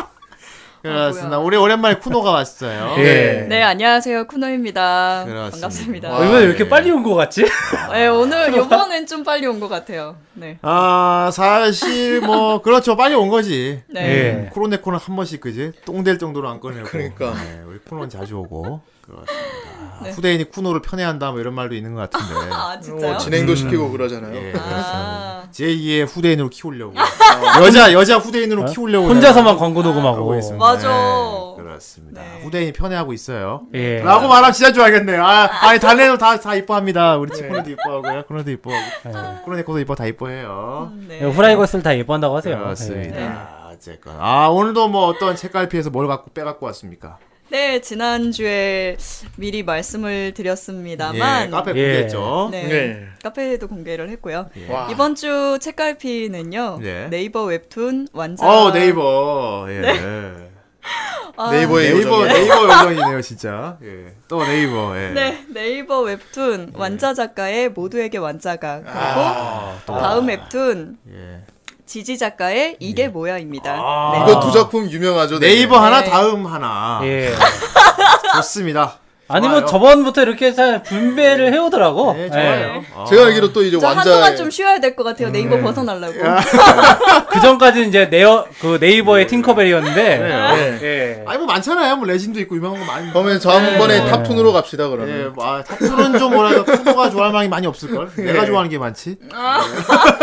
S1: 아,
S4: 그렇습니다. 우리 오랜만에 쿠노가 왔어요.
S5: 예.
S3: 예.
S1: 네, 안녕하세요. 쿠노입니다.
S4: 그렇습니다.
S1: 반갑습니다.
S5: 아, 이번에 왜 이렇게 빨리 온 것 같지?
S1: 네, 오늘 요번엔 좀 빨리 온 것 같아요. 네.
S4: 아 사실 뭐 그렇죠 빨리 온 거지.
S1: 네.
S5: 예.
S4: 코로네코는 한 번씩 그지 똥될 정도로 안 꺼내고.
S3: 그러니까.
S4: 네, 우리 쿠노는 자주 오고. 그렇습니다. 후대인이 쿠노를 편애한다 뭐 이런 말도 있는 것 같은데.
S1: 네. 아 진짜요?
S3: 어, 진행도 시키고 그러잖아요.
S4: 예.
S1: 아,
S4: 제2의 후대인으로 키우려고. 어, 여자 여자 후대인으로 키우려고.
S5: 혼자서만 광고
S4: 하고
S3: 어,
S5: 녹음하고.
S4: 있습니다.
S1: 맞아.
S4: 네, 그렇습니다. 후대인이 편애하고 있어요.
S3: 네.
S5: 예.
S4: 라고 말하면 진짜 좋아하겠네요. 아, 아니, 달래도 다, 다 이뻐합니다.
S3: 네.
S4: 우리 친구들도 이뻐하고요. 그런도 이뻐하고. 그런애코도 이뻐, 다 이뻐해요.
S3: 음.
S5: 예,
S1: 네.
S5: 후라이것을 다 예뻐한다고
S4: 네,
S5: 하세요. 예.
S4: 그렇습니다. 어쨌건. 아, 오늘도 뭐 어떤 책갈피에서 뭘 갖고 빼갖고 왔습니까?
S1: 네 지난주에 미리 말씀을 드렸습니다만
S4: 예, 카페
S5: 예.
S4: 공개했죠.
S1: 네,
S3: 예.
S1: 카페에도 공개를 했고요.
S3: 와.
S1: 이번 주 책갈피는요.
S4: 예. 네.
S1: 네. 이버 웹툰 완전
S4: 어 네이버. 예.
S1: 아,
S3: 네이버의
S4: 네이버,
S3: 요정이에요.
S4: 네이버 요정이네요, 진짜. 예. 또 네이버, 예.
S1: 네, 네이버 웹툰 완자 작가의 모두에게 완자가 그리고 다음 웹툰
S4: 예.
S1: 지지 작가의 이게 뭐야입니다. 네.
S3: 이거 두 작품 유명하죠. 되게.
S4: 아. 네이버 하나,
S1: 네.
S4: 다음 하나.
S5: 예.
S4: 좋습니다.
S5: 아니 뭐
S4: 좋아요.
S5: 저번부터 이렇게 잘 분배를 해오더라고. 네.
S4: 예, 좋아요. 어.
S3: 제가 알기로 또 이제
S1: 저 한동안
S3: 완자
S1: 좀 쉬어야 될 것 같아요. 네이버 벗어나려고.
S5: 그 전까지는 이제 네어 그 네이버의 팅커벨이었는데.
S3: 네.
S5: 예.
S4: 아니, 뭐 많잖아요. 뭐 레진도 있고 유명한 거 많이.
S3: 그러면 다음번에
S1: 네.
S3: 탑툰으로 갑시다
S4: 예,
S3: 그러면.
S4: 뭐, 아, 탑2는 좀 뭐라도 쿠노가 좋아할 만한 게 많이 없을걸? 내가 좋아하는 게 많지?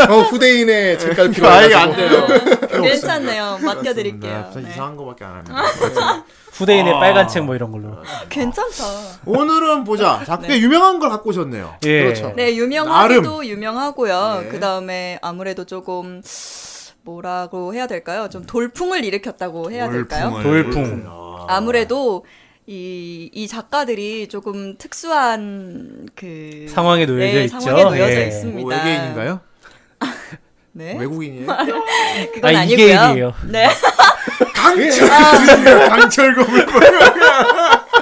S3: 어, 후대인의 책갈피로
S4: 예. 아, 이게 안
S3: 해가지고.
S4: 돼요.
S1: 괜찮네요.
S4: 네,
S1: 맡겨드릴게요.
S4: 부산
S1: 네.
S4: 이상한 거밖에 안 합니다.
S5: 후대인의 빨간 책 뭐 이런 걸로.
S4: 아.
S1: 괜찮다.
S4: 오늘은 보자. 자꾸 꽤 유명한 걸 갖고 오셨네요.
S5: 예.
S3: 그렇죠.
S1: 네, 유명하기도 유명하고요. 그 다음에 아무래도 조금 뭐라고 해야 될까요? 좀 돌풍을 일으켰다고 해야 될까요?
S5: 돌풍.
S4: 뭐
S1: 아무래도 이, 이 작가들이 조금 특수한 그
S5: 상황에 놓여져
S1: 네,
S5: 있죠.
S1: 상황에 놓여져
S5: 예.
S1: 있습니다.
S4: 뭐 외계인인가요?
S1: 네,
S4: 외국인이에요?
S1: 그건
S5: 아,
S1: 아, 니고요
S5: 이게 일이에요.
S1: 네,
S4: 강철검을 보여.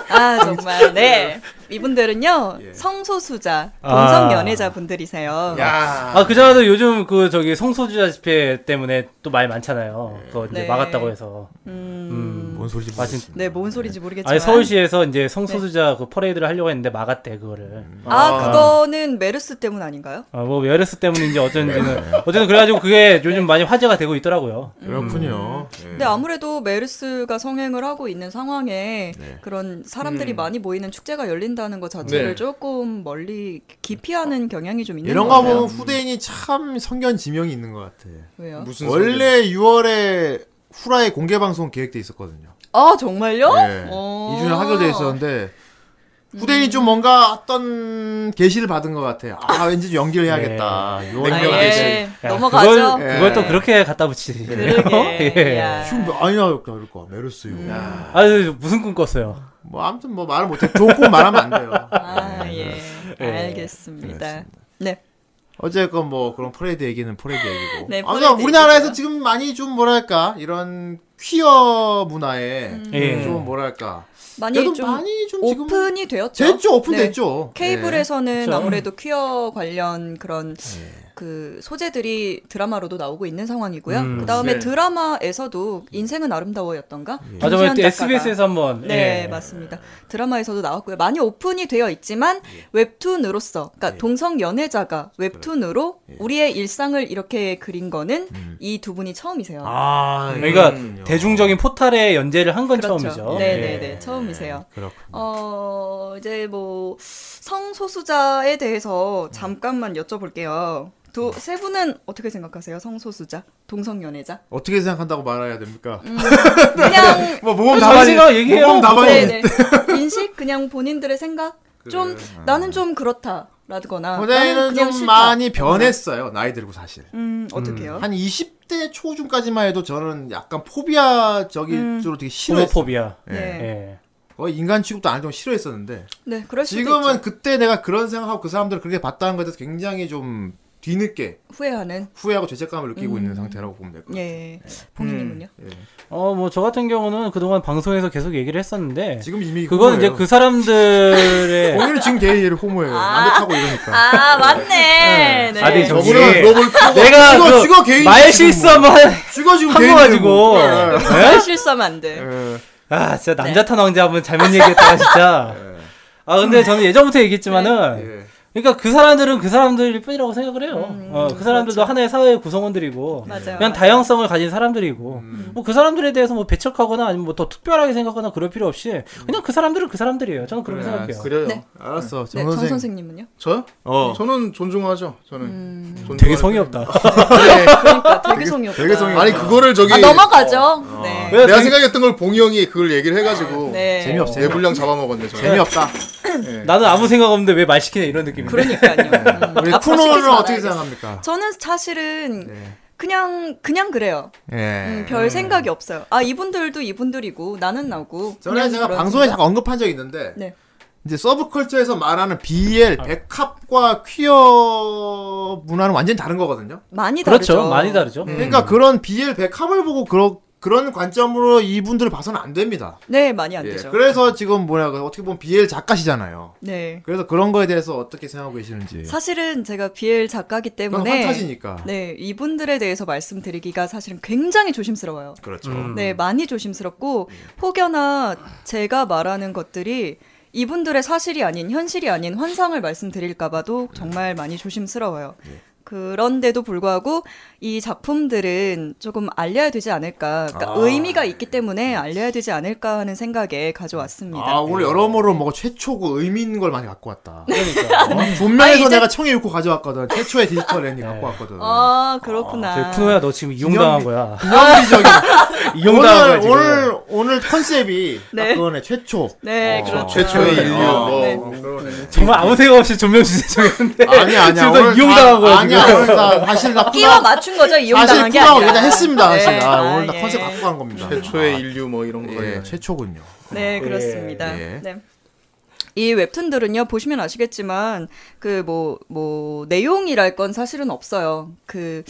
S1: 아 정말 네
S4: 예.
S1: 이분들은요 성소수자 동성
S5: 아.
S1: 연애자 분들이세요.
S3: 야.
S5: 아, 그전에도 요즘 그 저기 성소수자 집회 때문에 또 말 많잖아요. 그거 이제
S1: 네.
S5: 막았다고 해서. 음.
S4: 뭔 소리지?
S5: 아, 진-
S4: 모르겠습니다.
S1: 네, 뭔 소리인지 모르겠지만
S5: 아니 서울시에서 이제 성소수자 그 퍼레이드를 하려고 했는데 막았대 그거를.
S1: 아, 그거는 메르스 때문 아닌가요?
S5: 아, 뭐 외래스 때문인지 어쩐지는 어쨌든 그래가지고 그게 요즘 많이 화제가 되고 있더라고요.
S4: 그렇군요. 예.
S1: 음. 근데 아무래도 메르스가 성행을 하고 있는 상황에
S4: 네.
S1: 그런
S5: 음.
S1: 사람들이 많이 모이는 축제가 열린다는 것 자체를
S3: 네.
S1: 조금 멀리 기피하는 경향이 좀 있는
S4: 이런
S1: 것
S4: 거뭐
S1: 같아요.
S4: 보면 후대인이 참 성견 지명이 있는 것 같아.
S1: 왜요?
S3: 무슨 소리야.
S4: 원래 6월에 후라이 공개 방송 계획돼 있었거든요.
S1: 아 정말요?
S4: 예.
S1: 어.
S4: 2주년 하결돼 있었는데 후대인이 좀 뭔가 어떤 게시를 받은 것 같아요. 아 왠지 연기를 해야겠다. 요런
S1: 아,
S3: 냉면
S4: 게-
S1: 예.
S5: 야,
S1: 넘어가죠.
S5: 그걸, 그걸 또 그렇게 갖다 붙이네요.
S1: 그러게.
S5: 예.
S1: 야.
S4: 흉- 아니야 그럴 거 메르스 요. 야.
S5: 아, 무슨 꿈 꿨어요?
S4: 뭐 아무튼 뭐 말을 못해. 좋고 말하면 안 돼요.
S1: 아 예. 알겠습니다. 네.
S4: 어쨌건 뭐 그런 퍼레이드 얘기는 퍼레이드 얘기고.
S1: 네,
S4: 아무튼
S1: 퍼레이드
S4: 우리나라에서
S1: 얘기고요.
S4: 지금 많이 좀 뭐랄까 이런 퀴어 문화에
S5: 예.
S4: 좀 뭐랄까
S1: 음. 많이
S4: 그래도
S1: 좀
S4: 많이 좀 지금
S1: 오픈이 되었죠.
S4: 됐죠 오픈
S1: 네.
S4: 됐죠
S5: 네.
S1: 케이블에서는
S9: 그렇죠.
S1: 아무래도 퀴어 관련 그런 그 소재들이 드라마로도 나오고 있는 상황이고요.
S5: 음,
S1: 그 다음에
S9: 네.
S1: 드라마에서도 인생은 아름다워였던가?
S5: 예.
S4: 예.
S5: 맞아,
S1: 김수현
S5: 맞아.
S1: 작가가-
S5: SBS에서 한번.
S1: 네,
S5: 예.
S1: 맞습니다. 드라마에서도 나왔고요. 많이 오픈이 되어 있지만
S5: 예.
S1: 웹툰으로서, 그러니까 동성 연애자가
S5: 그렇죠.
S1: 웹툰으로
S5: 예.
S1: 우리의 일상을 이렇게 그린 거는
S5: 음.
S1: 이 두 분이 처음이세요.
S10: 아,
S5: 그러니까
S4: 음,
S10: 이건요.
S5: 대중적인 포탈에 연재를 한 건 처음이죠.
S1: 네,
S5: 예.
S1: 네, 네, 처음이세요.
S10: 그렇군요.
S1: 어, 이제 뭐 성소수자에 대해서 잠깐만 여쭤볼게요. 두, 세 분은 어떻게 생각하세요? 성소수자, 동성연애자?
S4: 어떻게 생각한다고 말해야 됩니까
S1: 그냥
S4: 뭐 모범
S5: 그럼 자기가 아, 얘기해요.
S4: 모범
S1: 네,
S4: 답안이
S1: 네. 인식 그냥 본인들의 생각 좀 나는 좀 그렇다라거나
S4: 호자이는 아, 좀 많이 변했어요 나이 들고 사실
S1: 음, 어떻게요?
S4: 한 20대 초중까지만 해도 저는 약간 포비아적인 쪽으로 되게 싫어했어요
S5: 음. 호모포비아.
S1: 네. 네.
S5: 예.
S4: 거의 인간 취급도 안 하고 싫어했었는데
S1: 그럴 수도
S4: 지금은
S1: 있죠.
S4: 그때 내가 그런 생각하고 그 사람들을 그렇게 봤다는 것에 대해서 굉장히 좀 뒤늦게
S1: 후회하는
S4: 후회하고 죄책감을
S5: 음.
S4: 느끼고 있는 상태라고 보면 될 것 같아요.
S1: 예. 봉인 님은요?
S4: 음, 네.
S5: 어, 뭐, 저 같은 경우는 그동안 방송에서 계속 얘기를 했었는데.
S4: 지금 어, 이미
S5: 그건
S4: 호모예요.
S5: 이제 그 사람들의.
S4: 오늘은 지금 게이를 호모예요.
S5: 아.
S4: 남백하고 이러니까.
S11: 아 맞네. 네.
S5: 아니, 저분은
S4: 저분은 로봇
S5: 내가
S4: 죽어,
S5: 그
S4: 죽어, 개인
S5: 말
S4: 지금 뭐.
S5: 실수 한번
S4: 죽어 지금
S5: 한 거
S4: 게이를
S5: 가지고.
S4: 네.
S5: 예?
S1: 실수하면 안 돼.
S5: 아, 진짜 남자
S4: 네.
S5: 탄 왕자 한번 잘못 얘기했다가 진짜. 아,
S1: 음.
S5: 근데 저는 예전부터
S1: 네.
S5: 얘기했지만은. 그러니까 그 사람들은 그 사람들일 뿐이라고 생각을 해요. 어, 그 사람들도
S4: 그렇죠.
S5: 하나의 사회의 구성원들이고.
S1: 음. 맞아요.
S5: 그냥 다양성을 가진 사람들이고
S4: 음.
S5: 뭐 그 사람들에 대해서 뭐 배척하거나 아니면 뭐 더 특별하게 생각하거나 그럴 필요 없이 그냥 그 사람들은 그 사람들이에요. 저는 그렇게 생각해요.
S3: 그래요.
S1: 네.
S4: 알았어.
S1: 네,
S4: 정
S1: 정
S4: 선생.
S1: 선생님은요?
S3: 저요?
S10: 어.
S3: 저는 존중하죠. 저는
S1: 음.
S3: 존중하죠.
S5: 되게 성의 없다.
S1: 그러니까 되게 성의 없다.
S4: 되게 성의
S3: 아니 그거를 저기
S1: 아, 넘어가죠. 네.
S5: 왜
S3: 내가
S5: 되게-
S3: 생각했던 걸 봉이 형이 그걸 얘기를 해가지고
S1: 네.
S4: 재미없어.
S3: 내 분량 잡아먹었네. 저는.
S4: 재미없다.
S5: 나는 아무 생각 없는데 왜 말 시키냐 이런 느낌이야.
S1: 그러니까요.
S4: 우리
S1: 앞으로 시키지
S4: 쿠노는 어떻게
S1: 말아야겠어.
S4: 생각합니까?
S1: 저는 사실은
S4: 네.
S1: 그냥 그냥 그래요.
S4: 예.
S1: 음, 별 생각이 없어요. 아 이분들도 이분들이고 나는 나고.
S4: 전에
S1: 그냥
S4: 제가
S1: 그런
S4: 방송에
S1: 생각.
S4: 잠깐 언급한 적이 있는데
S1: 네.
S4: 이제 서브컬처에서 말하는 BL, 백합과 퀴어 문화는 완전히 다른 거거든요.
S1: 많이 다르죠.
S5: 그렇죠. 많이 다르죠.
S4: 그러니까 그런 BL 백합을 보고 그런 그런 관점으로 이분들을 봐서는 안 됩니다.
S1: 네 많이 안
S4: 예,
S1: 되죠.
S4: 그래서 지금 뭐냐 어떻게 보면 BL 작가시잖아요.
S1: 네
S4: 그래서 그런 거에 대해서 어떻게 생각하고 계시는지.
S1: 사실은 제가 BL 작가기
S4: 네. 그건
S1: 때문에
S4: 판타지니까.
S1: 네 이분들에 대해서 말씀드리기가 사실은 굉장히 조심스러워요.
S4: 그렇죠.
S3: 음.
S1: 네 많이 조심스럽고
S3: 네.
S1: 혹여나 제가 말하는 것들이 이분들의 사실이 아닌 현실이 아닌 환상을 말씀드릴까봐도
S3: 네.
S1: 정말 많이 조심스러워요. 그런데도 불구하고 이 작품들은 조금 알려야 되지 않을까,
S3: 아.
S1: 그러니까 의미가 있기 때문에 알려야 되지 않을까 하는 생각에 가져왔습니다.
S4: 아 오늘 여러모로 뭐 최초고 의미 있는 걸 많이 갖고 왔다. 그러니까 어? 존명에서
S1: 아, 이제-
S4: 내가 청해 읽고 가져왔거든. 최초의 디지털 애니 갖고 왔거든.
S1: 아 그렇구나.
S5: 저기 네, 쿠노야 너 지금 이용당한 거야.
S4: 기념비적인.
S5: 이용당한 거야
S4: 오늘
S5: 지금.
S4: 오늘 오늘 컨셉이
S1: 네.
S4: 박근혜 최초.
S1: 네, 그렇죠.
S3: 최초의 인류.
S4: 어.
S3: 뭐.
S1: 네.
S5: 정말 아무 생각 없이 존명주제 정했는데
S4: 아니야 아니야.
S5: 지금 너
S4: 오늘
S5: 이용당한
S4: 다-
S5: 거야
S4: 아니야
S5: 지금.
S4: 오늘 나 사실 나
S1: 끼워
S4: 쿠나-
S1: 맞춘 거죠
S4: 사실
S1: 이용당한 게
S4: 쿠나고
S1: 아니라.
S4: 일단 했습니다 사실.
S1: 네.
S4: 아, 오늘 나
S1: 아,
S4: 컨셉
S1: 예.
S4: 갖고 간 겁니다.
S3: 최초의
S4: 아,
S3: 인류 뭐 이런 거.
S4: 예, 최초군요.
S1: 네, 그렇습니다.
S4: 예.
S1: 네. 이 웹툰들은요 보시면 아시겠지만 그 뭐 뭐 내용이랄 건 사실은 없어요. 그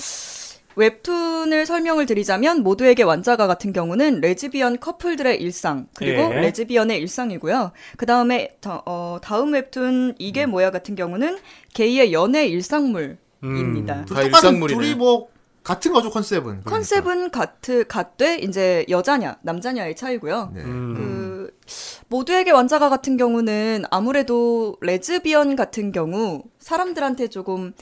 S1: 웹툰을 설명을 드리자면 모두에게 완자가 같은 경우는 레즈비언 커플들의 일상 그리고
S5: 예.
S1: 레즈비언의 일상이고요. 그 다음에 어, 다음 웹툰 이게 뭐야 같은 경우는 게이의 연애 일상물입니다.
S5: 음.
S3: 다
S4: 똑같은
S3: 일상물이네.
S4: 둘이 뭐 같은 거죠 컨셉은. 그러니까.
S1: 컨셉은 같으 같되 이제 여자냐 남자냐의 차이고요.
S4: 네. 음.
S5: 음.
S1: 그 모두에게 완자가 같은 경우는 아무래도 레즈비언 같은 경우 사람들한테 조금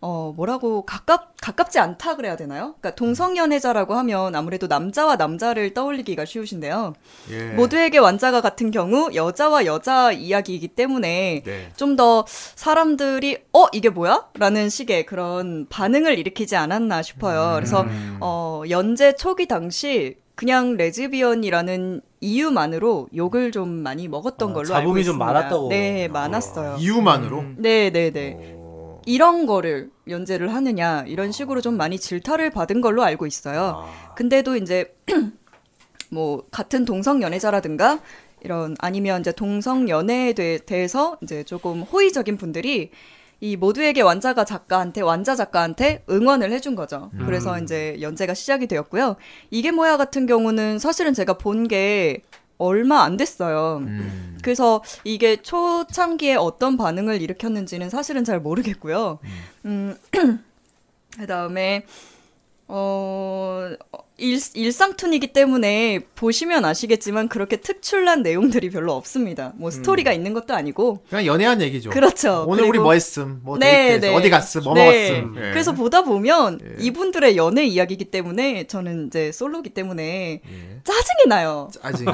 S1: 어 뭐라고 가깝 가깝지 않다 그래야 되나요? 그러니까 동성 연애자라고 하면 아무래도 남자와 남자를 떠올리기가 쉬우신데요.
S4: 예.
S1: 모두에게 완자가 같은 경우 여자와 여자 이야기이기 때문에
S4: 네.
S1: 좀 더 사람들이 어 이게 뭐야? 라는 식의 그런 반응을 일으키지 않았나
S5: 음.
S1: 싶어요. 그래서 어 연재 초기 당시 그냥 레즈비언이라는 이유만으로 욕을 좀 많이 먹었던
S5: 아,
S1: 걸로
S5: 잡음이
S1: 알고
S5: 좀
S1: 있습니다.
S5: 많았다고.
S1: 네, 많았어요.
S4: 이유만으로.
S1: 네, 네, 네. 이런 거를 연재를 하느냐 이런 식으로 좀 많이 질타를 받은 걸로 알고 있어요. 근데도 이제 뭐 같은 동성 연애자라든가 이런 아니면 이제 동성 연애에 대- 대해서 이제 조금 호의적인 분들이 이 모두에게 완자가 작가한테 완자 작가한테 응원을 해준 거죠. 그래서 이제 연재가 시작이 되었고요. 이게 뭐야 같은 경우는 사실은 제가 본 게 얼마 안 됐어요.
S4: 음.
S1: 그래서 이게 초창기에 어떤 반응을 일으켰는지는 사실은 잘 모르겠고요. 음, 그다음에 어 일, 일상툰이기 때문에 보시면 아시겠지만 그렇게 특출난 내용들이 별로 없습니다. 뭐 스토리가 있는 것도 아니고
S4: 그냥 연애한 얘기죠.
S1: 그렇죠.
S4: 음. 오늘 우리
S1: 그리고- 네,
S4: 뭐 했음, 뭐 데이트해서 어디 갔음, 뭐 먹었음. 예.
S1: 그래서 보다 보면 이분들의 연애 이야기이기 때문에 저는 이제 솔로기 때문에
S4: 예.
S1: 짜증이 나요.
S4: 아직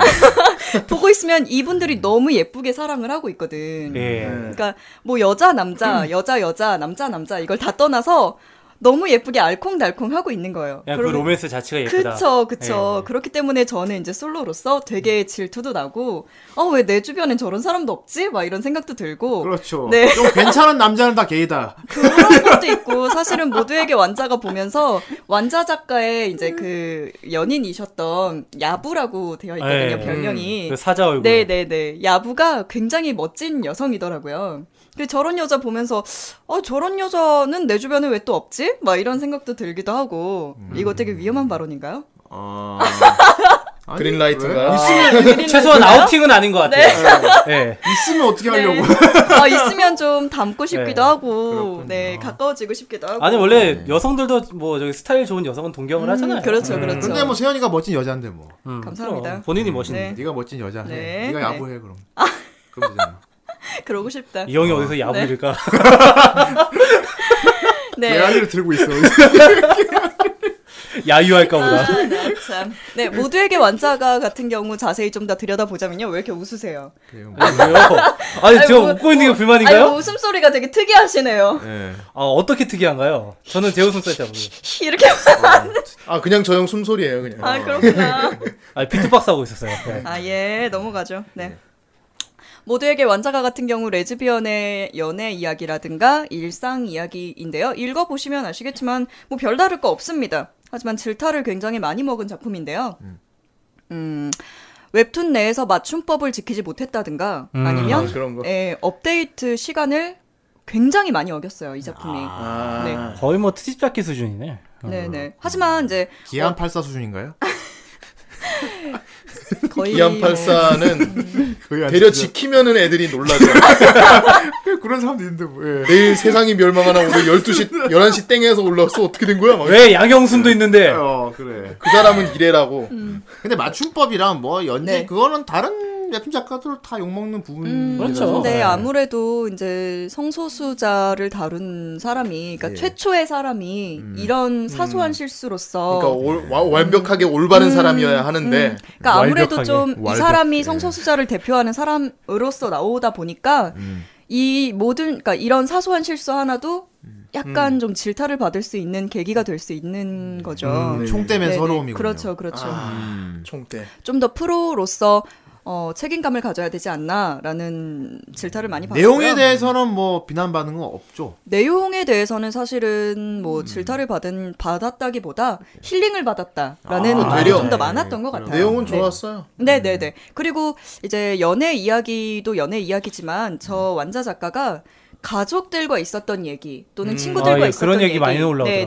S1: 보고 있으면 이분들이 너무 예쁘게 사랑을 하고 있거든.
S5: 예.
S4: 네.
S1: 그러니까 뭐 여자
S5: 음.
S1: 남자 여자 여자 남자 남자 이걸 다 떠나서 너무 예쁘게 알콩달콩 하고 있는 거예요.
S5: 그냥 그
S1: 그러면-
S5: 로맨스 자체가 예쁘다.
S1: 그쵸, 그쵸.
S5: 예. 음.
S1: 그렇기 때문에 저는 이제 솔로로서 되게 질투도 나고, 아, 왜 내 주변엔 저런 사람도 없지? 막 이런 생각도 들고,
S4: 그렇죠.
S1: 네.
S4: 좀 괜찮은 남자는 다 게이다.
S1: 그런 것도 있고, 사실은 모두에게 완자가 보면서, 완자 작가의 이제
S5: 음.
S1: 그 연인이셨던 야부라고 되어 있거든요,
S5: 예.
S1: 별명이.
S5: 그 사자 얼굴.
S1: 네네네. 야부가 굉장히 멋진 여성이더라고요. 그 저런 여자 보면서 어 저런 여자는 내 주변에 왜 또 없지? 막 이런 생각도 들기도 하고
S5: 음.
S1: 이거 되게 위험한 발언인가요?
S4: 어... 아니,
S3: 그린라이트인가요?
S4: 왜?
S5: 네.
S1: 아,
S5: 최소한 아웃팅은 아닌 것 같아요. 예.
S4: 있으면 어떻게
S1: 네.
S4: 하려고?
S1: 아, 있으면 좀 닮고 싶기도
S5: 네,
S1: 하고 네 가까워지고 싶기도 하고
S5: 아니 원래
S4: 네.
S5: 여성들도 뭐 저기 스타일 좋은 여성은 동경을 하잖아요.
S1: 음, 그렇죠 그렇죠.
S4: 근데 뭐 세연이가 멋진 여자인데 뭐.
S5: 음,
S1: 감사합니다.
S5: 그럼 본인이 멋있네.
S1: 네.
S4: 네가 멋진 여자 해.
S1: 네.
S4: 네. 네가
S1: 네.
S4: 야구해 그럼. 그럼 뭐. 되잖아.
S1: 그러고 싶다.
S5: 이 형이 어디서 야구일까?
S1: 네.
S4: 메아리를 들고 있어.
S5: 야유할까 보다.
S1: 아, 나 참. 네 모두에게 완자가 같은 경우 자세히 좀 더 들여다보자면요 왜 이렇게 웃으세요?
S4: 뭐.
S5: 아니, 왜요? 아니,
S1: 아니,
S5: 제가
S1: 뭐,
S5: 웃고 있는 게
S1: 아니
S5: 불만인가요?
S1: 웃음 소리가 되게 특이하시네요.
S4: 네.
S5: 아, 어떻게 특이한가요? 저는 제 웃음소리 잘 모르겠어요.
S1: 이렇게
S3: 아 그냥 저 형 숨소리예요 그냥.
S1: 아 그렇구나.
S5: 아, 비트박스 하고 있었어요. 네.
S1: 아 예 넘어가죠. 네. 모두에게 완자가 같은 경우 레즈비언의 연애 이야기라든가 일상 이야기인데요. 읽어보시면 아시겠지만 뭐 별다를 거 없습니다. 하지만 질타를 굉장히 많이 먹은 작품인데요. 음, 웹툰 내에서 맞춤법을 지키지 못했다든가 아니면
S3: 아, 그런 거.
S1: 예, 업데이트 시간을 굉장히 많이 어겼어요. 이 작품이.
S3: 아.
S4: 아.
S1: 네.
S5: 거의 뭐 트집잡기 수준이네. 어.
S1: 네네. 하지만 이제
S4: 기안 팔사 수준인가요?
S1: 아, 거의 음.
S3: 기안팔사는
S4: 거의 안 그러니까
S3: 데려
S4: 진짜.
S3: 지키면은 애들이 놀라죠.
S4: 그런 사람도 있는데 뭐. 예.
S3: 내일 세상이 멸망하나 오늘 12시 11시 땡에서 올라왔어 어떻게 된 거야? 막.
S5: 왜 양영순도
S3: 네.
S5: 있는데?
S4: 어 그래.
S3: 그 사람은 이래라고.
S1: 음.
S4: 근데 맞춤법이랑 뭐 연재
S1: 네.
S4: 그거는 다른 웹툰 작가들 다 욕먹는 부분.
S1: 음,
S5: 그렇죠.
S1: 근데
S5: 네.
S1: 아무래도 이제 성소수자를 다룬 사람이, 그러니까 최초의 사람이 이런 사소한 실수로서.
S3: 그러니까 올- 와- 완벽하게 올바른 사람이어야 하는데
S1: 어. 음, 그러니까 아무래도
S5: 완벽하게.
S1: 좀 이 사람이 성소수자를 대표하는 사람으로서 나오다 보니까
S4: 음.
S1: 이 모든, 그러니까 이런 사소한 실수 하나도 약간 좀 질타를 받을 수 있는 계기가 될 수 있는 거죠.
S4: 총 때문에
S1: 아, 네네.
S4: 서러움이군요. 아. 음.
S1: 그렇죠, 그렇죠.
S3: 아, 총대.
S1: 좀 더 프로로서 어, 책임감을 가져야 되지 않나라는 질타를 많이 받고요.
S4: 내용에 대해서는 뭐 비난받는 건 없죠.
S1: 내용에 대해서는 사실은 뭐
S3: 음.
S1: 질타를 받은 받았다기보다 힐링을 받았다라는
S4: 아,
S1: 말이
S3: 오히려.
S1: 좀 더 많았던 것 같아요.
S3: 네. 내용은
S1: 네.
S3: 좋았어요. 음.
S1: 네, 네, 네. 그리고 이제 연애 이야기도 연애 이야기지만 저
S3: 음.
S1: 완자 작가가 가족들과 있었던 얘기 또는
S3: 음.
S1: 친구들과
S5: 아, 예.
S1: 있었던
S5: 그런 얘기 많이 올라오더라고요.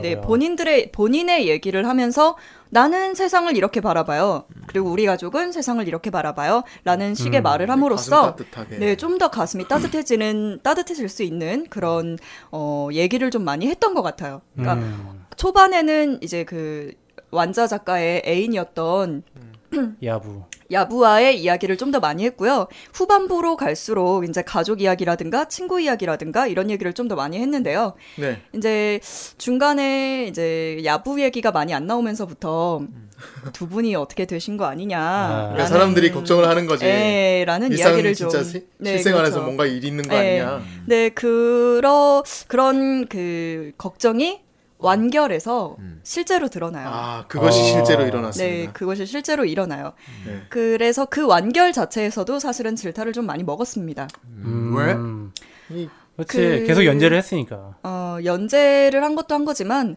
S1: 네, 네. 본인들의 본인의 얘기를 하면서 나는 세상을 이렇게 바라봐요. 그리고 우리 가족은 세상을 이렇게 바라봐요.라는 식의 말을 함으로써
S3: 음. 가슴 따뜻하게.
S1: 네, 좀 더 가슴이 따뜻해지는 따뜻해질 수 있는 그런 어 얘기를 좀 많이 했던 것 같아요. 그러니까
S5: 음,
S1: 초반에는 이제 그 완자 작가의 애인이었던
S5: 야부.
S1: 야부와의 이야기를 좀 더 많이 했고요. 후반부로 갈수록 이제 가족 이야기라든가 친구 이야기라든가 이런 얘기를 좀 더 많이 했는데요.
S3: 네.
S1: 이제 중간에 이제 야부 얘기가 많이 안 나오면서부터 두 분이 어떻게 되신 거 아니냐.
S3: 그러니까 사람들이 걱정을 하는 거지.
S1: 에라는
S3: 일상은
S1: 예. 이야기를
S3: 진짜
S1: 좀
S3: 시-
S1: 네,
S3: 실생활에서
S1: 그렇죠.
S3: 뭔가 일 있는 거
S1: 네.
S3: 아니냐.
S1: 네, 그러 그런 그 걱정이 완결해서 실제로 드러나요.
S3: 아 그것이
S5: 어.
S3: 실제로
S1: 네,
S3: 일어났습니다.
S1: 그것이 실제로 일어나요.
S3: 네.
S1: 그래서 그 완결 자체에서도 사실은 질타를 좀 많이 먹었습니다.
S5: 음.
S3: 이-
S5: 그렇지.
S1: 그-
S5: 계속 연재를 했으니까.
S1: 어, 연재를 한 것도 한 거지만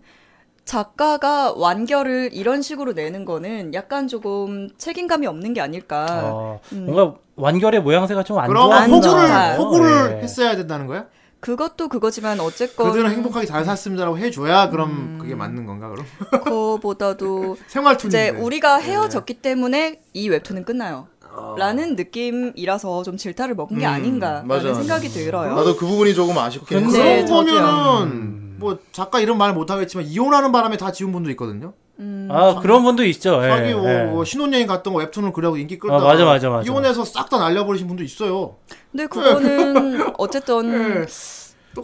S1: 작가가 완결을 이런 식으로 내는 거는 약간 조금 책임감이 없는 게 아닐까. 음.
S5: 어, 뭔가 완결의 모양새가 좀 안 좋아.
S4: 그러면
S1: 안
S4: 호구를
S1: 좋아요.
S4: 호구를
S5: 네.
S4: 했어야 된다는 거야?
S1: 그것도 그거지만 음. 어쨌건
S4: 그들은 행복하게 잘 샀습니다라고 해줘야 그럼 그게 맞는 건가 그럼?
S1: 그거보다도
S4: 생활툰인데.
S1: 이제 우리가
S3: 네.
S1: 헤어졌기 때문에 이 웹툰은 끝나요. 라는 느낌이라서 좀 질타를 먹은 게
S3: 아. 음,
S1: 아닌가라는
S3: 맞아.
S1: 생각이 들어요.
S3: 나도 그 부분이 조금 아쉽긴 했어.
S1: 근데
S4: 그런
S1: 저도요.
S5: 음.
S4: 거면은 뭐 작가 이름 말 못하겠지만 이혼하는 바람에 다 지운 분도 있거든요.
S5: 아 그런 분도 있죠. 예,
S4: 자기 뭐,
S5: 예.
S4: 뭐 신혼여행 갔던 거 웹툰을 그려고 인기 끌다가
S5: 맞아, 맞아, 맞아.
S4: 이혼해서 싹 다 날려버리신 분도 있어요.
S1: 근데 그거는
S3: 네.
S1: 어쨌든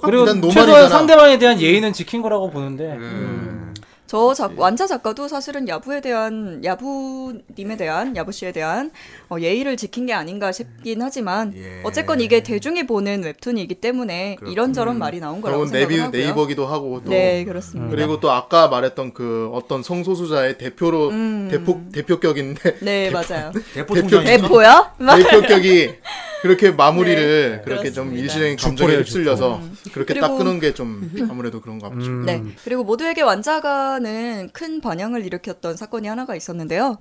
S5: 그리고
S3: 일단 노말이잖아.
S5: 최소한 상대방에 대한 예의는 지킨 거라고 보는데
S4: 네.
S1: 네.
S4: 음.
S1: 저 작, 완자 작가도 사실은 야부에 대한 야부님에 대한 야부 씨에 대한 어, 예의를 지킨 게 아닌가 싶긴 하지만
S3: 예.
S1: 어쨌건 이게 대중이 보는 웹툰이기 때문에 이런저런 말이 나온 거라고
S3: 그건
S1: 생각을
S3: 네비,
S1: 하고요.
S3: 네이버기도 음. 하고 또
S1: 네 그렇습니다.
S3: 그리고 또 아까 말했던 그 어떤 성소수자의 대표로
S1: 음.
S3: 대폭 대표격인데
S1: 네 맞아요. 네,
S3: 대표
S1: 대포야?
S3: 대표격이 그렇게 마무리를 그렇게 좀
S1: 네, 그렇습니다. 음.
S3: 일시적인 감정에 휩쓸려서 그렇게 딱
S1: 그리고-
S3: 끄는 게좀 아무래도 그런 것
S5: 음.
S3: 같죠.
S1: 네. 그리고 모두에게 완자가는 큰 반향을 일으켰던 사건이 하나가 있었는데요.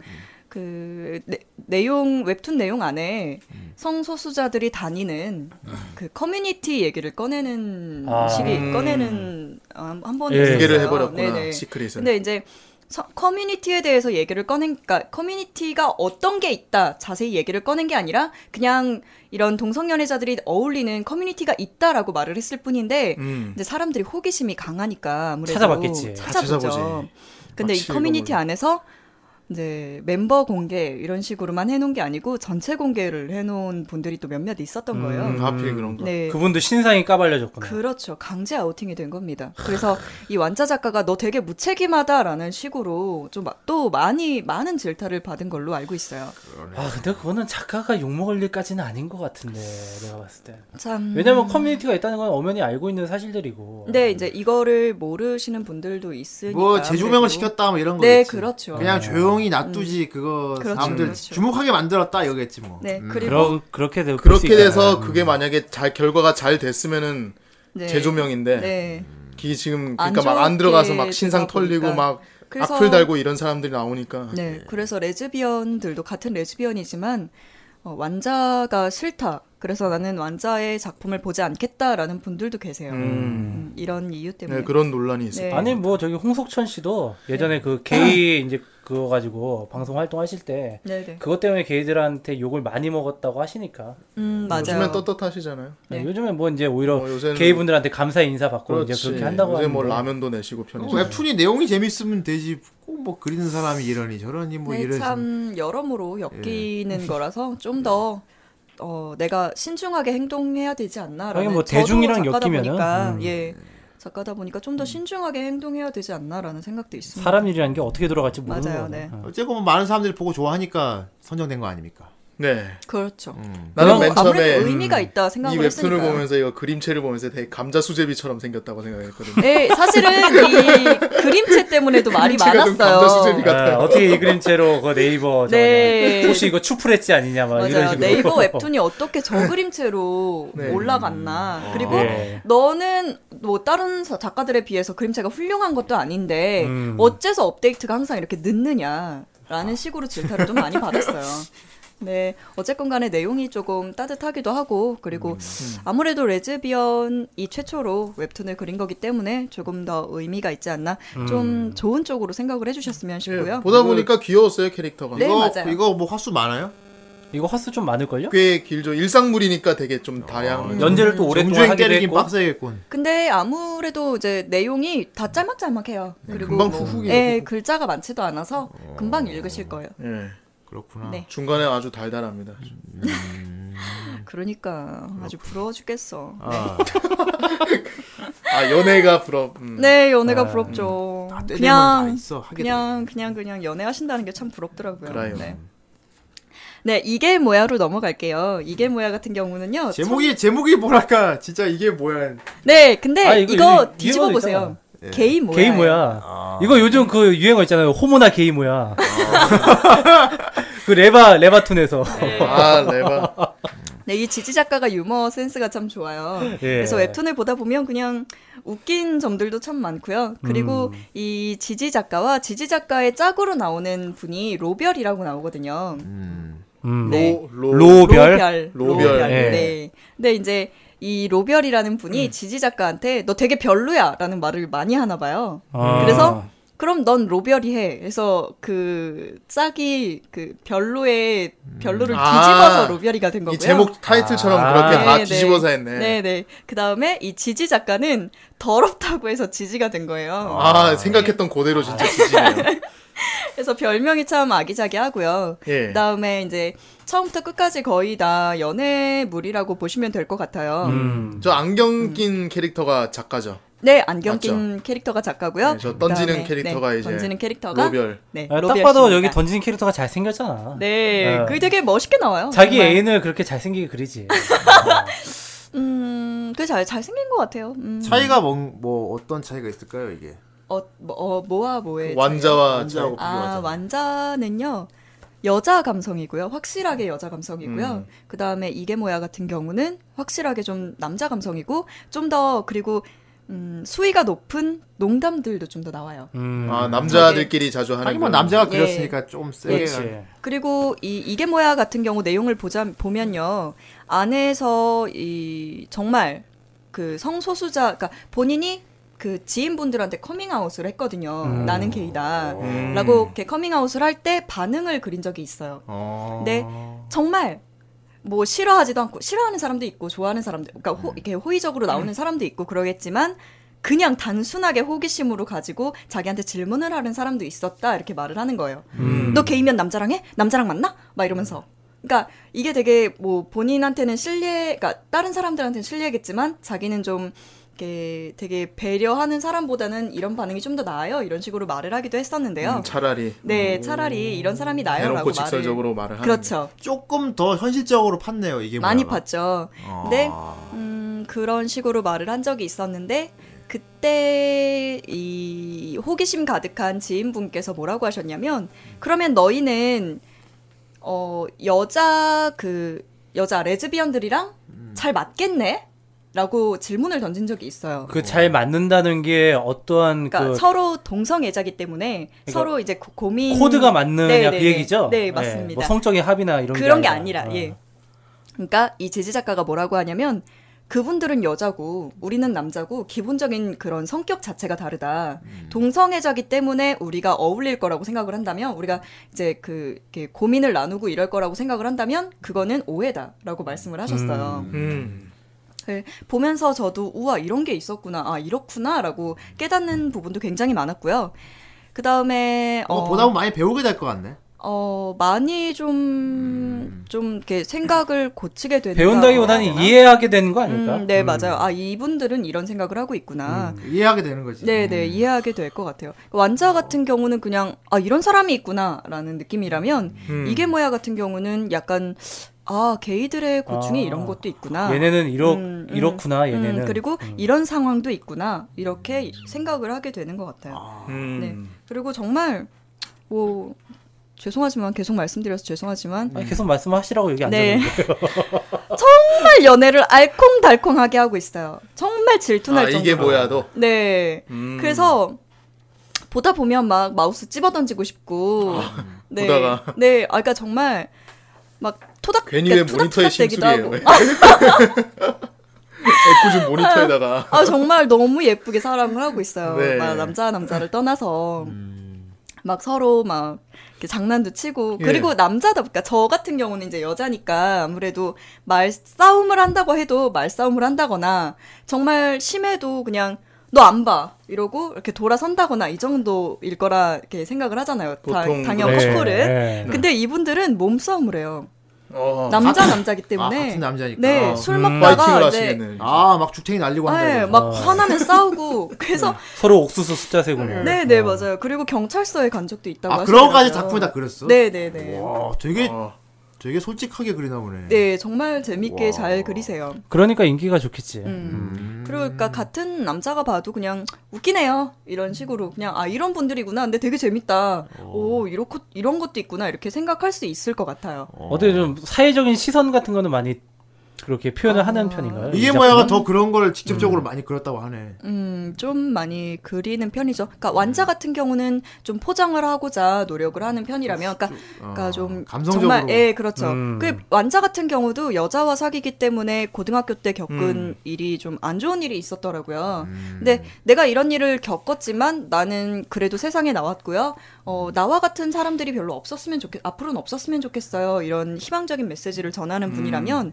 S1: 그 네, 내용 웹툰 내용 안에
S3: 음.
S1: 성소수자들이 다니는 그 커뮤니티 얘기를 꺼내는
S5: 아.
S1: 시기 꺼내는 한번
S5: 예.
S3: 공개를 음. 해버렸구나 시크릿을.
S1: 어, 네, 근데 이제 서- 커뮤니티에 대해서 얘기를 꺼내니까 커뮤니티가 어떤 게 있다 자세히 얘기를 꺼낸 게 아니라 그냥 이런 동성연애자들이 어울리는 커뮤니티가 있다라고 말을 했을 뿐인데
S3: 음.
S1: 이제 사람들이 호기심이 강하니까 아무래도
S5: 찾아봤겠지.
S3: 아,
S1: 찾아보죠.
S3: 찾아보지.
S1: 근데 이
S3: 확실히
S1: 커뮤니티
S3: 이거는.
S1: 안에서 이제 멤버 공개 이런 식으로만 해놓은 게 아니고 전체 공개를 해놓은 분들이 또 몇몇 있었던 거예요.
S3: 음, 하필 그런 거.
S1: 네.
S5: 그분도 신상이 까발려졌구나.
S1: 그렇죠. 강제 아우팅이 된 겁니다. 그래서 이 완자 작가가 너 되게 무책임하다라는 식으로 좀 또 많이 많은 질타를 받은 걸로 알고 있어요.
S5: 아 근데 그거는 작가가 욕먹을 일까지는 아닌 것 같은데 내가 봤을 때.
S1: 참.
S5: 왜냐면 커뮤니티가 있다는 건 엄연히 알고 있는 사실들이고.
S1: 네, 이제 이거를 모르시는 분들도 있으니까.
S4: 뭐 재조명을
S1: 아무래도.
S4: 시켰다 뭐 이런
S1: 네,
S4: 거겠지.
S1: 그렇죠.
S4: 그냥 조용히 놔두지 그거
S1: 그렇죠,
S4: 사람들
S1: 그렇죠.
S4: 주목하게 만들었다 이거겠지 뭐.
S1: 네, 그리고
S5: 그러, 그렇게 될
S3: 그렇게
S5: 수 있잖아요.
S3: 돼서 그게 만약에 잘 결과가 잘 됐으면은
S1: 네.
S3: 재조명인데
S1: 네.
S3: 기 지금
S1: 안
S3: 그러니까 막 안
S1: 좋게
S3: 들어가서 막 신상
S1: 되다
S3: 털리고
S1: 보니까.
S3: 막
S1: 그래서-
S3: 악플 달고 이런 사람들이
S5: 아,
S3: 나오니까
S1: 네, 그래서 레즈비언들도 같은 레즈비언이지만 어, 완자가 싫다. 그래서 나는 완자의 작품을 보지 않겠다라는 분들도 계세요. 음, 이런 이유 때문에.
S3: 네, 그런 논란이 있어요.
S1: 네.
S5: 아니 뭐 저기 홍석천 씨도 예전에 그 게이 이제 그거 가지고 방송 활동하실 때
S1: 네네.
S5: 그것 때문에 게이들한테 욕을 많이 먹었다고 하시니까
S1: 음, 맞아요.
S3: 요즘엔 떳떳하시잖아요.
S1: 네.
S5: 요즘에 뭐 이제 오히려
S3: 어, 요새는-
S5: 게이 분들한테 감사 인사 받고 이제
S3: 그렇지.
S5: 그렇게 한다고
S3: 요새 뭐
S5: 하는데.
S3: 라면도 내시고
S4: 어,
S3: 편의점.
S4: 웹툰이 내용이 재밌으면 되지 꼭 뭐 그리는 사람이 이러니 저러니 뭐
S1: 네,
S4: 이러지.
S1: 참 여러모로 엮이는
S5: 예.
S1: 거라서
S5: 네.
S1: 좀 더 어, 내가 신중하게 행동해야 되지 않나라는
S5: 하긴 뭐
S1: 저도
S5: 대중이랑
S1: 작가다
S5: 엮이면은, 음.
S1: 보니까 예. 작가다 보니까 좀 더 신중하게 행동해야 되지 않나라는 생각도 있습니다.
S5: 사람 일이라는 게 어떻게 돌아갈지 모르는
S1: 맞아요.
S5: 거네.
S1: 네.
S4: 어쨌건 뭐 많은 사람들이 보고 좋아하니까 선정된 거 아닙니까?
S3: 네.
S1: 그렇죠.
S5: 음.
S3: 나는 맨 처음에
S1: 아무래도 의미가 있다
S3: 이
S1: 생각을
S3: 웹툰을
S1: 했으니까.
S3: 보면서 이거 그림체를 보면서 되게 감자 수제비처럼 생겼다고 생각했거든요.
S1: 네, 사실은 이 그림체 때문에도 말이
S3: 그림체가 좀
S1: 많았어요.
S3: 감자수제비 같아요.
S5: 아, 어떻게 이 그림체로 그 네이버 저거냐.
S1: 네.
S5: 혹시 이거 추프레치 아니냐 막뭐 이런
S1: 맞아요.
S5: 식으로
S1: 네이버 웹툰이 어떻게 저 그림체로
S3: 네.
S1: 올라갔나. 그리고
S5: 예.
S1: 너는 뭐 다른 사- 작가들에 비해서 그림체가 훌륭한 것도 아닌데
S5: 음.
S1: 어째서 업데이트가 항상 이렇게 늦느냐라는 식으로 질타를 좀 많이 받았어요. 네, 어쨌건 간에 내용이 조금 따뜻하기도 하고 그리고
S5: 음.
S1: 아무래도 레즈비언이 최초로 웹툰을 그린 거기 때문에 조금 더 의미가 있지 않나 좀
S5: 음.
S1: 좋은 쪽으로 생각을 해주셨으면
S3: 예,
S1: 싶고요.
S3: 보다 보니까 귀여웠어요 캐릭터가.
S1: 네,
S4: 이거
S1: 맞아요.
S4: 이거 뭐 화수 많아요?
S5: 이거 화수 좀 많을걸요? 음,
S3: 꽤 길죠. 일상물이니까 되게 좀 다양.
S5: 아, 연재를 또 오랫동안
S4: 정주행
S5: 하기도
S4: 때리긴
S5: 했고
S4: 빡세겠군.
S1: 근데 아무래도 이제 내용이 다 짤막짤막해요. 그리고
S3: 금방
S1: 뭐,
S3: 후훅이에요,
S1: 예, 글자가 많지도 않아서 금방 읽으실 거예요.
S3: 예.
S4: 그렇구나.
S1: 네.
S3: 중간에 아주 달달합니다.
S1: 그러니까 아주 부러워 죽겠어.
S4: 아,
S3: 아 연애가 부럽. 음.
S1: 네, 연애가 부럽죠.
S4: 음. 다 때리면 다
S1: 그냥
S4: 있어 하게
S1: 그냥 그냥 그냥 연애하신다는 게 참 부럽더라고요.
S3: 그래요.
S1: 네. 네, 이게 뭐야로 넘어갈게요. 이게 뭐야 같은 경우는요.
S4: 돼. 제목이 제목이 뭐랄까 진짜 이게 뭐야.
S1: 참- 네, 근데
S5: 아, 이거
S1: 이거,
S5: 이-
S1: 뒤집어
S5: 이거
S1: 보세요. 게이 뭐야?
S5: 게이 뭐야?
S4: 아.
S5: 이거 요즘 그 유행어 있잖아요. 호모나 게이 뭐야?
S4: 아.
S5: 그 레바 레바툰에서
S3: 아 레바.
S1: 네, 이 지지 작가가 유머 센스가 참 좋아요.
S5: 예.
S1: 그래서 웹툰을 보다 보면 그냥 웃긴 점들도 참 많고요. 그리고 이 지지 작가와 지지 작가의 짝으로 나오는 분이 로별이라고 나오거든요.
S4: 음.
S5: 음.
S1: 네.
S3: 로, 로.
S5: 로별.
S1: 로별.
S3: 로별.
S1: 로별.
S5: 예.
S1: 네. 근데 이제 이 로별이라는 분이 지지 작가한테 너 되게 별로야라는 말을 많이 하나 봐요.
S9: 아.
S1: 그래서 그럼 넌 로별이 해. 그래서 그 짝이 그 별로의 별로를
S3: 음.
S1: 뒤집어서
S3: 아,
S1: 로별이가 된 거고요.
S3: 이 제목 타이틀처럼
S5: 아.
S3: 그렇게 다
S1: 네, 네.
S3: 뒤집어서 했네.
S1: 네네. 그 다음에 이 지지 작가는 더럽다고 해서 지지가 된 거예요.
S3: 아, 생각했던 그대로 진짜 지지네요.
S1: 그래서 별명이 참 아기자기하고요.
S3: 예.
S1: 그 다음에 이제 처음부터 끝까지 거의 다 연애물이라고 보시면 될 것 같아요.
S5: 음.
S3: 저 안경 낀 캐릭터가 작가죠.
S1: 네, 안경 낀 캐릭터가 작가고요.
S3: 네, 저 던지는
S1: 그다음에,
S3: 캐릭터가
S1: 네,
S3: 이제
S1: 던지는 캐릭터가
S3: 로별.
S1: 네,
S5: 아, 딱
S1: 로비아
S5: 봐도
S1: 씨입니다.
S5: 여기 던지는 캐릭터가 잘생겼잖아.
S1: 네,
S5: 어.
S1: 그게 되게 멋있게 나와요.
S5: 자기
S1: 정말.
S5: 애인을 그렇게 잘생기게 그리지.
S1: 음, 그게 잘 잘생긴 것 같아요. 음,
S4: 차이가 뭐, 뭐 어떤 차이가 있을까요 이게?
S1: 어, 뭐, 어, 뭐와 뭐의
S3: 그 완자와 저-
S4: 환자하고
S1: 아,
S4: 뭐 비교하자.
S1: 완자는요. 여자 감성이고요. 확실하게 여자 감성이고요.
S3: 음.
S1: 그다음에 이게 뭐야 같은 경우는 확실하게 좀 남자 감성이고 좀 더 그리고 음, 수위가 높은 농담들도 좀 더 나와요.
S5: 음.
S3: 아, 남자들끼리 자주 하는
S4: 하긴 뭐
S3: 그런-
S4: 남자가
S1: 예.
S4: 그렸으니까 좀 세게.
S5: 그렇지.
S1: 그리고 이 이게 뭐야 같은 경우 내용을 보자 보면요. 안에서 이 정말 그 성소수자 그러니까 본인이 그 지인분들한테 커밍아웃을 했거든요.
S5: 음.
S1: 나는
S4: 어.
S1: 게이다.
S3: 음.
S1: 라고 이렇게 커밍아웃을 할 때 반응을 그린 적이 있어요.
S4: 어.
S1: 네. 정말 뭐 싫어하지도 않고 싫어하는 사람도 있고 좋아하는 사람도 그러니까
S3: 음.
S1: 호, 이렇게 호의적으로 나오는 사람도 있고 그러겠지만 그냥 단순하게 호기심으로 가지고 자기한테 질문을 하는 사람도 있었다 이렇게 말을 하는 거예요.
S5: 음.
S1: 너 게이면 남자랑 해? 남자랑 만나? 막 이러면서.
S3: 음.
S1: 그러니까 이게 되게 뭐 본인한테는 실례, 그러니까 다른 사람들한테는 실례겠지만 자기는 좀 이렇게 되게 배려하는 사람보다는 이런 반응이 좀 더 나아요. 이런 식으로 말을 하기도 했었는데요.
S3: 음, 차라리
S1: 네, 차라리 이런 사람이 나아요라고
S3: 대놓고
S1: 말을.
S3: 직설적으로 말을 하는
S1: 그렇죠.
S4: 조금 더 현실적으로 팠네요 이게.
S1: 많이
S4: 뭐야가.
S1: 봤죠.
S4: 아.
S1: 근데 음, 그런 식으로 말을 한 적이 있었는데 그때 이 호기심 가득한 지인분께서 뭐라고 하셨냐면 그러면 너희는 어 여자 그 여자 레즈비언들이랑
S5: 음.
S1: 잘 맞겠네? 라고 질문을 던진 적이 있어요.
S5: 그 잘 맞는다는 게 어떠한 그 그러니까
S1: 그러니까 서로 동성애자기 때문에 서로 이제 고- 고민
S5: 코드가 맞느냐
S1: 네, 네,
S5: 그 얘기죠?
S1: 네,
S5: 예,
S1: 맞습니다.
S5: 뭐 성적인 합의나 이런
S1: 그런
S5: 게
S1: 게
S5: 아니라.
S1: 아니라,
S5: 어.
S1: 예. 그러니까 이 제지 작가가 뭐라고 하냐면 그분들은 여자고 우리는 남자고 기본적인 그런 성격 자체가 다르다.
S5: 음.
S1: 동성애자기 때문에 우리가 어울릴 거라고 생각을 한다면 우리가 이제 그 이렇게 고민을 나누고 이럴 거라고 생각을 한다면 그거는 오해다라고 말씀을 하셨어요.
S3: 음.
S1: 네, 보면서 저도 우와 이런 게 있었구나 아 이렇구나라고 깨닫는 부분도 굉장히 많았고요. 그 다음에
S4: 어, 보다 보면 많이 배우게 될 것 같네.
S1: 어 많이 좀 좀 이렇게 생각을 고치게 되는
S5: 음. 배운다기보다는 이해하게 되는 거 아닐까?
S1: 음, 네
S5: 음.
S1: 맞아요. 아 이분들은 이런 생각을 하고 있구나.
S4: 이해하게 되는 거지.
S1: 네네
S5: 음.
S1: 이해하게 될 것 같아요. 완자 같은 경우는 그냥 아 이런 사람이 있구나라는 느낌이라면
S5: 음.
S1: 이게 뭐야 같은 경우는 약간 아 게이들의 고충이
S5: 아,
S1: 이런 것도 있구나.
S5: 얘네는 이렇
S1: 음, 음,
S5: 이렇구나. 얘네는. 음.
S1: 음, 그리고 이런 상황도 있구나 이렇게 생각을 하게 되는 것 같아요.
S3: 음.
S1: 네. 그리고 정말 뭐 죄송하지만 계속 말씀드려서 죄송하지만
S5: 아니, 계속 말씀하시라고 여기 앉아
S1: 네.
S5: 있는데.
S1: 정말 연애를 알콩달콩하게 하고 있어요. 정말 질투날
S3: 아,
S1: 정도로.
S3: 이게 뭐야도.
S1: 네.
S3: 음.
S1: 그래서 보다 보면 막 마우스 찝어 던지고 싶고. 네.
S3: 아, 보다가.
S1: 네. 아, 그러니까 정말 막 토닥
S3: 괜히 왜
S1: 그러니까
S3: 모니터에
S1: 토닥토닥대기도
S3: 심술이에요?
S1: 하고.
S3: 애꿎은 모니터에다가
S1: 아 정말 너무 예쁘게 사랑을 하고 있어요.
S3: 네.
S1: 막 남자 남자를 떠나서
S5: 음.
S1: 막 서로 막 이렇게 장난도 치고
S3: 예.
S1: 그리고 남자다 보니까 저 같은 경우는 이제 여자니까 아무래도 말 싸움을 한다고 해도 말 싸움을 한다거나 정말 심해도 그냥 너 안 봐 이러고 이렇게 돌아선다거나 이 정도일 거라 이렇게 생각을 하잖아요. 다-
S3: 보통
S1: 당연
S3: 그렇죠.
S1: 커플은.
S5: 네.
S1: 근데 이분들은 몸싸움을 해요.
S3: 어.
S1: 남자 남자기 때문에.
S4: 아, 같은 남자니까.
S1: 네,
S4: 어.
S1: 술
S5: 음.
S1: 먹다가
S3: 파이팅을
S1: 이제
S3: 하시겠네.
S4: 아막 죽탱이 날리고 한다.
S1: 네,
S4: 이거죠.
S1: 막
S4: 어.
S1: 화나면 싸우고 그래서
S5: 서로 옥수수 숫자 어. 세고.
S1: 네, 네, 맞아요. 그리고 경찰서에 간 적도 있다고
S4: 아
S1: 하시더라고요.
S4: 그런까지 작품이 다 그렸어.
S1: 네, 네, 네.
S4: 와 되게
S3: 어.
S4: 되게 솔직하게 그리나 보네.
S1: 네, 정말 재밌게
S4: 와.
S1: 잘 그리세요.
S5: 그러니까 인기가 좋겠지.
S1: 음. 그리고 그러니까 같은 남자가 봐도 그냥 웃기네요. 이런 식으로 그냥 아, 이런 분들이구나. 근데 되게 재밌다.
S4: 어.
S1: 오, 이렇고
S5: 어.
S4: 어.
S1: 이런 것도 있구나. 이렇게 생각할 수 있을 것 같아요.
S5: 어떻게 좀 사회적인 시선 같은 거는 많이 그렇게 표현을
S1: 아.
S5: 하는 편인가요?
S4: 이게
S5: 이
S4: 뭐야가
S5: 작품은? 음.
S4: 더 그런 걸 직접적으로 많이 그렸다고 하네.
S1: 음, 좀 많이 그리는 편이죠. 그러니까 완자
S4: 네.
S1: 같은 경우는 좀 포장을 하고자 노력을 하는 편이라면, 그러니까, 그러니까 좀
S4: 어, 감성적으로.
S1: 정말, 예, 그렇죠.
S5: 음.
S1: 그 완자 같은 경우도 여자와 사귀기 때문에 고등학교 때 겪은
S4: 음.
S1: 일이 좀 안 좋은 일이 있었더라고요. 근데 내가 이런 일을 겪었지만 나는 그래도 세상에 나왔고요.
S4: 음.
S1: 어, 나와 같은 사람들이 별로 없었으면 좋겠, 앞으로는 없었으면 좋겠어요. 이런 희망적인 메시지를
S4: 음.
S1: 전하는 분이라면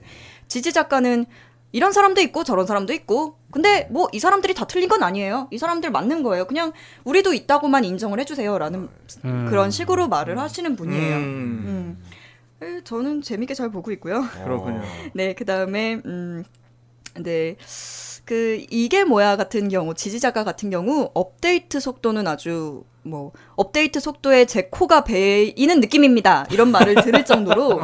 S1: 지지 작가는 이런 사람도 있고 저런 사람도 있고 근데 뭐 이 사람들이 다 틀린 건 아니에요 이 사람들 맞는 거예요 그냥 우리도 있다고만 인정을 해주세요라는
S5: 음.
S1: 그런 식으로 말을 하시는 분이에요
S9: 음,
S1: 음. 에, 저는 재밌게 잘 보고 있고요
S4: 어.
S9: 그렇군요.
S1: 네 그다음에 음, 네. 그 이게 뭐야 같은 경우 지지자가 같은 경우 업데이트 속도는 아주 뭐 업데이트 속도에 제 코가 베이는 느낌입니다 이런 말을 들을 정도로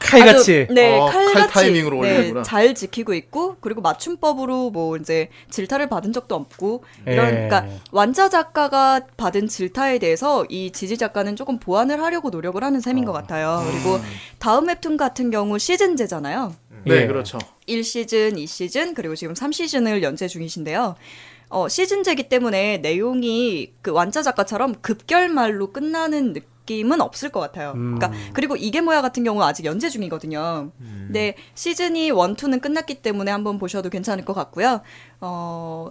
S5: 칼같이.
S1: 아주, 네,
S3: 어, 칼
S1: 칼같이
S3: 타이밍으로
S1: 네,
S3: 올리는구나.
S1: 잘 지키고 있고 그리고 맞춤법으로 뭐 이제 질타를 받은 적도 없고 이런
S5: 예.
S1: 그러니까 완자 작가가 받은 질타에 대해서 이 지지 작가는 조금 보완을 하려고 노력을 하는 셈인 것
S5: 어.
S1: 같아요. 그리고 다음 웹툰 같은 경우 시즌제잖아요.
S3: 네,
S5: 예.
S3: 그렇죠.
S1: 1시즌, 2시즌, 그리고 지금 3시즌을 연재 중이신데요. 어, 시즌제기 때문에 내용이 그 완자 작가처럼 급결말로 끝나는 느낌은 없을 것 같아요. 그러니까 그리고 이게 뭐야 같은 경우 는 아직 연재 중이거든요. 근데 시즌이 1, 2는 끝났기 때문에 한번 보셔도 괜찮을 것 같고요. 어,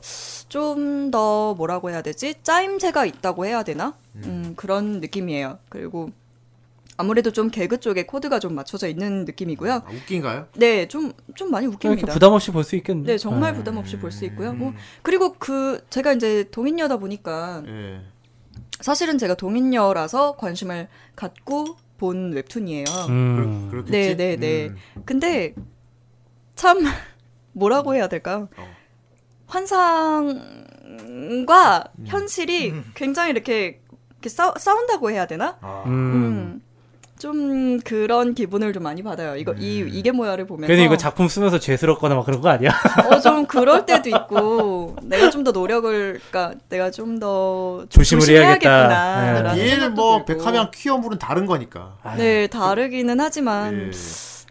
S1: 좀 더 뭐라고 해야 되지? 짜임새가 있다고 해야 되나? 음, 그런 느낌이에요. 그리고 아무래도 좀 개그 쪽에 코드가 좀 맞춰져 있는 느낌이고요.
S4: 아, 웃긴가요?
S1: 네, 좀, 좀 많이
S5: 이렇게
S1: 웃깁니다.
S5: 부담 없이 볼 수 있겠는데.
S1: 네, 정말 부담 없이 볼 수 있고요.
S4: 음.
S1: 뭐, 그리고 그, 제가 이제 동인녀다 보니까,
S4: 예.
S5: 음.
S1: 사실은 제가 동인녀라서 관심을 갖고 본 웹툰이에요.
S5: 음.
S4: 그렇겠지.
S1: 네, 네, 네.
S4: 음.
S1: 근데, 참, 뭐라고 해야 될까요?
S4: 어.
S1: 환상과
S4: 음.
S1: 현실이 굉장히 이렇게, 이렇게 싸, 싸운다고 해야 되나?
S5: 음.
S1: 음. 좀 그런 기분을 좀 많이 받아요. 이거 이
S4: 음.
S1: 이게 뭐야를 보면서
S5: 괜히 이거 작품 쓰면서 죄스럽거나 막 그런 거 아니야?
S1: 어 좀 그럴 때도 있고 내가 좀 더 노력을 그러니까 내가 좀 더
S5: 조심을 해야겠다.
S4: 얘는 뭐 백화면 퀴어물은 다른 거니까.
S1: 네 다르기는 하지만
S4: 예.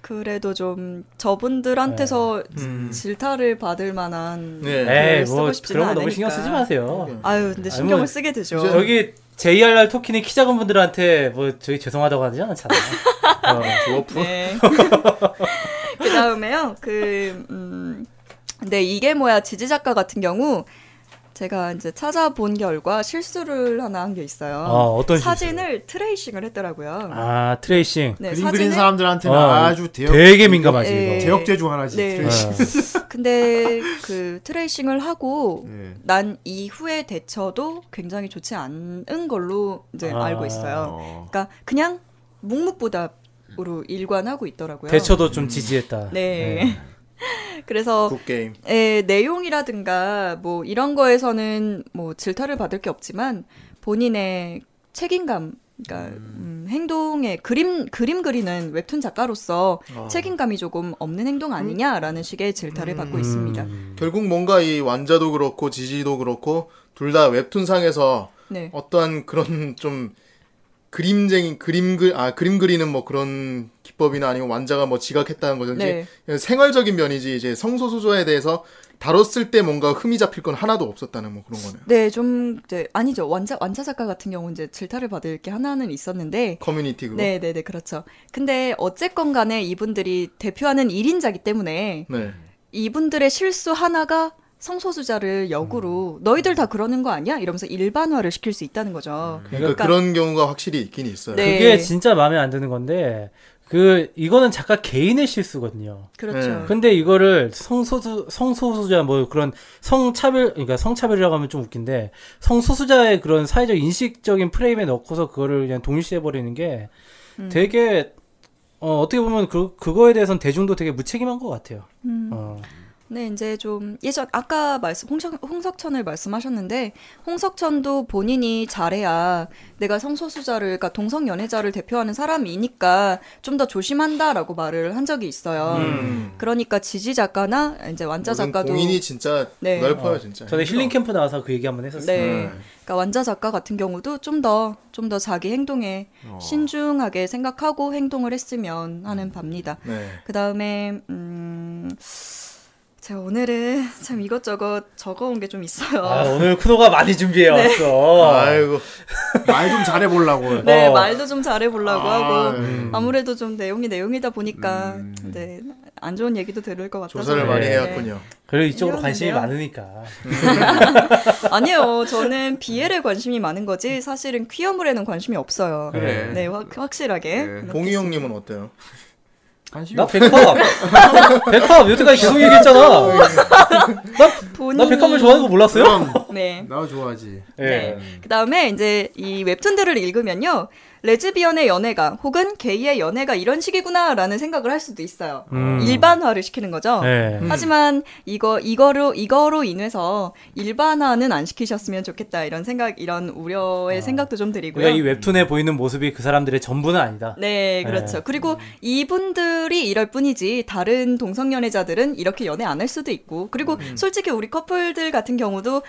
S1: 그래도 좀 저분들한테서
S3: 음.
S4: 음.
S1: 질타를 받을 만한
S4: 예.
S3: 네.
S5: 예. 에이
S1: 글을 쓰고
S5: 뭐
S1: 싶지는
S5: 그런 거 너무
S1: 않으니까.
S5: 신경 쓰지 마세요.
S1: 아유 근데 신경을
S5: 뭐,
S1: 쓰게 되죠.
S5: 저기 JRR 토끼니 키 작은 분들한테 뭐 저희 죄송하다고 하지 않잖아요. 어.
S1: 네. 그 다음에요. 그 음, 근데 이게 뭐야 지지 작가 같은 경우 제가 이제 찾아본 결과 실수를 하나 한 게 있어요.
S5: 아, 어떤 실수?
S1: 사진을 트레이싱을 했더라고요.
S5: 아 트레이싱
S1: 네,
S4: 그림 그린 사람들한테는
S5: 어,
S4: 아주 대역
S5: 되게 민감하지
S1: 예.
S5: 이거. 어,
S4: 대역죄 중 하나지.
S1: 네.
S4: 트레이싱.
S1: 근데 그 트레이싱을 하고
S4: 예.
S1: 난 이후의 대처도 굉장히 좋지 않은 걸로 이제
S5: 아.
S1: 알고 있어요.
S4: 어.
S1: 그러니까 그냥 묵묵부답으로 일관하고 있더라고요.
S5: 대처도 좀 지지했다.
S1: 네. 그래서
S3: 굿게임.
S1: 에, 내용이라든가 뭐 이런 거에서는 뭐 질타를 받을 게 없지만 본인의 책임감 그러니까 음, 행동에 그림 그림 그리는 웹툰 작가로서
S3: 아.
S1: 책임감이 조금 없는 행동
S3: 음.
S1: 아니냐라는 식의 질타를 받고 있습니다.
S3: 결국 뭔가 이 완자도 그렇고 지지도 그렇고 둘 다 웹툰상에서
S1: 네.
S3: 어떠한 그런 좀 그림쟁이 그림 그아 그림 그리는 뭐 그런 기법이나 아니면 완자가 뭐 지각했다는 거든지
S1: 네.
S3: 그냥 생활적인 면이지 이제 성소수자에 대해서 다뤘을 때 뭔가 흠이 잡힐 건 하나도 없었다는 뭐 그런 거네요.
S1: 네, 좀 이제 아니죠. 완자 완자 작가 같은 경우 이제 질타를 받을 게 하나는 있었는데
S3: 커뮤니티 그거.
S1: 네, 네, 네, 그렇죠. 근데 어쨌건 간에 이분들이 대표하는 1인자기 때문에
S3: 네.
S1: 이분들의 실수 하나가 성소수자를 역으로
S3: 음.
S1: 너희들 다 그러는 거 아니야? 이러면서 일반화를 시킬 수 있다는 거죠.
S3: 그러니까 그런 경우가 확실히 있긴 있어요.
S1: 네.
S5: 그게 진짜 마음에 안 드는 건데 그 이거는 작가 개인의 실수거든요.
S3: 네.
S1: 그렇죠.
S5: 근데 이거를 성소수 성소수자 뭐 그런 성차별 그러니까 성차별이라고 하면 좀 웃긴데 성소수자의 그런 사회적 인식적인 프레임에 넣고서 그거를 그냥 동일시해 버리는 게
S1: 음. 음.
S5: 되게 어, 어떻게 보면 그 그거에 대해서는 대중도 되게 무책임한 것 같아요. 어.
S1: 네, 이제 좀 예전 아까 말씀 홍석, 홍석천을 말씀하셨는데 홍석천도 본인이 잘해야 내가 성소수자를 그러니까 동성 연애자를 대표하는 사람이니까 좀 더 조심한다라고 말을 한 적이 있어요. 그러니까 지지 작가나 이제 완자
S3: 모든
S1: 작가도
S3: 음. 공인이 진짜
S1: 네.
S3: 넓어요 진짜.
S5: 전에 힐링 캠프 나와서 그 얘기 한번 했었어요.
S1: 네. 그러니까 완자 작가 같은 경우도 좀 더 좀 더 자기 행동에 신중하게 생각하고 행동을 했으면 하는 바입니다.
S3: 네.
S1: 그 다음에 음, 제가 오늘은 참 이것저것 적어온 게 좀 있어요.
S5: 아, 오늘 쿠노가 많이
S1: 네.
S5: 준비해 왔어.
S3: 아이고
S4: 말 좀 잘해보려고.
S1: 네
S5: 어.
S1: 말도 좀 잘해보려고 하고
S3: 음.
S1: 아무래도 좀 내용이 내용이다 보니까 네안 좋은 얘기도 들을 것 같아서
S3: 조사를 많이
S5: 네.
S3: 해왔군요.
S5: 그리고 이쪽으로
S1: 이러는데요?
S5: 관심이 많으니까.
S1: 아니에요 저는 BL에 관심이 많은 거지 사실은 퀴어물에는 관심이 없어요
S4: 그래.
S1: 네 확, 확실하게
S4: 네.
S3: 봉이 형님은 어때요?
S4: 관심이
S5: 나 백합. 백합 여태까지 계속 얘기했잖아.
S1: 본인이
S5: 나 백합을 좋아하는 거 몰랐어요?
S1: 네
S4: 나 좋아하지.
S5: 예.
S1: 그 다음에 이제 이 웹툰들을 읽으면요. 레즈비언의 연애가 혹은 게이의 연애가 이런 식이구나라는 생각을 할 수도 있어요. 일반화를 시키는 거죠.
S5: 예.
S1: 하지만 이거 이거로 이거로 인해서 일반화는 안 시키셨으면 좋겠다 이런 생각 이런 우려의 생각도 좀 드리고요.
S5: 우리가 이 웹툰에 보이는 모습이 그 사람들의 전부는 아니다.
S1: 네, 그렇죠. 그리고 이분들이 이럴 뿐이지 다른 동성 연애자들은 이렇게 연애 안 할 수도 있고 그리고
S5: 음.
S1: 솔직히 우리 커플들 같은 경우도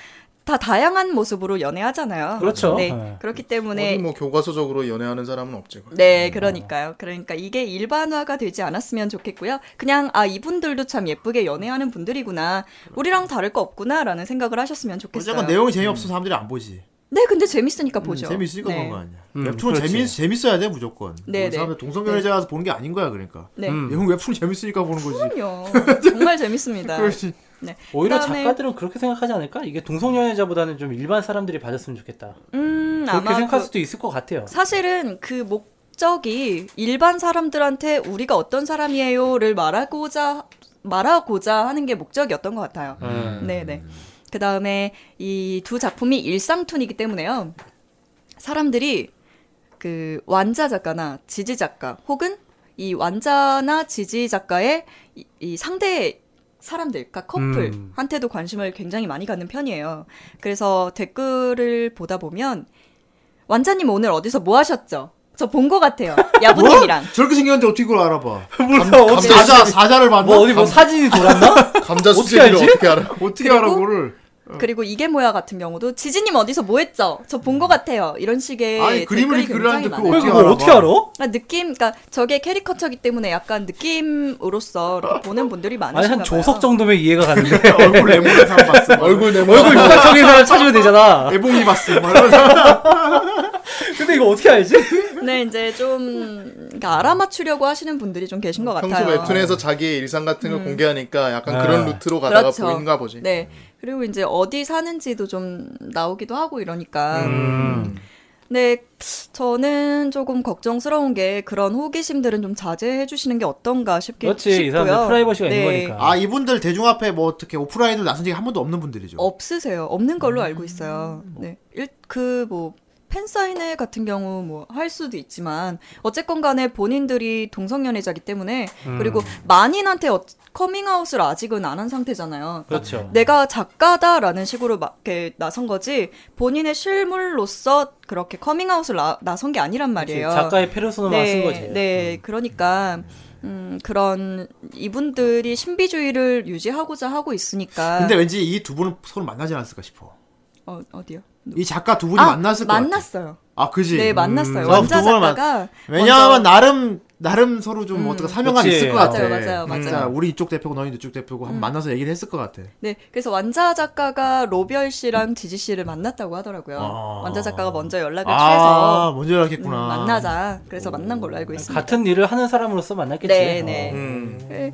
S1: 다 다양한 모습으로 연애하잖아요.
S5: 그렇죠.
S1: 네,
S5: 네.
S1: 그렇기
S3: 어디
S1: 때문에
S3: 뭐 교과서적으로 연애하는 사람은 없지.
S5: 음.
S1: 네, 그러니까요. 그러니까 이게 일반화가 되지 않았으면 좋겠고요. 그냥 아 이분들도 참 예쁘게 연애하는 분들이구나, 우리랑 다를 거 없구나라는 생각을 하셨으면 좋겠어요.
S4: 어쨌건 내용이 재미없어 사람들이 안 보지.
S1: 네, 근데 재밌으니까 보죠.
S4: 음, 재밌으니까
S1: 네.
S4: 보는 거 아니야.
S5: 음,
S4: 웹툰은
S5: 그렇지.
S4: 재미 재밌어야 돼 무조건. 뭐
S1: 네, 네.
S4: 사람들 동성연애자서 보는 게 아닌 거야 그러니까.
S1: 네,
S5: 음.
S4: 형 웹툰 재밌으니까 보는 거지.
S1: 그럼요. 정말 재밌습니다.
S4: 그렇지.
S1: 네.
S5: 오히려
S1: 그다음에-
S5: 작가들은 그렇게 생각하지 않을까? 이게 동성연애자보다는 좀 일반 사람들이 봐줬으면 좋겠다.
S1: 음,
S5: 그렇게
S1: 아마
S5: 생각할
S1: 그-
S5: 수도 있을 것 같아요.
S1: 사실은 그 목적이 일반 사람들한테 우리가 어떤 사람이에요를 말하고자 말하고자 하는 게 목적이었던 것 같아요.
S4: 음.
S5: 음.
S1: 네, 네. 그 다음에 이 두 작품이 일상툰이기 때문에요. 사람들이 그 완자 작가나 지지 작가 혹은 이 완자나 지지 작가의 이, 이 상대 사람들, 그러니까
S5: 음.
S1: 커플한테도 관심을 굉장히 많이 갖는 편이에요. 그래서 댓글을 보다 보면 완자님 오늘 어디서 뭐 하셨죠? 저 본 거 같아요. 야부님이랑.
S4: 저렇게 생겼는데 어떻게 그걸 알아봐?
S5: 몰라. 어디-
S4: 사자 사자를 봤나?
S5: 뭐 어디 뭐 사진이 돌았나?
S3: 감자
S5: 어떻게
S3: 수제비를
S5: 알지?
S3: 어떻게 알아?
S4: 어떻게 알아
S1: 그리고-
S4: 그거를?
S1: 그리고 이게 뭐야 같은 경우도 지지님 어디서 뭐 했죠? 저 본 거 같아요. 이런 식의
S4: 아니, 그림을
S1: 댓글이
S4: 이렇게
S1: 굉장히
S4: 그려놨는데 그거
S1: 많아요.
S5: 그걸
S4: 어떻게
S5: 그걸 뭐 어떻게
S4: 알아봐?
S5: 알아?
S1: 아, 느낌, 그러니까 저게 캐리커처기 때문에 약간 느낌으로서 이렇게 보는 분들이
S5: 아니
S1: 많으신가
S5: 한
S1: 봐요.
S5: 조석 정도면 이해가 가는데
S4: 얼굴 레몬에 사람 봤어.
S3: 얼굴 내
S4: 뭐
S5: 얼굴 유사적인 사람 찾으면 되잖아.
S4: 애봉이 봤어. 뭐. 막 이런 사람.
S5: 근데 이거 어떻게 알지?
S1: 네, 이제 좀 그러니까 알아맞추려고 하시는 분들이 좀 계신 것 같아요. 음.
S3: 평소 웹툰에서 자기의 일상 같은 걸 공개하니까 약간
S5: 아.
S3: 그런 루트로 가다가
S1: 그렇죠.
S3: 보인가 보지.
S1: 네. 그리고 이제 어디 사는지도 좀 나오기도 하고 이러니까.
S3: 음.
S1: 네, 저는 조금 걱정스러운 게 그런 호기심들은 좀 자제해 주시는 게 어떤가 싶기
S5: 그렇지 이 사람들
S1: 싶고요.
S5: 프라이버시가
S1: 네.
S5: 있는 거니까.
S4: 아 이분들 대중 앞에 뭐 어떻게 오프라인으로 나선 적이 한 번도 없는 분들이죠.
S1: 없으세요. 없는 걸로 알고 있어요. 네. 일, 그 뭐, 팬사인회 같은 경우 뭐 할 수도 있지만 어쨌건 간에 본인들이 동성연애자기 때문에 그리고 만인한테 어, 커밍아웃을 아직은 안 한 상태잖아요.
S5: 그렇죠.
S1: 내가 작가다라는 식으로 막 이렇게 나선 거지 본인의 실물로서 그렇게 커밍아웃을 나, 나선 게 아니란 말이에요.
S5: 작가의 페르소나만 쓴 거지.
S1: 네, 그러니까 음, 그런 이분들이 신비주의를 유지하고자 하고 있으니까
S4: 근데 왠지 이 두 분은 서로 만나지 않았을까 싶어.
S1: 어, 어디요?
S4: 이 작가 두 분이 만났을 것 같아.
S1: 만났어요.
S4: 아 그지.
S1: 네, 만났어요.
S4: 음.
S1: 원자
S4: 아, 두 분을 만-
S1: 작가가
S4: 왜냐하면
S1: 먼저- 음,
S4: 나름 나름 서로 좀 어떻게 사명감이
S5: 그치.
S4: 있을 것 같아.
S1: 맞아요, 음. 맞아요, 맞아요.
S4: 자, 우리 이쪽 대표고 너희 이쪽 대표고 한번 만나서 얘기를 했을 것 같아.
S1: 네, 그래서 완자 작가가 로별 씨랑 지지 씨를 만났다고 하더라고요.
S4: 아.
S1: 완자 작가가 먼저 연락을
S4: 아
S1: 취해서
S4: 먼저
S1: 음,
S4: 연락했구나.
S1: 만나자. 그래서 만난 걸로 알고 있습니다.
S5: 같은 일을 하는 사람으로서 만났겠지.
S1: 네, 네.
S5: 어.
S3: 음.
S1: 네,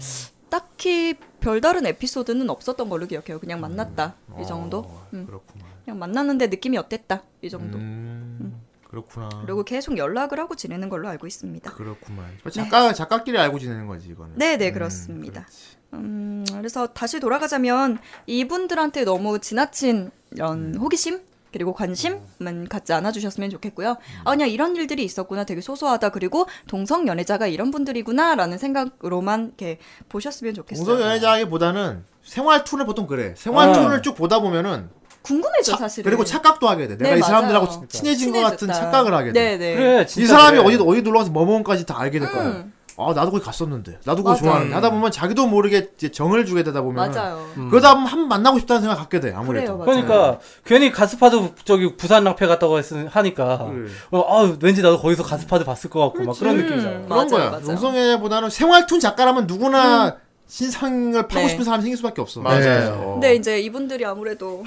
S1: 딱히 별다른 에피소드는 없었던 걸로 기억해요. 그냥 만났다 이 정도. 음,
S4: 어, 그렇구나.
S1: 그냥 만났는데 느낌이 어땠다 이 정도.
S4: 음, 그렇구나.
S1: 그리고 계속 연락을 하고 지내는 걸로 알고 있습니다.
S4: 그렇구만. 작가 작가끼리 알고 지내는 거지 이거는.
S1: 네, 네 그렇습니다. 음, 그래서 다시 돌아가자면 이분들한테 너무 지나친 이런
S4: 음.
S1: 호기심 그리고 관심은
S4: 어.
S1: 갖지 않아 주셨으면 좋겠고요.
S4: 음.
S1: 아 그냥 이런 일들이 있었구나, 되게 소소하다. 그리고 동성 연애자가 이런 분들이구나라는 생각으로만 이렇게 보셨으면 좋겠어요.
S4: 동성 연애자기보다는 생활 툰을 보통 그래. 생활
S9: 어.
S4: 툰을 쭉 보다 보면은
S1: 궁금해져
S4: 차-
S1: 사실은.
S4: 그리고 착각도 하게 돼. 내가
S1: 네,
S4: 이 사람들하고
S1: 맞아요.
S4: 친해진 것 같은
S1: 친해졌다.
S4: 착각을 하게 돼.
S1: 네, 네.
S5: 그래 진짜
S4: 이 사람이 어디
S5: 그래.
S4: 어디 놀러 가서 뭐 먹은까지 다 알게 될 거야.
S1: 음.
S4: 아 나도 거기 갔었는데 나도 그거
S1: 맞아.
S4: 좋아하는데 하다 보면 자기도 모르게 이제 정을 주게 되다 보면
S1: 맞아요.
S5: 음.
S4: 그러다 보면 한 번 만나고 싶다는 생각 갖게 돼
S1: 그래요,
S4: 아무래도
S1: 맞아요.
S5: 그러니까 괜히 가스파도 저기 부산 랑패 갔다고 했, 하니까
S1: 네.
S5: 어, 아 왠지 나도 거기서 가스파도 봤을 것 같고 막 그런
S1: 음,
S5: 느낌이잖아.
S4: 그런
S1: 맞아요,
S4: 거야
S1: 맞아요. 음.
S4: 용성애보다는 생활툰 작가라면 누구나 신상을 파고
S1: 네.
S4: 싶은 사람이 생길 수밖에 없어
S3: 맞아요.
S1: 근데 이제 이분들이 아무래도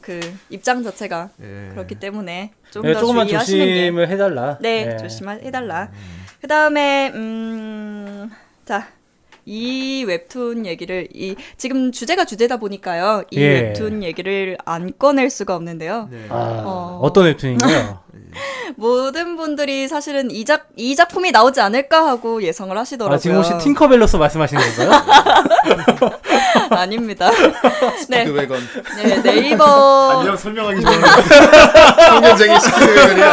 S1: 그 입장 자체가
S4: 예.
S1: 그렇기 때문에 좀
S5: 예,
S1: 더
S5: 조금만
S1: 주의하시는 게
S5: 조심을 해달라.
S1: 네,
S5: 예.
S1: 조심해달라. 그 다음에, 음, 자, 이 웹툰 얘기를, 이, 지금 주제가 주제다 보니까요. 이
S5: 예.
S1: 웹툰 얘기를 안 꺼낼 수가 없는데요.
S5: 아,
S1: 어.
S5: 어... 떤 웹툰인가요?
S1: 모든 분들이 사실은 이 작, 이 작품이 나오지 않을까 하고 예상을 하시더라고요.
S5: 아, 지금 혹시 팅커벨로서 말씀하시는 건가요?
S1: 아닙니다. 네,
S3: 그외건
S1: 네, 네이버.
S10: 그냥 설명하기 전에
S1: 네.
S3: 성년쟁이 시키는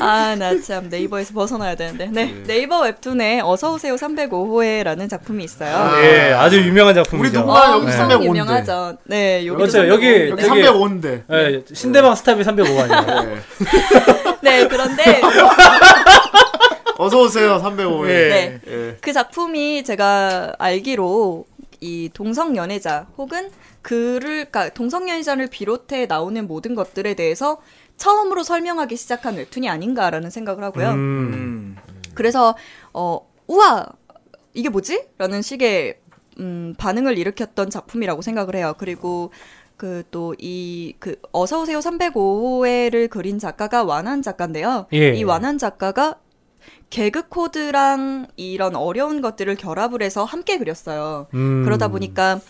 S1: 아, 나 참 네이버에서 벗어나야 되는데. 네, 네이버 웹툰에 어서오세요 305호회라는 작품이 있어요.
S5: 예, 아주 유명한
S4: 우리
S5: 작품이죠.
S1: 뭐
S4: 누구나 여기
S1: 엄청
S4: 305인데
S1: 유명하죠. 네, 여기도
S5: 그렇죠, 아, 여기-
S4: 예. 여기
S5: 되게-
S4: 305인데
S5: 예, 신대방 스탑이 305 아니에요?
S1: 네, 그런데
S4: 어서 오세요 305에
S1: 네. 그 작품이 제가 알기로 이 동성 연애자 혹은 그를 그러니까 동성 연애자를 비롯해 나오는 모든 것들에 대해서 처음으로 설명하기 시작한 웹툰이 아닌가라는 생각을 하고요.
S5: 음,
S1: 그래서 어 우와 이게 뭐지? 라는 식의 음, 반응을 일으켰던 작품이라고 생각을 해요. 그리고 그 또 이 그 어서 오세요 305회를 그린 작가가 완한 작가인데요.
S5: 예.
S1: 이 완한 작가가 개그 코드랑 이런 어려운 것들을 결합을 해서 함께 그렸어요.
S5: 음.
S1: 그러다 보니까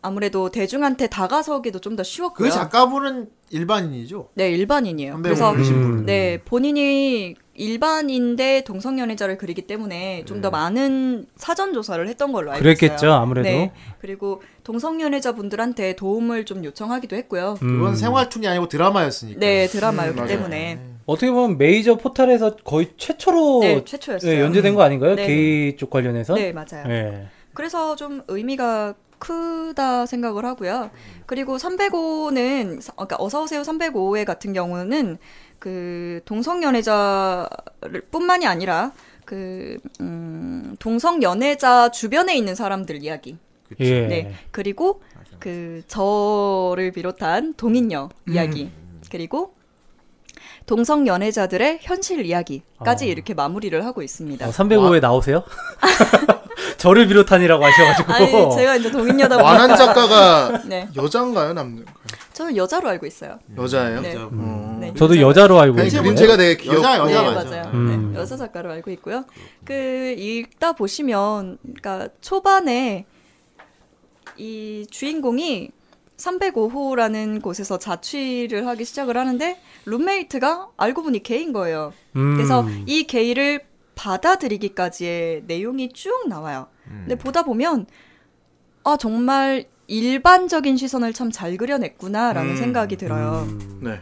S1: 아무래도 대중한테 다가서기도 좀 더 쉬웠고요.
S4: 그 작가분은 일반인이죠
S1: 네, 일반인이에요. 그래서
S4: 305 이신
S5: 음.
S4: 분
S1: 네, 본인이 일반인데 동성 연애자를 그리기 때문에 좀 더 많은 사전 조사를 했던 걸로 알고
S5: 그랬겠죠,
S1: 있어요.
S5: 아무래도.
S1: 네. 그리고 동성 연애자 분들한테 도움을 좀 요청하기도 했고요.
S5: 음.
S4: 그건 생활툰이 아니고 드라마였으니까
S1: 네, 드라마였기 때문에
S5: 어떻게 보면 메이저 포탈에서 거의 최초로
S1: 네, 최초였어요.
S5: 예, 연재된 거 아닌가요?
S1: 네.
S5: 게이 쪽 관련해서?
S1: 네, 맞아요.
S5: 예.
S1: 그래서 좀 의미가 크다 생각을 하고요. 그리고 305는 그러니까 어서 오세요 305회 같은 경우는 그 동성 연애자를 뿐만이 아니라 그 음, 동성 연애자 주변에 있는 사람들 이야기.
S5: 예.
S1: 네. 그리고 그 저를 비롯한 동인녀
S5: 음.
S1: 이야기. 그리고 동성 연애자들의 현실 이야기까지
S5: 아.
S1: 이렇게 마무리를 하고 있습니다.
S5: 어, 305에 나오세요? 저를 비롯한이라고 하셔가지고.
S1: 아니 제가 이제 동인녀다 보니까
S3: 완한 작가가
S1: 네.
S3: 여자인가요 남자인가요?
S1: 저는 여자로 알고 있어요.
S3: 여자예요?
S1: 네.
S3: 어.
S1: 네,
S5: 저도
S1: 여자로.
S5: 여자로 알고
S3: 그냥
S5: 있는데.
S3: 그림체가 되게 귀엽고
S4: 여자 여자
S1: 네,
S4: 맞아.
S1: 맞아요.
S5: 음.
S1: 네, 여자 작가로 알고 있고요. 그 읽다 보시면 그러니까 초반에 이 주인공이 305호라는 곳에서 자취를 하기 시작을 하는데 룸메이트가 알고 보니 게인 거예요.
S5: 음.
S1: 그래서 이 게이를 받아들이기까지의 내용이 쭉 나와요. 근데
S4: 음.
S1: 보다 보면 아 정말 일반적인 시선을 참 잘 그려냈구나라는
S3: 음.
S1: 생각이
S5: 예.
S1: 들어요.
S3: 네.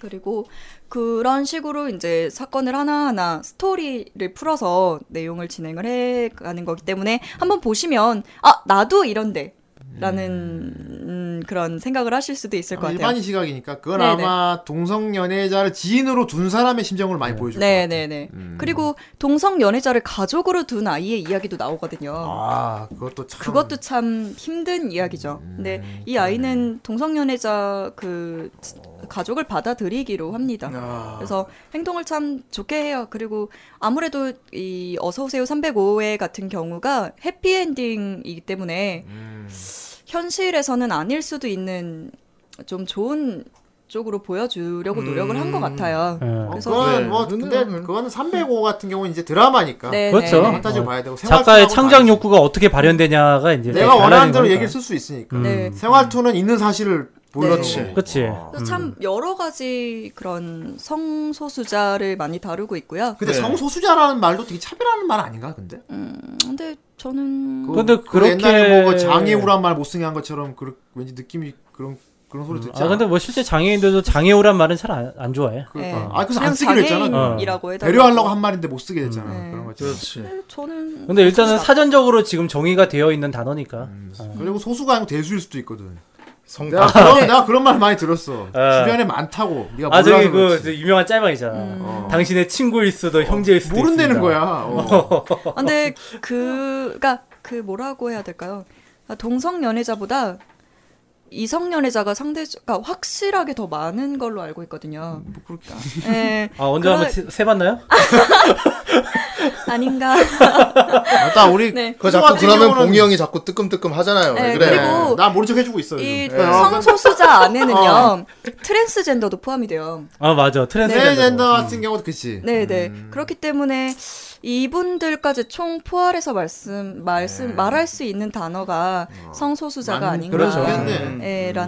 S1: 그리고 그런 식으로 이제 사건을 하나하나 스토리를 풀어서 내용을 진행을 해 가는 거기 때문에 한번 보시면 아 나도 이런데 라는 음, 그런 생각을 하실 수도 있을 것 같아요.
S4: 일반인 시각이니까 그건
S1: 네네.
S4: 아마 동성 연애자를 지인으로 둔 사람의 심정을 많이 보여줄 거예요. 음.
S1: 네, 네, 네. 그리고 동성 연애자를 가족으로 둔 아이의 이야기도 나오거든요.
S4: 아 그것도 참 음.
S1: 그것도 참 힘든 이야기죠. 근데 이 아이는 동성연애자 그 지- 가족을 받아들이기로 합니다. 그래서 행동을 참 좋게 해요. 그리고 아무래도 이 어서오세요 305회 같은 경우가 해피엔딩이기 때문에
S4: 음.
S1: 현실에서는 아닐 수도 있는 좀 좋은 쪽으로 보여주려고
S4: 음.
S1: 노력을 한 것 같아요.
S5: 예.
S4: 어,
S1: 그래서-
S4: 그건
S3: 네.
S4: 뭐 근데 그거는 305 같은 경우는 이제 드라마니까
S1: 네,
S5: 그렇죠.
S1: 네, 네.
S4: 판타지 봐야 되고
S5: 작가의
S4: 생활툰하고
S5: 창작
S4: 다르지.
S5: 욕구가 어떻게 발현되냐가 이제 그
S4: 내가 원하는
S5: 달라지는
S4: 대로
S5: 거니까.
S4: 얘기를 쓸 수 있으니까
S1: 네.
S4: 생활툰은 있는 사실을 보여주고
S3: 그렇지.
S5: 그치.
S1: 그래서 참 여러 가지 그런 성소수자를 많이 다루고 있고요.
S4: 근데
S3: 네.
S4: 성소수자라는 말도 되게 차별하는 말 아닌가 근데
S1: 음, 근데 저는
S4: 그-
S5: 근데
S4: 그 옛날에
S5: 그렇게-
S4: 뭐그 장애우란 말 못쓰게 한 것처럼 그 왠지 느낌이 그런 그런 소리 듣지
S5: 아 근데 뭐 실제 장애인들도 장애우란 말은 잘 안 좋아해.
S4: 그러니까.
S1: 네.
S4: 아 그래서 안
S1: 그냥
S4: 쓰기로 했잖아. 어.
S1: 장애인이라고 해달라고.
S4: 배려하려고 한 말인데 못 쓰게 됐잖아.
S1: 음. 네.
S4: 그런 거 있잖아.
S9: 그렇지.
S1: 저는
S5: 근데 일단은 사전적으로 지금 정의가 되어 있는 단어니까.
S4: 음. 그리고 소수가 아니고 대수일 수도 있거든.
S3: 성대.
S4: 내가 그런, 내가 그런 말 많이 들었어.
S5: 음. 아.
S4: 주변에 많다고. 네가
S5: 아 저기
S4: 그러니까 몰라서
S5: 그
S4: 그렇지.
S5: 유명한 짤방이잖아.
S1: 음.
S4: 어.
S5: 당신의 친구일 수도 형제일 수도
S4: 모른다는
S5: 있습니다.
S4: 거야. 어.
S1: 아, 근데 그가 그 뭐라고 해야 될까요? 아, 동성 연애자보다 이성 연애자가 상대 그러니까 확실하게 더 많은 걸로 알고 있거든요. 그러니까 예,
S5: 아 언제
S1: 그럴-
S5: 한번 세- 세봤나요?
S1: 아닌가?
S4: 맞다 우리
S1: 네.
S3: 그거
S4: 소수
S3: 자꾸
S4: 같은
S3: 그러면
S4: 경우는-
S3: 봉이 형이 자꾸 뜨끔뜨끔 하잖아요. 왜
S1: 네,
S3: 그래?
S1: 그리고
S4: 나 모른 척 해주고 있어.
S1: 이
S4: 요즘. 예, 어.
S1: 성소수자 안에는요 트랜스젠더도 포함이 돼요.
S5: 아 맞아
S4: 네,
S5: 트랜스젠더.
S4: 트랜스젠더 같은 경우도 그치.
S1: 네. 네네 그렇기 때문에 이분들까지 총 포괄해서 말씀 말씀 말할 수 있는 단어가 성소수자가
S4: 맞는-
S5: 그렇죠.
S1: 아닌가라는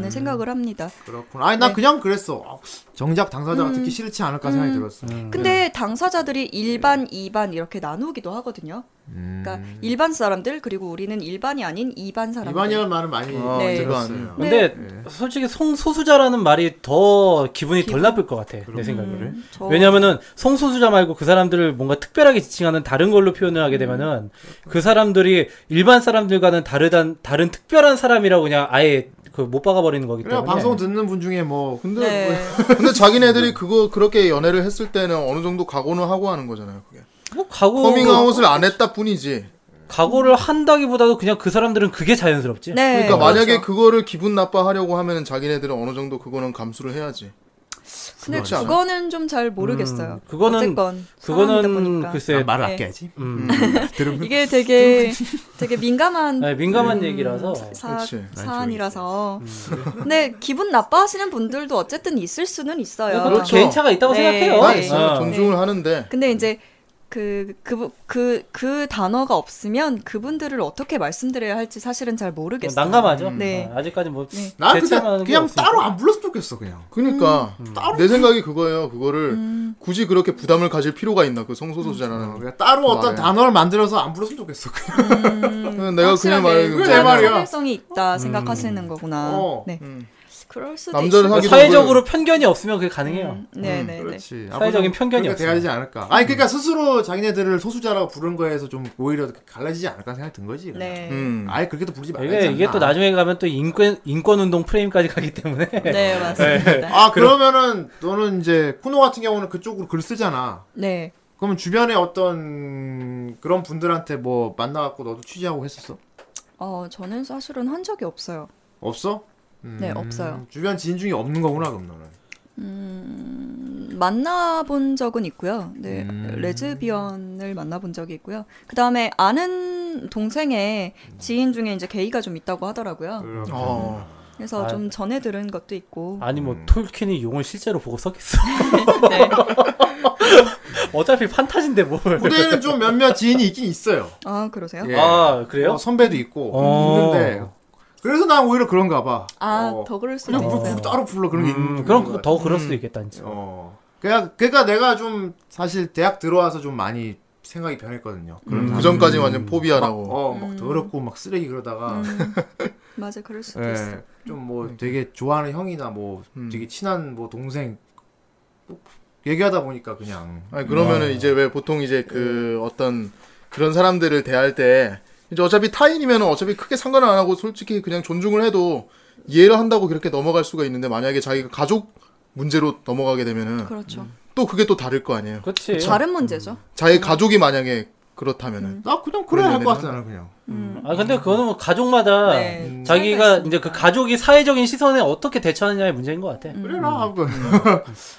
S4: 네.
S1: 생각을 합니다.
S4: 음, 그렇구나. 아니 나
S1: 네. 음.
S4: 그냥 그랬어. 아, 정작 당사자가 듣기 싫지 않을까 생각이 들었어. 음.
S3: 음.
S1: 근데 당사자들이 일반, 이반 이렇게 나누기도 하거든요. 그러니까
S3: 음.
S1: 일반 사람들 그리고 우리는 일반이 아닌 이반 사람들.
S4: 이반이라는 말은 많이
S3: 어,
S1: 네.
S4: 들었어요.
S3: 이반.
S5: 근데 솔직히 성소수자라는 말이 더 기분이 덜 나쁠 것 같아 내 생각으로.
S1: 음, 저-
S5: 왜냐면은 성소수자 말고 그 사람들을 뭔가 특별하게 지칭하는 다른 걸로 표현을 하게 되면은 그 사람들이 일반 사람들과는 다르단 다른 특별한 사람이라고 그냥 아예 그 못 박아버리는 거기
S4: 그래
S5: 때문에
S4: 방송 듣는 분 중에 뭐
S3: 그
S4: 근데
S1: 네.
S3: 근데 자기네들이 그거 그렇게 연애를 했을 때는 어느 정도 각오는 하고 하는 거잖아요. 그게.
S5: 뭐 각오
S3: 커밍아웃을 안 했다 뿐이지.
S5: 각오를 한다기보다도 그냥 그 사람들은 그게 자연스럽지.
S1: 네.
S3: 그러니까 만약에
S1: 그렇죠.
S3: 그거를 기분 나빠하려고 하면 자기네들은 어느 정도 그거는 감수를 해야지.
S1: 근데
S3: 그렇지 않아요?
S1: 그거는 좀 잘 모르겠어요.
S5: 그렇죠. 음, 그거는-
S1: 어쨌건 사람이다
S5: 그거는 음,
S1: 보니까.
S5: 글쎄
S4: 말을
S1: 네.
S4: 아껴 해야지.
S5: 음,
S4: 들으면
S1: 이게 되게 되게 민감한
S5: 네, 민감한 얘기라서
S1: 사,
S3: 그렇지. 난
S1: 사안이라서.
S5: 음.
S1: 근데 기분 나빠하시는 분들도 어쨌든 있을 수는 있어요.
S5: 그것도
S3: 그렇죠.
S5: 개인차가 있다고
S1: 네.
S5: 생각해요.
S3: 나
S1: 네.
S3: 있어요.
S5: 어.
S3: 존중을 하는데.
S1: 근데 이제 그, 그, 그, 그 단어가 없으면 그분들을 어떻게 말씀드려야 할지 사실은 잘 모르겠어요.
S5: 뭐 난감하죠.
S1: 네.
S5: 아, 직까지뭐
S4: 나
S5: 대체하는
S4: 근데
S5: 게
S4: 그냥
S5: 없으니까.
S4: 따로 안 불렀으면 좋겠어 그냥.
S3: 그러니까 내 생각이 그거예요. 그거를 굳이 그렇게 부담을 가질 필요가 있나 그 성소수자라는 거.
S4: 그냥 따로 어떤
S5: 아,
S3: 말해.
S5: 네.
S4: 단어를 만들어서 안 불렀으면 좋겠어 그냥.
S3: 그냥 내가 그냥 말해.
S4: 그래, 내 말이야.
S1: 성별성이 있다
S5: 음.
S1: 생각하시는 거구나.
S4: 어.
S1: 네.
S3: 음.
S1: 그럴 수도
S3: 남자를
S1: 있을
S3: 하기
S1: 것
S5: 뭐 사회적으로 편견이 없으면 그게 가능해요.
S1: 같아요. 네, 네, 네.
S4: 그렇지.
S5: 사회적인 편견이
S4: 그러니까
S5: 음.
S4: 돼야 되지 않을까. 아니 그러니까 스스로 자기네들을 소수자라고 부른 거에서 좀 오히려 갈라지지 않을까 생각이 든 거지. 그냥.
S1: 네.
S3: 음.
S4: 아예 그렇게도 부르지 말자.
S5: 이게 이게 또 나중에 가면 또 인권 인권 운동 프레임까지 가기 때문에
S1: 네, 맞습니다.
S4: 아 그러면은 너는 이제 쿠노 같은 경우는 그쪽으로 글 쓰잖아.
S1: 네.
S4: 그러면 주변에 어떤 그런 분들한테 뭐 만나갖고 너도 취재하고 했었어?
S1: 어, 저는 사실은 한 적이 없어요.
S4: 없어? 음,
S1: 네, 없어요.
S4: 주변 지인 중에 없는 거구나 그럼 너는.
S1: 음, 만나본 적은 있고요. 네,
S5: 음.
S1: 레즈비언을 만나본 적이 있고요. 그 다음에 아는 동생의 지인 중에 이제 게이가 좀 있다고
S5: 음.
S1: 하더라고요.
S3: 어.
S1: 그래서
S5: 아.
S1: 좀 전에 들은 것도 있고.
S5: 아니
S4: 음.
S5: 뭐 톨킨이 용을 실제로 보고 썼겠어.
S1: 네.
S5: 어차피 판타지인데 뭘.
S4: 후대에는 좀 몇몇 지인이 있긴 있어요.
S1: 아, 그러세요?
S4: 예.
S5: 아 그래요?
S4: 어, 선배도 있고
S5: 어.
S4: 있는데 그래서 난 오히려 그런가 봐.
S1: 아,
S4: 어.
S1: 더 그럴 수도
S4: 그냥 뭐
S1: 있어요.
S4: 누구 따로 불러 그런 게 있는
S5: 음, 그럼
S4: 거
S5: 그-
S4: 같아.
S5: 더 그럴 수도 있겠다 진짜.
S4: 어. 그냥 그러니까 내가 좀 사실 대학 들어와서 좀 많이 생각이 변했거든요.
S5: 음.
S4: 그런
S3: 그
S4: 사람들.
S3: 전까지 완전 포비아라고.
S4: 어막
S1: 음.
S4: 더럽고 막 쓰레기 그러다가
S1: 맞아, 그럴 수도 있어.
S4: 예, 좀 뭐
S5: 음.
S4: 되게 좋아하는 형이나 뭐 되게 친한 뭐 동생 얘기하다 보니까 그냥
S5: 음.
S3: 아니 그러면은 이제 왜 보통 이제 그 어떤 그런 사람들을 대할 때 이제 어차피 타인이면 어차피 크게 상관은 안 하고 솔직히 그냥 존중을 해도 이해를 한다고 그렇게 넘어갈 수가 있는데 만약에 자기가 가족 문제로 넘어가게 되면은
S1: 그렇죠.
S3: 또 그게 또 다를 거 아니에요.
S5: 그렇지.
S1: 다른 문제죠.
S3: 자기 가족이 만약에 그렇다면은
S4: 나 아, 그냥 그래
S3: 그런
S4: 할 것
S3: 애들은?
S4: 같아 나는 그냥
S5: 아 근데 그거는 뭐
S1: 음.
S5: 가족마다
S1: 네, 차이가
S5: 자기가
S1: 있으니까.
S5: 이제 그 가족이 사회적인 시선에 어떻게 대처하느냐의 문제인 것
S1: 음.
S5: 같아.
S4: 그래 나 하고
S5: 그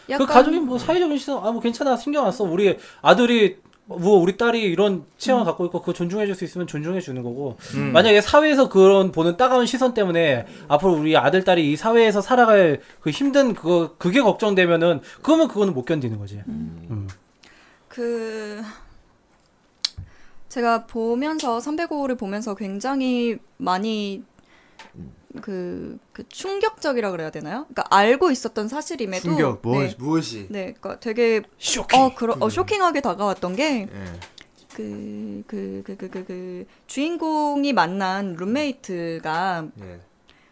S1: 약간
S5: 가족이 뭐 사회적인 시선 아 뭐 괜찮아 신경 안 써. 우리 아들이 뭐 우리 딸이 이런
S1: 음.
S5: 취향을 갖고 있고 그거 존중해 줄 수 있으면 존중해 주는 거고
S4: 음.
S5: 만약에 사회에서 그런 보는 따가운 시선 때문에 앞으로 우리 아들 딸이 이 사회에서 살아갈 그 힘든 그거 그게 걱정되면은 그러면 그거는 못 견디는 거지.
S1: 그 제가 보면서 305호를 보면서 굉장히 많이 그, 그 충격적이라 그래야 되나요? 그러니까 알고 있었던 사실임에도
S4: 충격 무엇
S1: 네,
S4: 무엇이
S1: 네, 그러니까 되게 쇼킹. 어, 그러, 어 쇼킹하게 다가왔던 게
S4: 예.
S1: 그, 그, 그, 그, 그, 그 주인공이 만난 룸메이트가
S4: 예.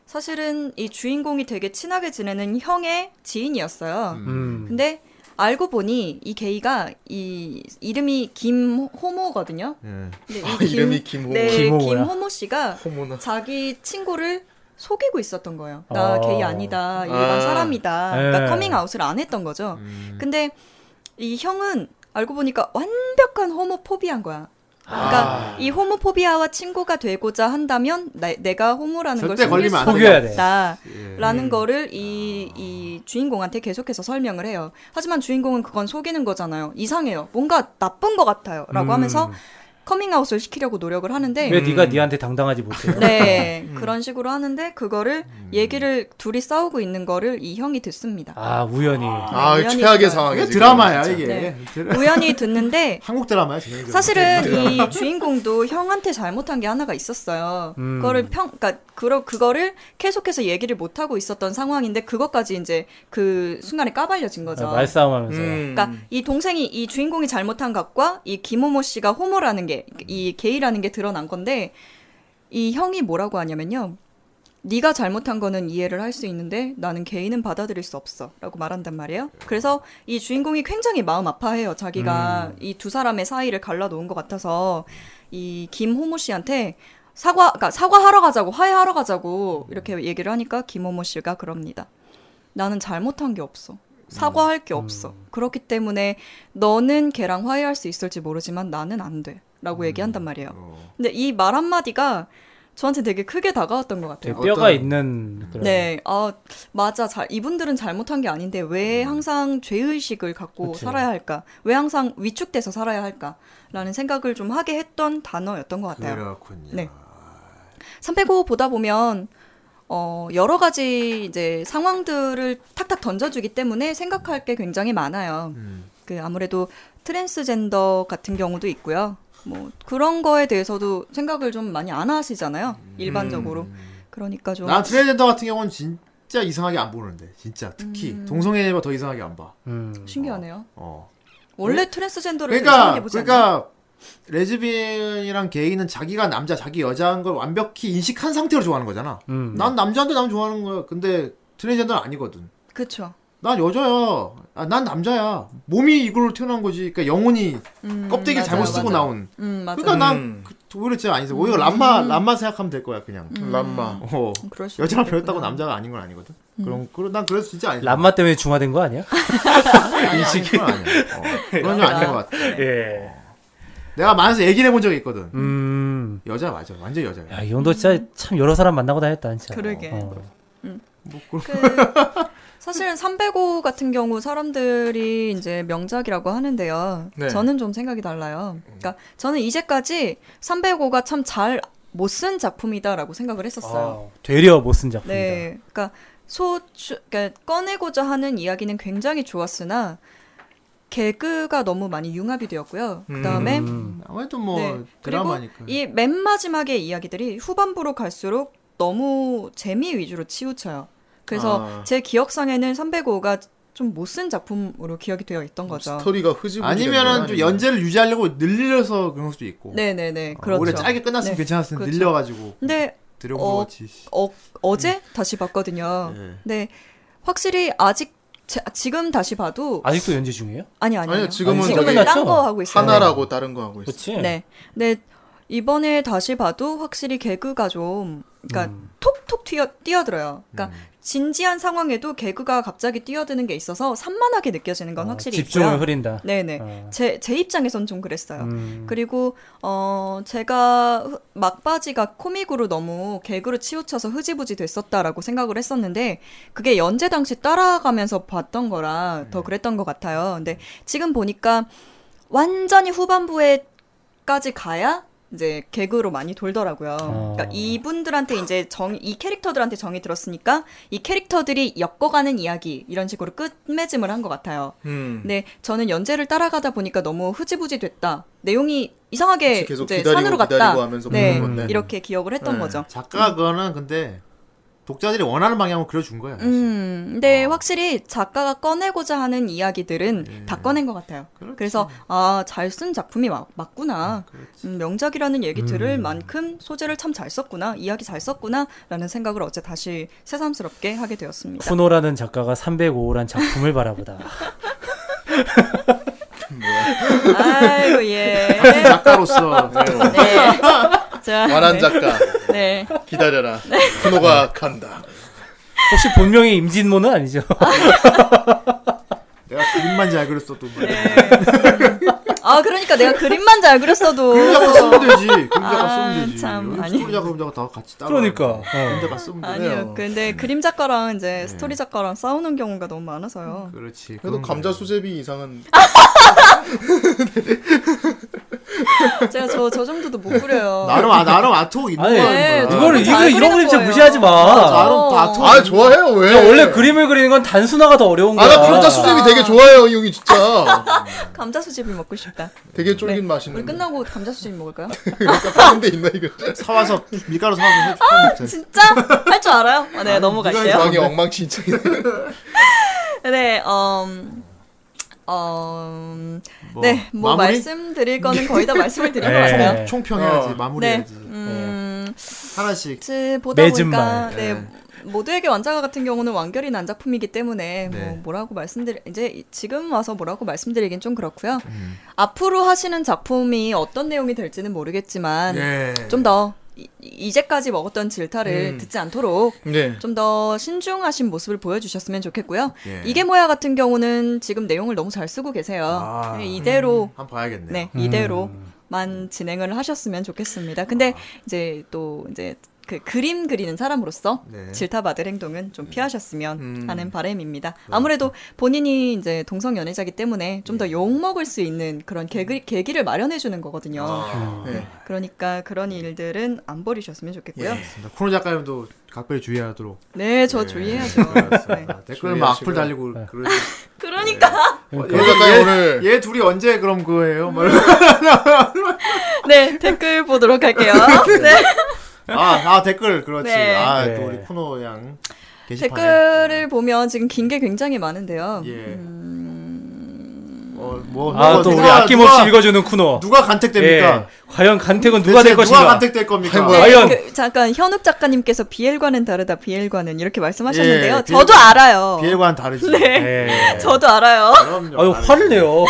S1: 사실은 이 주인공이 되게 친하게 지내는 형의 지인이었어요.
S5: 음.
S1: 근데 알고 보니 이 게이가 이 이름이 김호모거든요.
S5: 음.
S4: 예.
S1: 근데 이
S3: 아,
S1: 김-
S3: 이름이 김호모.
S1: 네,
S5: 김호모야.
S1: 김호모 씨가
S9: 호모나.
S1: 자기 친구를 속이고 있었던 거예요. 나
S5: 아.
S1: 게이 아니다. 일반
S3: 어. 아.
S1: 사람이다.
S5: 네.
S1: 그러니까 커밍아웃을 안 했던 거죠.
S4: 예, 음.
S1: 근데 이 형은 알고 보니까 완벽한 호모포비한 거야. 그러니까
S4: 아.
S1: 이 호모포비아와 친구가 되고자 한다면 나- 내가 호모라는 걸
S4: 절대
S1: 숨길
S4: 걸리면
S1: 수가
S4: 안 음.
S5: 속여야 돼.
S1: 그
S4: 예.
S1: 없다라는 거를 이, 이 주인공한테 계속해서 설명을 해요. 하지만 주인공은 그건 속이는 거잖아요. 이상해요. 뭔가 나쁜 것 같아요라고
S5: 음.
S1: 하면서 커밍아웃을 시키려고 노력을 하는데
S4: 음.
S5: 왜 네가 네한테 당당하지 못해?
S1: 네 그런 식으로 하는데 그거를
S4: 음.
S1: 얘기를 둘이 싸우고 있는 거를 이 형이 듣습니다.
S5: 아 우연히.
S3: 아,
S1: 우연히 들어요.
S3: 최악의 상황이야.
S4: 이게
S3: 지금.
S4: 드라마야
S3: 진짜.
S4: 이게.
S1: 네.
S4: 드라-
S1: 우연히 듣는데
S4: 한국 드라마야 진행적으로.
S1: 사실은 이 주인공도 형한테 잘못한 게 하나가 있었어요.
S5: 음.
S1: 그거를 평, 그러니까 그러, 그거를 계속해서 얘기를 못 하고 있었던 상황인데 그것까지 이제 그 순간에 까발려진 거죠.
S5: 아, 말싸움하면서.
S3: 음.
S1: 그러니까 이 동생이 이 주인공이 잘못한 것과 이 김호모 씨가 호모라는 게 이 게이라는 게 드러난 건데 이 형이 뭐라고 하냐면요. 네가 잘못한 거는 이해를 할 수 있는데 나는 게이는 받아들일 수 없어라고 말한단 말이에요. 그래서 이 주인공이 굉장히 마음 아파해요. 자기가 이 두 사람의 사이를 갈라놓은 것 같아서 이 김호모 씨한테 사과 그러니까 사과하러 가자고 화해하러 가자고
S5: 음.
S1: 이렇게 얘기를 하니까 김호모 씨가 그럽니다. 나는 잘못한 게
S5: 음.
S1: 없어. 사과할 게 없어. 그렇기 때문에 너는 걔랑 화해할 수 있을지 모르지만 나는 안 돼. 라고
S5: 음.
S1: 얘기한단 말이에요.
S4: 어,
S1: 근데 이 말 한마디가 저한테 되게 크게 다가왔던 것 같아요.
S5: 되게 뼈가
S3: 어떤-
S5: 있는 그런.
S1: 네, 아, 맞아. 잘, 이분들은 잘못한 게 아닌데 왜 항상 죄의식을 갖고
S5: 음. 그치.
S1: 살아야 할까? 왜 항상 위축돼서 살아야 할까? 라는 생각을 좀 하게 했던 단어였던 것 같아요.
S4: 그렇군요.
S1: 네. 305 보다 보면 어, 여러 가지 이제 상황들을 탁탁 던져주기 때문에 생각할 게 굉장히 많아요.
S4: 음.
S1: 그 아무래도 트랜스젠더 같은 경우도 있고요. 뭐 그런 거에 대해서도 생각을 좀 많이 안 하시잖아요.
S4: 음.
S1: 일반적으로. 그러니까 좀
S4: 난 트랜젠더 같은 경우는 진짜 이상하게 안 보는데 진짜 특히
S1: 음.
S4: 동성애보다 더 이상하게 안 봐.
S5: 음.
S1: 신기하네요.
S4: 어.
S1: 원래 트랜스젠더를
S4: 그러니까
S1: 이상하게 보지 않나요?
S4: 그러니까 레즈비언이랑 게이는 자기가 남자 자기 여자인 걸 완벽히 인식한 상태로 좋아하는 거잖아.
S5: 음.
S4: 난 남자인데 남 좋아하는 거야. 근데 트랜젠더는 아니거든.
S1: 그쵸.
S4: 난 여자야. 아, 난 남자야. 몸이 이걸로 태어난 거지. 그러니까 영혼이
S1: 음,
S4: 껍데기
S1: 맞아요,
S4: 잘못 쓰고
S1: 맞아요.
S4: 나온.
S1: 음 맞아.
S4: 그러니까
S3: 음.
S4: 난 그- 오히려 진짜 아니지. 오히려
S1: 음.
S4: 람마 람마 생각하면 될 거야 그냥.
S3: 람마.
S4: 어.
S1: 그럴 수도 있겠구나.
S4: 여자랑 변했다고 남자가 아닌 건 아니거든.
S1: 음.
S4: 그럼 그런 난 그래서 진짜 아니지.
S5: 람마 때문에 중화된 거 아니야?
S4: 인식이 아니야. 어, 그런 건 아닌 것 같아.
S5: 예.
S4: 내가 많아서 얘기를 해본 적이 있거든.
S5: 음.
S4: 여자 맞아. 완전 여자야.
S5: 야, 이 형도 진짜 참 여러 사람 만나고 다녔다, 진짜.
S1: 음. 그러게.
S5: 어.
S1: 그 사실은 305 같은 경우 사람들이 이제 명작이라고 하는데요.
S3: 네.
S1: 저는 좀 생각이 달라요. 그러니까 저는 이제까지 305가 참 잘 못 쓴 작품이다라고 생각을 했었어요.
S5: 아, 되려 못 쓴 작품이다.
S1: 네, 그러니까 소, 그러니까 꺼내고자 하는 이야기는 굉장히 좋았으나 개그가 너무 많이 융합이 되었고요. 그 다음에
S5: 음.
S4: 아무래도 뭐
S1: 네. 그리고
S4: 드라마니까.
S1: 이 맨 마지막의 이야기들이 후반부로 갈수록 너무 재미 위주로 치우쳐요. 그래서
S3: 아.
S1: 제 기억상에는 305가 좀 못 쓴 작품으로 기억이 되어 있던 거죠.
S3: 뭐 스토리가 흐지부지.
S4: 아니면은 좀 연재를 유지하려고 늘려서 그런 수도 있고.
S1: 네네네
S4: 어,
S1: 그렇죠.
S4: 오히려 짧게 끝났으면
S1: 네.
S4: 괜찮았을 텐데
S1: 그렇죠.
S4: 늘려가지고
S1: 근데
S4: 들여온
S1: 어, 그렇죠.
S4: 거 같이. 씨.
S1: 어, 어제 다시 봤거든요.
S4: 예.
S1: 근데 확실히 아직 제- 지금 다시 봐도
S5: 아직도 연재 중이에요?
S1: 아니 아니
S3: 아니요, 지금은
S5: 저기-
S1: 딴거 하고 있어요.
S3: 하나라고 다른 거 하고 있어.
S5: 그렇지.
S1: 네. 근데 이번에 다시 봐도 확실히 개그가 좀 그러니까
S5: 음.
S1: 톡톡 튀어, 뛰어들어요. 그러니까 진지한 상황에도 개그가 갑자기 뛰어드는 게 있어서 산만하게 느껴지는 건
S5: 어,
S1: 확실히
S5: 집중을
S1: 있고요.
S5: 흐린다.
S1: 네네.
S5: 어.
S1: 제, 제 입장에선 좀 그랬어요.
S5: 음.
S1: 그리고 어 제가 흐- 막바지가 코믹으로 너무 개그로 치우쳐서 흐지부지 됐었다라고 생각을 했었는데 그게 연재 당시 따라가면서 봤던 거라
S5: 네.
S1: 더 그랬던 것 같아요. 근데 지금 보니까 완전히 후반부에까지 가야 이제 개그로 많이 돌더라고요.
S5: 어.
S1: 그러니까 이분들한테 이제 정, 이 캐릭터들한테 정이 들었으니까 이 캐릭터들이 엮어가는 이야기 이런 식으로 끝맺음을 한 것 같아요.
S3: 음.
S1: 네, 저는 연재를 따라가다 보니까 너무 흐지부지 됐다. 내용이 이상하게
S3: 계속
S1: 이제
S3: 기다리고
S1: 산으로
S3: 기다리고
S1: 갔다.
S3: 하면서
S1: 네,
S3: 보는 건데.
S1: 이렇게 기억을 했던
S3: 네.
S1: 거죠.
S4: 작가 그거는 근데 독자들이 원하는 방향으로 그려준 거야. 사실.
S1: 음, 근데
S3: 아.
S1: 확실히 작가가 꺼내고자 하는 이야기들은
S3: 예.
S1: 다 꺼낸 것 같아요.
S4: 그렇지.
S1: 그래서 아, 잘 쓴 작품이 마- 맞구나. 음, 명작이라는 얘기 들을
S3: 음.
S1: 만큼 소재를 참 잘 썼구나. 이야기 잘 썼구나. 라는 생각을 어제 다시 새삼스럽게 하게 되었습니다.
S5: 쿠노라는 작가가 305호란 작품을 바라보다.
S1: 아이고, 예.
S4: 그 작가로서
S1: 네. 자,
S3: 완한
S1: 네.
S3: 작가
S1: 네.
S3: 기다려라. 쿠노가 간다.
S5: 혹시 본명이 임진모는 아니죠?
S4: 내가 그림만 잘 그렸어도 뭐.
S1: 네. 아, 그러니까 내가 그림만 잘 그렸어도.
S4: 그림자가 쓰면 되지. 그림자가
S1: 아,
S4: 쓰면 되지.
S1: 참,
S4: 요즘
S1: 아니.
S4: 스토리자가 그림자가 다 같이 따라.
S5: 그러니까, 어.
S4: 그림자가 쓰면 되네요. 네.
S1: 아니요. 근데 그림 작가랑 이제 스토리 작가랑 싸우는 경우가 너무 많아서요.
S4: 그렇지.
S3: 그래도
S4: 그런
S3: 감자
S4: 거예요.
S3: 수제비 이상은
S1: 제가 저, 저 정도도 못 그려요.
S4: 나름 아 나름 아트웍 있는
S5: 아니,
S4: 거야.
S1: 네,
S4: 이거는.
S5: 이거를
S1: 잘
S5: 이거
S1: 그리는
S5: 이런 그림 진짜
S1: 거예요.
S5: 무시하지 마.
S4: 나름 다 아트웍.
S3: 아 좋아해요 왜?
S5: 야, 네, 원래 그림을 그리는 건 단순화가 더 어려운 거야.
S3: 아나 감자 수제비 되게 좋아해요 이 형이 진짜.
S1: 감자 수제비 먹고 싶다.
S3: 되게 쫄긴
S1: 우리
S3: 맛있는.
S1: 끝나고 감자 수제비 먹을까요?
S3: 그러니까 파는 데 있나 이거?
S4: 사와서 밀가루 사와서
S1: 아,
S4: 해주면 돼.
S1: 진짜? 할 줄 알아요? 아, 네,
S4: 네가
S1: 넘어갈게요.
S3: 왕이 엉망진창이네.
S1: 네, 음, 음,
S4: 뭐,
S1: 네, 뭐
S4: 마무리?
S1: 말씀드릴 거는 거의 다 말씀을 드린 것
S5: 네.
S1: 같아요.
S4: 총평해야지
S3: 어.
S1: 네,
S4: 마무리해야지
S1: 음,
S4: 하나씩.
S1: 지- 보다
S5: 맺은
S1: 보니까
S5: 말.
S1: 네. 모두에게 완자가 같은 경우는 완결이 난 작품이기 때문에
S4: 예. 네.
S1: 뭐 뭐라고 말씀드리 이제 이- 지금 와서 뭐라고 말씀드리긴 좀 그렇고요.
S4: 음.
S1: 앞으로 하시는 작품이 어떤 내용이 될지는 모르겠지만
S4: 예.
S1: 네. 좀 더 이제까지 먹었던 질타를
S4: 음.
S1: 듣지 않도록
S3: 네.
S1: 좀 더 신중하신 모습을 보여주셨으면 좋겠고요.
S4: 예.
S1: 이게 뭐야 같은 경우는 지금 내용을 너무 잘 쓰고 계세요. 네,
S4: 아.
S1: 이대로
S4: 한번 봐야겠네.
S1: 네 이대로만 진행을 하셨으면 좋겠습니다. 근데 이제 또 이제 그 그림 그리는 사람으로서
S4: 네.
S1: 질타받을 행동은 좀 피하셨으면 하는 바람입니다. 아무래도 본인이 이제 동성 연애자기 때문에 좀 더 욕 먹을 수 있는 그런 계기, 계기를 마련해 주는 거거든요.
S3: 네.
S1: 그러니까 그런 일들은 안 벌이셨으면 좋겠고요.
S4: 예, 알겠습니다. 코너 작가님도 각별히 주의하도록.
S1: 예. 네, 저 주의해야죠. 네.
S4: 알겠습니다. 댓글 막 악플
S3: 주의하시고요.
S4: 달리고
S5: 네.
S4: 어, 그러.
S1: 그러니까
S3: 그런
S4: 예.
S3: 작가님 오늘
S4: 얘 둘이 언제 그럼 그거예요?
S5: 뭐
S4: 막 이러고.
S1: 네 댓글 보도록 할게요. 네
S4: 아, 아 댓글 그렇지.
S1: 네.
S4: 아,
S5: 네.
S4: 또 우리 쿠노 양 게시판에
S1: 댓글을 보면 지금 긴 게 굉장히 많은데요.
S4: 예.
S1: 음.
S4: 어, 뭐 누가-
S5: 아또 우리
S4: 누가-
S5: 아낌없이
S4: 누가-
S5: 읽어주는 쿠노.
S4: 누가 간택됩니까?
S5: 예. 과연 간택은 누가
S4: 대체
S5: 될 것인가?
S4: 누가 간택될 겁니까?
S3: 아니,
S1: 네,
S3: 뭐야.
S5: 과연
S1: 그, 잠깐 현욱 작가님께서 비엘과는 다르다 비엘과는 이렇게 말씀하셨는데요.
S4: 예,
S1: 저도
S4: 비엘과-
S1: 알아요.
S4: 비엘과는 다르지.
S5: 예.
S1: 네. 저도 알아요.
S4: 그럼요.
S5: 아유
S4: 다르지.
S5: 화를 내요. 어.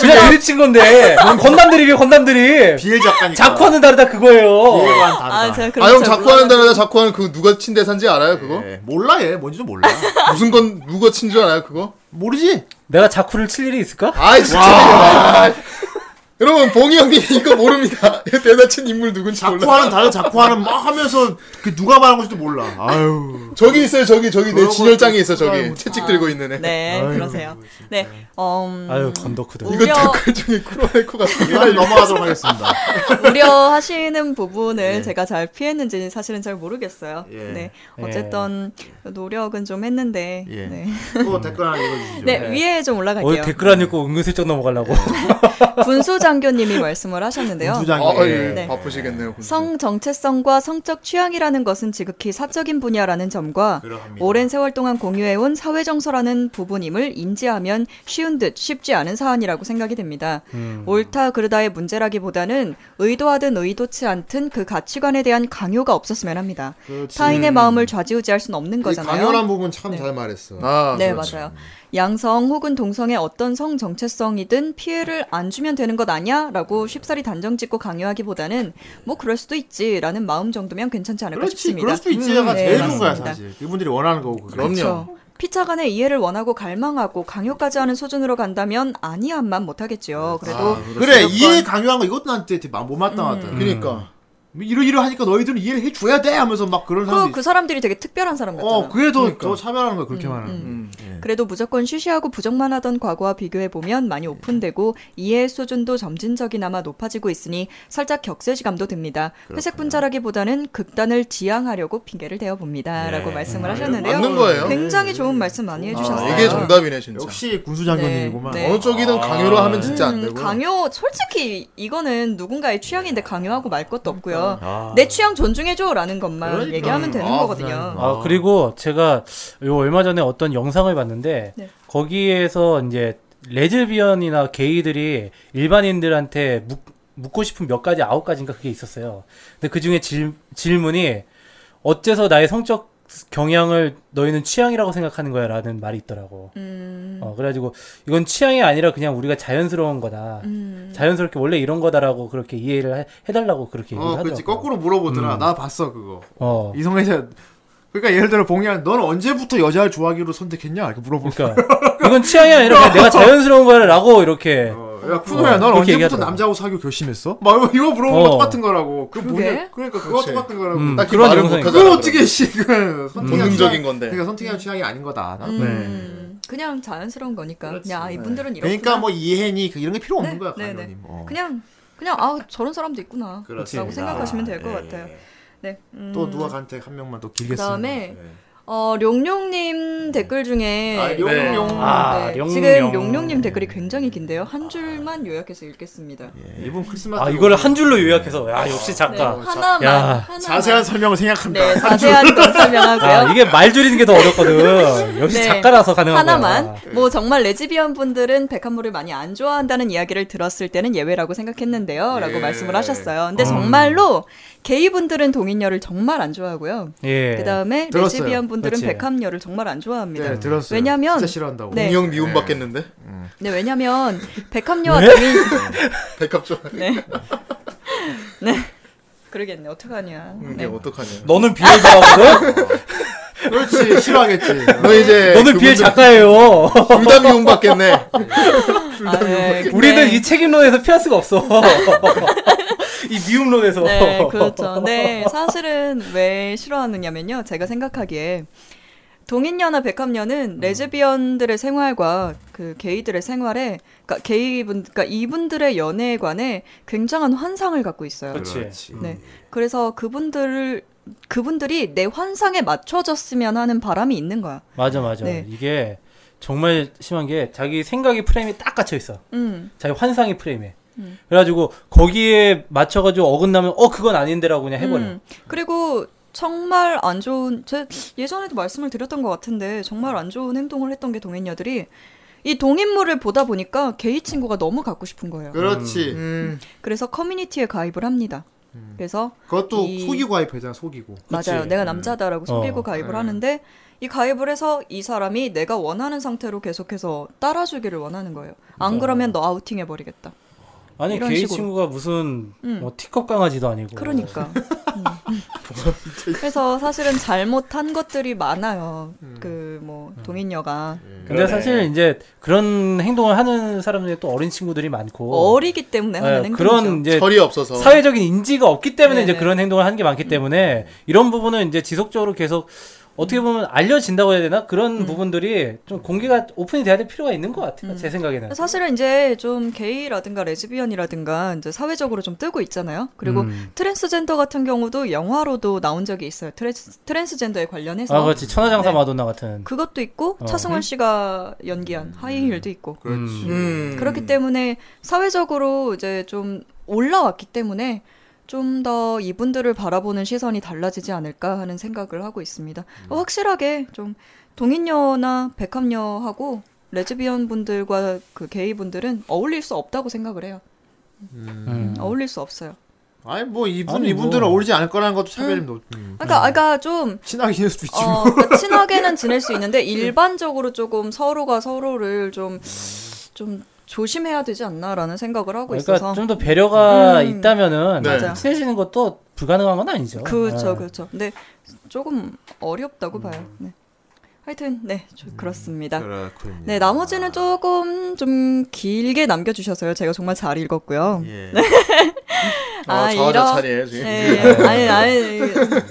S5: 그냥 드립친 건데 건담 드립이에요 건담 드립.
S4: 비엘 작가니까.
S5: 작화는 뭐. 다르다 그거예요.
S4: 비엘과는 다르다.
S1: 아, 제가 그런
S3: 아형
S1: 줄
S3: 자꾸 하는
S1: 몰랐는데.
S3: 데마다 자꾸 하는 그 누가 친 대사인지 알아요 그거?
S4: 예. 몰라 얘 뭔지도 몰라.
S3: 무슨 건 누가 친 줄 알아요 그거?
S4: 모르지?
S5: 내가 자쿠를 칠 일이 있을까?
S3: 아이 진짜 아, 여러분 봉이 형님 이거 모릅니다 대사친 인물 누군지 몰라
S4: 작화는 다르다. 작화는 막 하면서 그 누가 말한 건지도 몰라. 아유.
S3: 저기 있어요 저기 저기 내
S4: 그런
S3: 진열장에
S4: 거
S3: 있어 저기
S4: 아이고.
S3: 채찍 들고 있는 애
S1: 네 그러세요. 네 음,
S5: 아유 건더크다.
S3: 이거
S1: 우려
S3: 댓글 중에 쿠로네코가
S4: 이만 넘어가도록 하겠습니다.
S1: 우려하시는 부분을 제가 잘 피했는지 사실은 잘 모르겠어요.
S4: 예.
S1: 네 어쨌든 노력은 좀 했는데
S4: 예.
S1: 네.
S4: 또 댓글 하나 읽어주시죠.
S1: 네, 위에 좀 올라갈게요.
S5: 어 댓글 안 읽고 은근슬쩍 넘어가려고.
S1: 군수 장교님이 말씀을 하셨는데요.
S4: 군수장이.
S3: 아, 예,
S1: 네.
S3: 바쁘시겠네요 군수.
S1: 성 정체성과 성적 취향이라는 것은 지극히 사적인 분야라는 점과
S4: 그러합니다.
S1: 오랜 세월 동안 공유해온 사회 정서라는 부분임을 인지하면 쉬운 듯 쉽지 않은 사안이라고 생각이 됩니다.
S4: 음.
S1: 옳다 그르다의 문제라기보다는 의도하든 의도치 않든 그 가치관에 대한 강요가 없었으면 합니다.
S4: 그렇지.
S1: 타인의 마음을 좌지우지할 수는 없는
S4: 이
S1: 거잖아요.
S4: 그 강렬한 부분 참 잘 말했어.
S3: 아
S1: 네, 맞아요. 양성 혹은 동성의 어떤 성 정체성이든 피해를 안 주면 되는 것 아니야라고 쉽사리 단정 짓고 강요하기보다는 뭐 그럴 수도 있지라는 마음 정도면 괜찮지 않을까
S4: 그렇지.
S1: 싶습니다.
S4: 그럴 수도 있지가
S1: 음,
S4: 제일
S1: 네,
S4: 좋은 거야
S1: 맞습니다.
S4: 사실. 그분들이 원하는 거고. 그게.
S1: 그렇죠. 피차 간의 이해를 원하고 갈망하고 강요까지 하는 수준으로 간다면 아니한만 못하겠지요.
S3: 네.
S1: 그래도
S4: 그래 이해 강요한 거 이것도 나한테 되게 마-
S1: 음.
S4: 못마땅하다.
S3: 아,
S4: 음.
S3: 그러니까
S4: 이러 이러 하니까 너희들은 이해를 해줘야 돼 하면서 막 그런
S3: 아,
S1: 그,
S4: 사람들.
S3: 어,
S1: 그 사람들이 되게 특별한 사람 같잖아.
S3: 그러니까.
S4: 어 그게 더더 차별하는 거야 그렇게 말하는.
S3: 음.
S4: 예.
S1: 그래도 무조건 쉬쉬하고 부정만 하던 과거와 비교해보면 많이 오픈되고 이해 수준도 점진적이나마 높아지고 있으니 살짝 격세지감도 듭니다. 회색 분자라기보다는 극단을 지향하려고 핑계를 대어봅니다. 라고 말씀을 하셨는데요.
S3: 네. 음, 맞는 거예요. 네. 아,
S1: 굉장히 좋은 말씀 많이 해주셨어요.
S3: 이게 정답이네 진짜.
S4: 역시 군수장군님이구만. 아,
S1: 네, 네.
S3: 어느 쪽이든 강요로 하면 진짜 안 되고.
S1: 음, 강요 솔직히 이거는 누군가의 취향인데 강요하고 말 것도 없고요. 내 취향 존중해줘라는 것만
S4: 아. 그러니까.
S1: 얘기하면 되는
S4: 아,
S1: 거거든요.
S4: 그냥.
S5: 아, 그리고 제가 요 얼마 전에 어떤 영상을 봤는데
S1: 네.
S5: 거기에서 이제 레즈비언이나 게이들이 일반인들한테 묻, 묻고 싶은 몇 가지 아홉 가지인가 그게 있었어요. 근데 그 중에 질, 질문이 어째서 나의 성적 경향을 너희는 취향이라고 생각하는 거야라는 말이 있더라고. 어, 그래가지고 이건 취향이 아니라 그냥 우리가 자연스러운 거다. 자연스럽게 원래 이런 거다라고 그렇게 이해를 해, 해달라고 그렇게 얘기를
S4: 어,
S5: 하더라고.
S4: 그렇지. 거꾸로 물어보더라.
S3: 음.
S4: 나 봤어 그거.
S5: 어.
S4: 이성애자. 그러니까 예를 들어 봉이야, 넌 언제부터 여자를 좋아하기로 선택했냐? 이렇게 물어볼 거.
S5: 그러니까 이건 취향이 아니라 그냥 내가 자연스러운 거라고 이렇게
S4: 어, 야, 쿠노야, 넌
S5: 어, 그렇게
S4: 언제부터
S5: 얘기하더라고.
S4: 남자하고 사귀고 결심했어? 막 이거- 이거 물어보는 거
S5: 어.
S4: 똑같은 거라고. 그
S1: 그게?
S4: 뭐냐? 그러니까 그거
S3: 그렇지.
S4: 똑같은 거라고.
S5: 음.
S4: 딱
S3: 딱히
S5: 그런
S3: 말을
S5: 영상이-
S3: 못하잖아.
S4: 그거 어떻게 씨, 그 선택한
S3: 본능적인
S4: 취향-
S3: 건데.
S4: 그러니까 선택한 취향이 아닌 거다. 나는. 네.
S1: 음, 그냥 자연스러운 거니까. 야 이분들은 이렇게.
S4: 그러니까 뭐 이해니 그 이런 게 필요 없는
S1: 네,
S4: 거야
S1: 네,
S4: 강연이. 뭐.
S1: 그냥 그냥 아 저런 사람도 있구나.
S4: 그렇지.
S1: 라고 생각하시면 될 것
S4: 아, 예,
S1: 같아요.
S4: 예.
S1: 네. 음,
S4: 또 누가 간택 한 명만 더 길게
S1: 그다음에
S4: 쓰는 거. 예.
S1: 어 룡룡님 댓글 중에
S4: 아, 용용.
S1: 네,
S5: 아, 룡룡.
S1: 지금 룡룡님 댓글이 굉장히 긴데요. 한 줄만 요약해서 읽겠습니다.
S4: 예. 이분 크리스마스.
S5: 아 이거를 한 줄로 요약해서 야 역시
S1: 네,
S5: 작가
S1: 하나만,
S5: 야,
S1: 하나만.
S4: 자세한 설명을 생각한다.
S1: 네, 자세한 건 설명하고요.
S5: 아, 이게 말 줄이는 게 더 어렵거든 역시
S1: 네.
S5: 작가라서 가능한
S1: 하나만
S5: 거야 아.
S1: 뭐 정말 레즈비언 분들은 백합물을 많이 안 좋아한다는 이야기를 들었을 때는 예외라고 생각했는데요라고 말씀을 하셨어요.
S5: 음.
S1: 근데 정말로 게이 분들은 동인녀를 정말 안 좋아하고요.
S5: 예
S1: 그다음에
S4: 들었어요.
S1: 레즈비언 분들은
S5: 그렇지.
S1: 백합녀를 정말 안 좋아합니다.
S4: 네, 들었어요.
S1: 왜냐면-
S4: 진짜 싫어한다고.
S1: 네.
S3: 공영 미움 받겠는데?
S1: 네, 왜냐면
S5: 네?
S1: 백합녀와 동인
S3: 백합 좋아.
S1: 네. 네. 그러겠네. 어떡하냐.
S3: 음, 이게
S1: 네.
S3: 어떡하냐.
S5: 너는 비엘 좋아하거든
S4: 그렇지 싫어하겠지.
S3: 너
S1: 네,
S3: 이제
S5: 너는 비엘 작가예요
S3: 둘다 미움 받겠네.
S1: 아, 네. 근데-
S5: 우리는 이 책임론에서 피할 수가 없어 이 미움론에서
S1: 네, 그렇죠. 네, 사실은 왜 싫어하느냐면요. 제가 생각하기에 동인녀나 백합녀는
S5: 음.
S1: 레즈비언들의 생활과 그 게이들의 생활에, 그러니까 게이분, 그러니까 이분들의 연애에 관해 굉장한 환상을 갖고 있어요.
S5: 그렇지 음.
S1: 네, 그래서 그분들을 그분들이 내 환상에 맞춰졌으면 하는 바람이 있는 거야.
S5: 맞아 맞아
S1: 네.
S5: 이게 정말 심한 게 자기 생각이 프레임이 딱 갇혀 있어
S1: 음,
S5: 자기 환상의 프레임에. 그래가지고 거기에 맞춰가지고 어긋나면 어 그건 아닌데라고 그냥 해버려.
S1: 음. 그리고 정말 안 좋은 제 예전에도 말씀을 드렸던 것 같은데 정말 안 좋은 행동을 했던 게 동인녀들이 이 동인물을 보다 보니까 게이 친구가 너무 갖고 싶은 거예요.
S4: 그렇지.
S3: 음.
S1: 그래서 커뮤니티에 가입을 합니다.
S5: 음.
S1: 그래서
S4: 음. 그것도
S1: 이-
S4: 속이고 가입해잖아 속이고.
S1: 맞아요. 내가 남자다라고 속이고
S5: 어.
S1: 가입을 하는데 이 가입을 해서 이 사람이 내가 원하는 상태로 계속해서 따라주기를 원하는 거예요.
S5: 어.
S1: 안 그러면 너 아우팅 해버리겠다.
S5: 아니
S1: 이런
S5: 게이
S1: 식으로.
S5: 친구가 무슨
S1: 음.
S5: 뭐 티컵 강아지도 아니고.
S1: 그러니까. 음. 그래서 사실은 잘못한 것들이 많아요.
S5: 음.
S1: 그 뭐 동인녀가
S5: 근데 사실 이제 그런 행동을 하는 사람들이 또 어린 친구들이 많고.
S1: 어리기 때문에 하는
S5: 예,
S1: 행동이죠.
S5: 그런
S4: 네.
S5: 이제
S3: 철이 없어서.
S5: 사회적인 인지가 없기 때문에 이제
S1: 네네. 음.
S5: 그런 행동을 하는 게 많기 때문에 이런 부분은 이제 지속적으로 계속
S1: 음.
S5: 어떻게 보면 알려진다고 해야 되나 그런 부분들이 좀 공개가 오픈이 돼야 될 필요가 있는 것
S1: 음.
S5: 같아요 제 생각에는.
S1: 사실은 이제 좀 게이라든가 레즈비언이라든가 이제 사회적으로 좀 뜨고 있잖아요. 그리고
S5: 음.
S1: 트랜스젠더 같은 경우도 영화로도 나온 적이 있어요. 트랜스, 트랜스젠더에 관련해서
S5: 아 그렇지 천하장사
S1: 네.
S5: 마돈나 같은.
S1: 그것도 있고
S5: 어.
S1: 차승원 씨가 연기한 하이힐도 있고
S5: 그렇지.
S3: 음.
S1: 그렇기 때문에 사회적으로 이제 좀 올라왔기 때문에 좀 더 이분들을 바라보는 시선이 달라지지 않을까 하는 생각을 하고 있습니다. 어, 확실하게 좀 동인녀나 백합녀하고 레즈비언 분들과 그 게이 분들은 어울릴 수 없다고 생각을 해요.
S5: 음.
S1: 어울릴 수 없어요.
S4: 아니 뭐 이분
S5: 아니, 뭐.
S4: 이분들은 어울리지 않을 거라는 것도 차별이 높. 음.
S1: 그러니까 아까 좀
S4: 친하게 지낼 수도 있지.
S1: 어,
S4: 뭐.
S1: 그러니까 친하게는 지낼 수 있는데 일반적으로 조금 서로가 서로를 좀 좀 조심해야 되지 않나라는 생각을 하고
S5: 그러니까
S1: 있어서
S5: 좀 더 배려가
S1: 음.
S5: 있다면은
S3: 네.
S1: 맞아요.
S5: 친해지는 것도 불가능한 건 아니죠.
S1: 그렇죠,
S5: 예.
S1: 그렇죠. 근데 조금 어렵다고 봐요. 네. 하여튼 네, 저- 그렇습니다.
S4: 그렇군요.
S1: 네, 나머지는 네. 조금 좀 길게 남겨주셔서요. 제가 정말 잘 읽었고요.
S4: 예.
S1: 아,
S9: 자화자찬이에요, 지금.
S1: 네, 아니 아니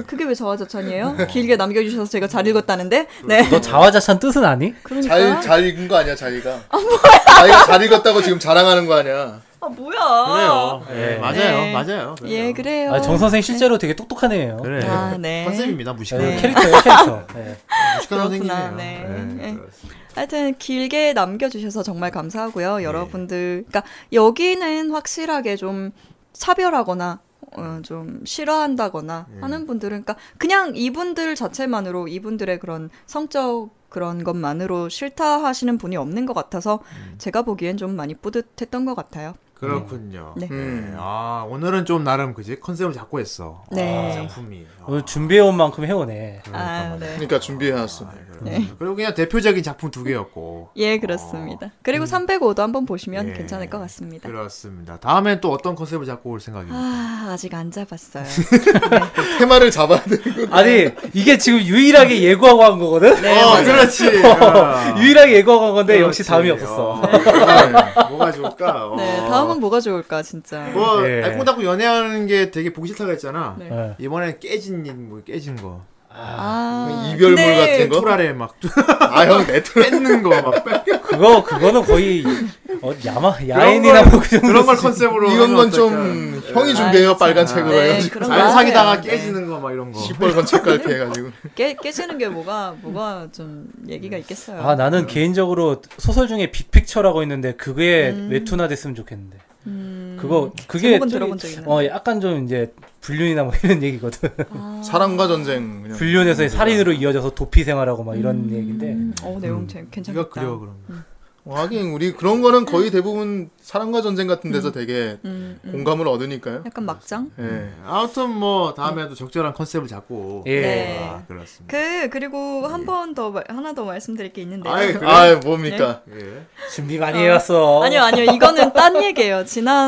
S1: 그게 왜 저하자찬이에요? 길게 남겨주셔서 제가 잘 읽었다는데. 네.
S5: 너 자화자찬 뜻은 아니?
S1: 그러니까.
S9: 잘, 잘 읽은 거 아니야, 자기가? 아, 뭐야? 자기가 잘 읽었다고 지금 자랑하는 거 아니야?
S1: 아 뭐야?
S4: 그래요. 예,
S5: 예.
S4: 맞아요.
S1: 네.
S4: 맞아요.
S1: 예 그래요.
S5: 아, 정 선생 실제로 되게 똑똑한 애예요.
S4: 그래.
S1: 아, 네.
S4: 컨셉입니다. 무식한
S5: 예,
S1: 네.
S5: 캐릭터예요, 캐릭터. 예.
S4: 무식한
S1: 그렇구나,
S4: 선생님이에요.
S1: 네. 네.
S4: 네.
S1: 하여튼 길게 남겨주셔서 정말 감사하고요.
S4: 네.
S1: 여러분들, 그러니까 여기는 확실하게 좀 차별하거나 어, 좀 싫어한다거나
S4: 네.
S1: 하는 분들은, 그러니까 그냥 이분들 자체만으로 이분들의 그런 성적 그런 것만으로 싫다 하시는 분이 없는 것 같아서
S4: 음.
S1: 제가 보기엔 좀 많이 뿌듯했던 것 같아요.
S4: 그렇군요.
S1: 네.
S5: 음.
S4: 네. 아 오늘은 좀 나름 그지 컨셉을 잡고 했어.
S1: 네.
S4: 아, 작품이. 아,
S5: 오늘 준비해온 만큼 해오네.
S1: 아, 네.
S9: 그러니까 준비해놨어.
S1: 네.
S4: 그리고 그냥 대표적인 작품 두 개였고.
S1: 예, 그렇습니다. 그리고 305도 한번 보시면
S4: 아. 음. 예.
S1: 괜찮을 것 같습니다.
S4: 그렇습니다. 다음엔 또 어떤 컨셉을 잡고 올 생각입니까?
S1: 아, 아직 안 잡았어요.
S9: 테마를 잡아야 돼.
S5: 아니, 이게 지금 유일하게 예고하고 한 거거든?
S1: 네,
S4: 어, 그렇지. 아,
S5: 유일하게 예고하고 한 건데 네, 역시 다음이 아. 없었어.
S4: 네. 뭐가 좋을까? 어.
S1: 네, 다음은 뭐가 좋을까, 진짜.
S4: 뭐
S5: 예.
S4: 알콩달콩 연애하는 게 되게 보기 싫다고 했잖아.
S1: 네.
S5: 예.
S4: 이번엔 깨진 일, 뭐 깨진 거.
S1: 아,
S9: 이별물
S1: 근데
S9: 같은 거?
S4: 토랄에 막
S9: 아, 형, 내 털.
S4: 뺏는 거,
S9: 아,
S4: 막 뺏-
S5: 그거, 그거는 거의, 어, 야마, 야인이나
S4: 걸-
S5: 뭐 그 정도.
S4: 그런 걸 컨셉으로.
S9: 이런
S4: 하면
S9: 건
S4: 어떨까?
S9: 좀 형이 준비해요, 빨간 책으로
S1: 네,
S3: 예,
S9: 해가지고.
S1: 그런 거
S4: 잘 사귀다가
S1: 하세요. 네.
S4: 깨지는 거 막
S5: 뭐.
S4: 이런 거.
S9: 시뻘건 책갈 피해가지고.
S1: 깨, 깨지는 게 뭐가 뭐가 좀 얘기가 있겠어요.
S5: 아, 나는 개인적으로 소설 중에 빅픽처라고 있는데 그게 웹툰화 됐으면 좋겠는데. 그거, 그게.
S1: 음. 제목은
S5: 저기-
S1: 들어본 적 있는데.
S5: 어, 약간 좀 이제 불륜이나 뭐 이런 얘기거든.
S1: 아.
S9: 사랑과 전쟁. 그냥.
S5: 불륜에서 살인으로 이어져서 도피 생활하고 막 이런 얘기인데.
S1: 어 내용 재- 괜찮겠다.
S4: 네가 그려 그럼.
S9: 어, 하긴, 우리 그런 거는 거의 대부분 사랑과 전쟁 같은 데서 되게
S1: 음, 음.
S9: 공감을 얻으니까요.
S1: 약간 막장?
S3: 네.
S5: 음.
S9: 예.
S4: 아무튼 뭐 다음에도 적절한 컨셉을 잡고.
S5: 예.
S1: 네.
S4: 아, 그렇습니다.
S1: 그 그리고 한 번 더 하나 더 말씀드릴 게 있는데.
S5: 네.
S4: 아이, 그래?
S9: 아이, 뭡니까?
S4: 예.
S5: 준비 많이 해왔어.
S1: 아니요, 아니요. 이거는 딴 얘기예요.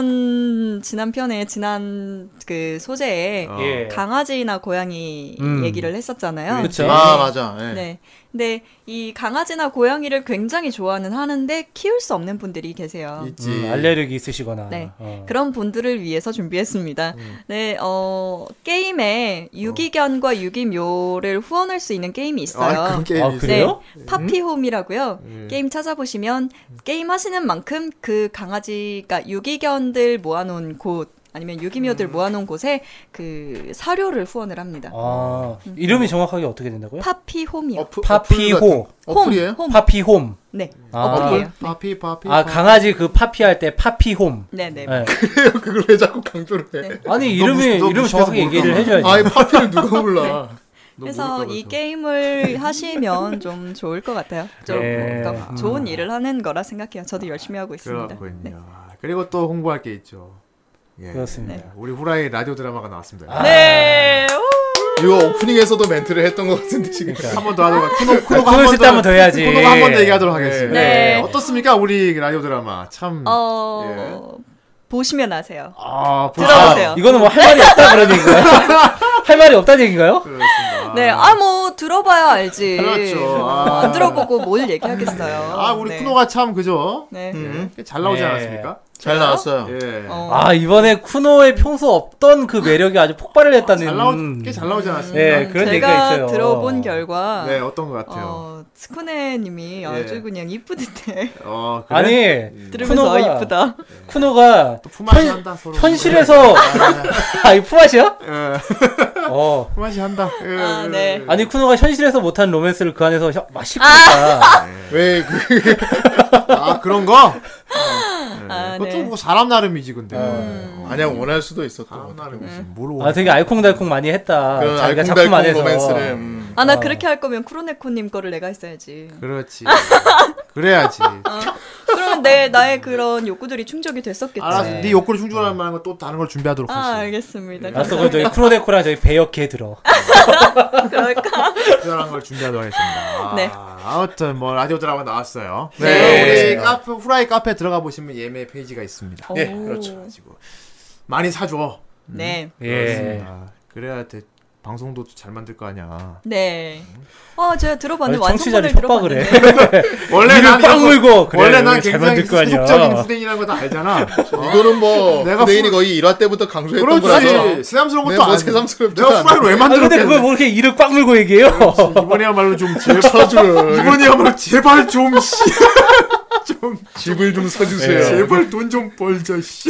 S1: 지난 지난 편에 지난 그 소재에
S4: 어.
S5: 예.
S1: 강아지나 고양이
S5: 음.
S1: 얘기를 했었잖아요.
S5: 그쵸.
S9: 아, 맞아. 예.
S1: 네. 근데 이 강아지나 고양이를 굉장히 좋아하는 하는데 키울 수 없는 분들이 계세요.
S4: 있지.
S5: 음, 알레르기 있으시거나.
S1: 네.
S5: 어.
S1: 그런 분들을 위해서 준비했습니다. 네, 어, 게임에 유기견과 유기묘를 후원할 수 있는 게임이 있어요.
S4: 아, 그런 게임
S5: 아,
S4: 있어요?
S5: 그래요?
S1: 네, 파피홈이라고요. 게임 찾아보시면 게임 하시는 만큼 그 강아지가 유기견들 모아놓은 곳 아니면 유기묘들 모아놓은 곳에 그 사료를 후원을 합니다.
S5: 아, 이름이 정확하게 어떻게 된다고요?
S1: 파피홈이요.
S9: 어플-
S5: 파피호.
S9: 어플 같은- 어플이에요?
S1: 음. 홈.
S5: 파피홈.
S1: 네,
S5: 아.
S1: 어플이에요.
S4: 파피 파피.
S5: 아, 강아지 그 파피할 때 파피홈.
S1: 네, 네.
S5: 네.
S9: 그걸 왜 자꾸 강조를 해?
S5: 아니,
S4: 너 무슨-
S5: 이름이,
S4: 너
S5: 이름
S4: 무시해서
S5: 정확하게
S4: 모를까
S5: 얘기를
S4: 봐.
S5: 해줘야지.
S9: 아이, 파피를 누가 몰라.
S1: 그래서 이 게임을 하시면 좀 좋을 것 같아요. 좀
S5: 네.
S1: 그러니까 좋은 일을 하는 거라 생각해요. 저도 열심히 하고 있습니다.
S4: 아. 그렇군요. 아, 그리고 또 홍보할 게 있죠. 예.
S5: 그렇습니다.
S4: 네. 우리 후라이 라디오 드라마가 나왔습니다.
S1: 네. 오!
S9: 이거 오프닝에서도 멘트를 했던 것 같은데 지금
S5: 그러니까.
S4: 한 번 더 하도록 코노
S5: 아,
S4: 코노가
S5: 코너
S4: 한번
S5: 있을 때 한번더 해야지.
S4: 코노가 한 번 더 얘기하도록 하겠습니다.
S1: 네.
S4: 예. 어떻습니까 우리 라디오 드라마 참.
S1: 어
S4: 예.
S1: 보시면 아세요.
S4: 아
S1: 들어보세요.
S5: 아, 이거는 뭐 할 말이 없다 그런 얘기인가요? 할 말이 없다는 얘기인가요?
S4: 그렇습니다.
S1: 네, 아 뭐 들어봐야 알지.
S4: 그렇죠. 아.
S1: 안 들어보고 뭘 얘기하겠어요.
S4: 아 우리
S1: 네.
S4: 쿠노가 참 그죠?
S1: 네.
S4: 예. 잘 나오지
S5: 네.
S4: 않았습니까?
S9: 잘 나왔어요.
S4: 예.
S1: 어.
S5: 아, 이번에 쿠노의 평소 없던 그 매력이 아주 폭발을 했다는.
S4: 잘 나오 꽤잘 나오지 않았습니까?
S5: 음. 네, 그런
S1: 음. 제가
S5: 얘기가 있어요.
S1: 들어본 결과
S4: 네 어떤 것 같아요. 예.
S1: 어, 스쿠네님이 아주 그냥 이쁘던데
S4: 어, 그래?
S5: 아니,
S1: 들으면서
S5: 쿠노가-
S1: 이쁘다.
S5: 쿠노가
S4: 또 품앗이
S5: 현-
S4: 한다 서로. 네.
S5: 현실에서 아, 이 품앗이야?
S4: 예.
S5: 어.
S4: 품앗이 한다. 예.
S1: 아, 네.
S5: 아니 쿠노가 현실에서 못한 로맨스를 그 안에서 혀- 막
S1: 아.
S5: 씹겠다.
S9: 왜 그,
S4: 아 그런 거?
S1: 아,
S4: 그것도
S1: 네.
S4: 뭐 사람 나름이지 근데.
S9: 아니야 원할 수도 있었던
S4: 사람
S9: 것 같아.
S4: 나름이지.
S1: 음.
S4: 모르고.
S5: 어. 아 되게 알콩달콩 많이 했다.
S9: 그런
S5: 아, 자기가 작품
S9: 알콩달콩
S5: 안에서.
S9: 로맨스를 음.
S1: 아 나 그렇게 할 거면 쿠로네코님 거를 내가 했어야지.
S4: 그렇지. 그래야지.
S1: 그러면 내 나의 그런 욕구들이 충족이 됐었겠지.
S4: 알아서 네 욕구를 충족할 만한 건 또 다른 걸 준비하도록
S1: 아,
S4: 하지.
S1: 알겠습니다.
S5: 음. 알았어, 그럼 저희 쿠로데코랑 저희 배역해 들어.
S1: 그럴까?
S4: 특별한 걸 준비하도록 하겠습니다.
S1: 네.
S4: 아, 아무튼 뭐 라디오 드라마 나왔어요.
S1: 네.
S4: 우리 카페 후라이 카페 들어가 보시면 예매 페이지가 있습니다.
S1: 예, 그렇죠.
S4: 가지고 많이 사줘.
S1: 네.
S5: 예.
S4: 아, 그래야 돼.
S12: 방송도 잘 만들 거 아니야.
S1: 네. 아 제가
S5: 아니,
S1: 들어봤는데
S5: 청취자를
S1: 완성본을
S5: 협박을
S1: 들어봤는데
S5: 해.
S4: 원래
S5: 이를
S4: 난
S5: 꽉
S4: 이거-
S5: 물고 그래,
S4: 원래 난
S5: 잘
S4: 굉장히
S5: 만들 거 아니야.
S4: 소극적인 후대인이라는 거 다 알잖아.
S3: 이거는 뭐
S4: 내가
S3: 후대인이
S4: 후-
S3: 거의 1화 때부터 강조했던 거라서
S4: 그렇지. 새삼스러운
S3: 네,
S4: 것도
S3: 뭐
S4: 안.
S3: 새삼스럽지도
S4: 내가 후라이를 왜
S5: 아 근데
S4: 만들었겠네.
S5: 그걸 뭐 이렇게 이를 꽉 물고 얘기해요?
S4: 이번에야말로 좀 제발 좀 이번에야말로 제발 좀 씨. 네.
S3: 집을 좀
S5: 예.
S3: 사주세요.
S4: 제발 돈 좀 벌자 씨.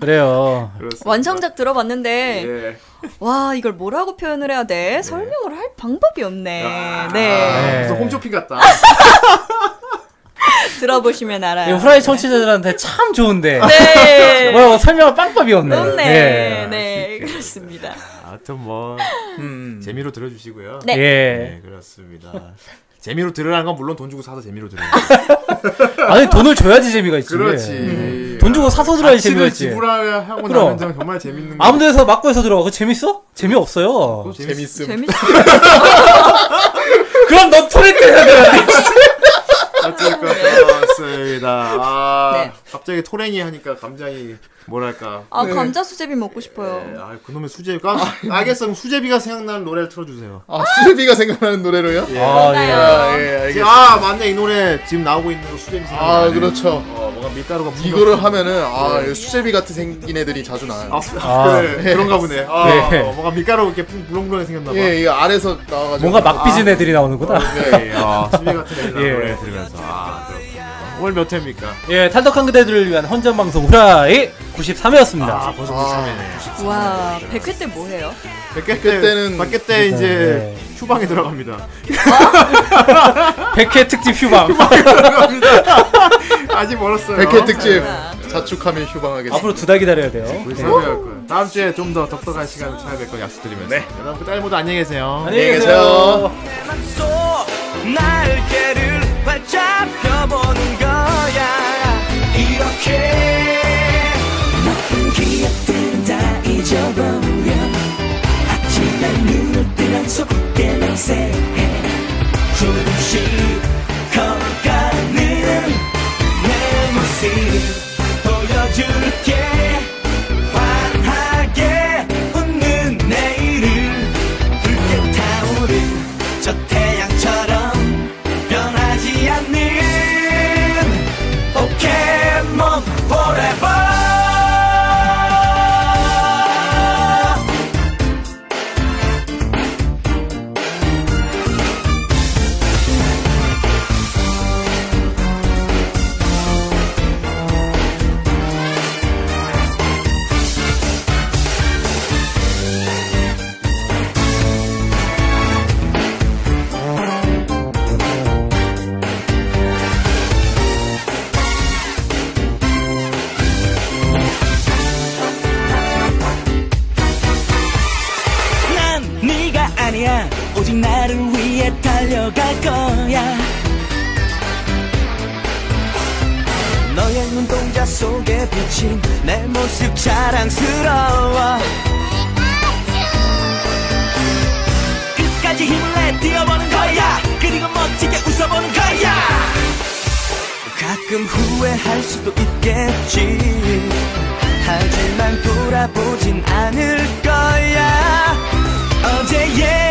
S5: 그래요.
S4: 그렇습니다.
S1: 완성작 들어봤는데
S4: 예.
S1: 와 이걸 뭐라고 표현을 해야 돼? 설명을 할 방법이 없네.
S4: 아,
S1: 네
S4: 무슨 홈쇼핑 같다.
S1: 들어보시면
S5: 이거
S1: 알아요.
S5: 후라이 청취자들한테 참 좋은데.
S1: 네.
S5: 뭐 설명할 빵법이 없네. 예.
S1: 없네. 네 그렇습니다.
S12: 아무튼 뭐 재미로 들어주시고요.
S1: 네.
S5: 예. 예.
S12: 네, 그렇습니다. 재미로 들으라는 건 물론 돈 주고 사서 재미로 들어요.
S5: 아니 돈을 줘야지 재미가 있지.
S4: 그렇지.
S5: 돈 주고 사서 들어야지 재미가
S4: 가치를
S5: 있지.
S4: 지불하고
S5: 그럼.
S4: 나면 정말 재밌는 거.
S5: 아무데서 막고에서 들어가. 그 재밌어? 재미
S4: 그렇죠.
S5: 없어요.
S3: 재밌음.
S1: 재밌어.
S5: 그럼 넌 토렌트에서 들어.
S4: 어쩔 것 같습니다. 아,
S1: 네.
S4: 갑자기 토랭이 하니까 감정이 뭐랄까.
S1: 아 감자 수제비 먹고 싶어요.
S4: 네, 아, 그놈의 수제비가 아, 알겠어. 그럼 수제비가 생각나는 노래를 틀어주세요.
S3: 아 수제비가 생각나는 노래로요?
S4: 예.
S5: 아
S3: 아, 예, 알겠습니다.
S4: 아 맞네 이 노래 지금 나오고 있는 거 수제비 생각.
S3: 아 그렇죠.
S4: 어, 뭔가 밀가루가 묻어.
S3: 이거를 하면은
S4: 네.
S3: 아 수제비 같은 생긴 애들이 자주 나와요.
S4: 아, 수- 아, 그래. 그런가 보네. 아,
S5: 예.
S4: 뭔가 밀가루 이렇게 부- 불렁불렁해 생겼나 봐.
S3: 예, 이 아래서 나와가지고
S5: 뭔가 막 삐진 애들이 나오는구나.
S4: 예, 예. 아, 수제비 같은 애들
S5: 예.
S4: 노래 들으면서. 아, 그렇군요. 오늘 몇 회입니까?
S5: 예, 탈덕한 그대들을 위한 헌정 방송 후라이 93회였습니다.
S4: 아, 벌써 93회네.
S1: 와 100회 때 뭐해요?
S4: 백개
S3: 때는-
S4: 때는 백개 때 이제
S5: 네.
S4: 휴방에 들어갑니다.
S5: 100회 특집 휴방.
S4: 아직 네. 멀었어요.
S3: 100회 특집 자축하면 휴방하겠습니다.
S5: 앞으로 두 달 기다려야 돼요.
S4: 우리
S5: 네.
S4: 사회할 거예요. 다음 주에 좀 더 덕덕한 시간을 찾아뵐 걸 약속드리면서 여러분 그딸 모두 안녕히 계세요.
S5: 안녕히
S3: 계세요.
S5: 계세요.
S13: 날개를 활짝 펴보는 거야 이렇게 나쁜 기억들 다 잊어버려 아침 날 눈을 뜨면 속대 맹세해 조금씩 걸어가는 내 모습 보여줄게 환하게 웃는 내일을 붉게 타오른 저 태양처럼 변하지 않는 포켓몬 포레버 난 네가 아니야 오직 나를 위해 달려갈 거야 너의 눈동자 속에 비친 내 모습 자랑스러워 끝까지 힘내 뛰어보는 거야 그리고 멋지게 웃어보는 거야 가끔 후회할 수도 있겠지 하지만 돌아보진 않을 거야 어제의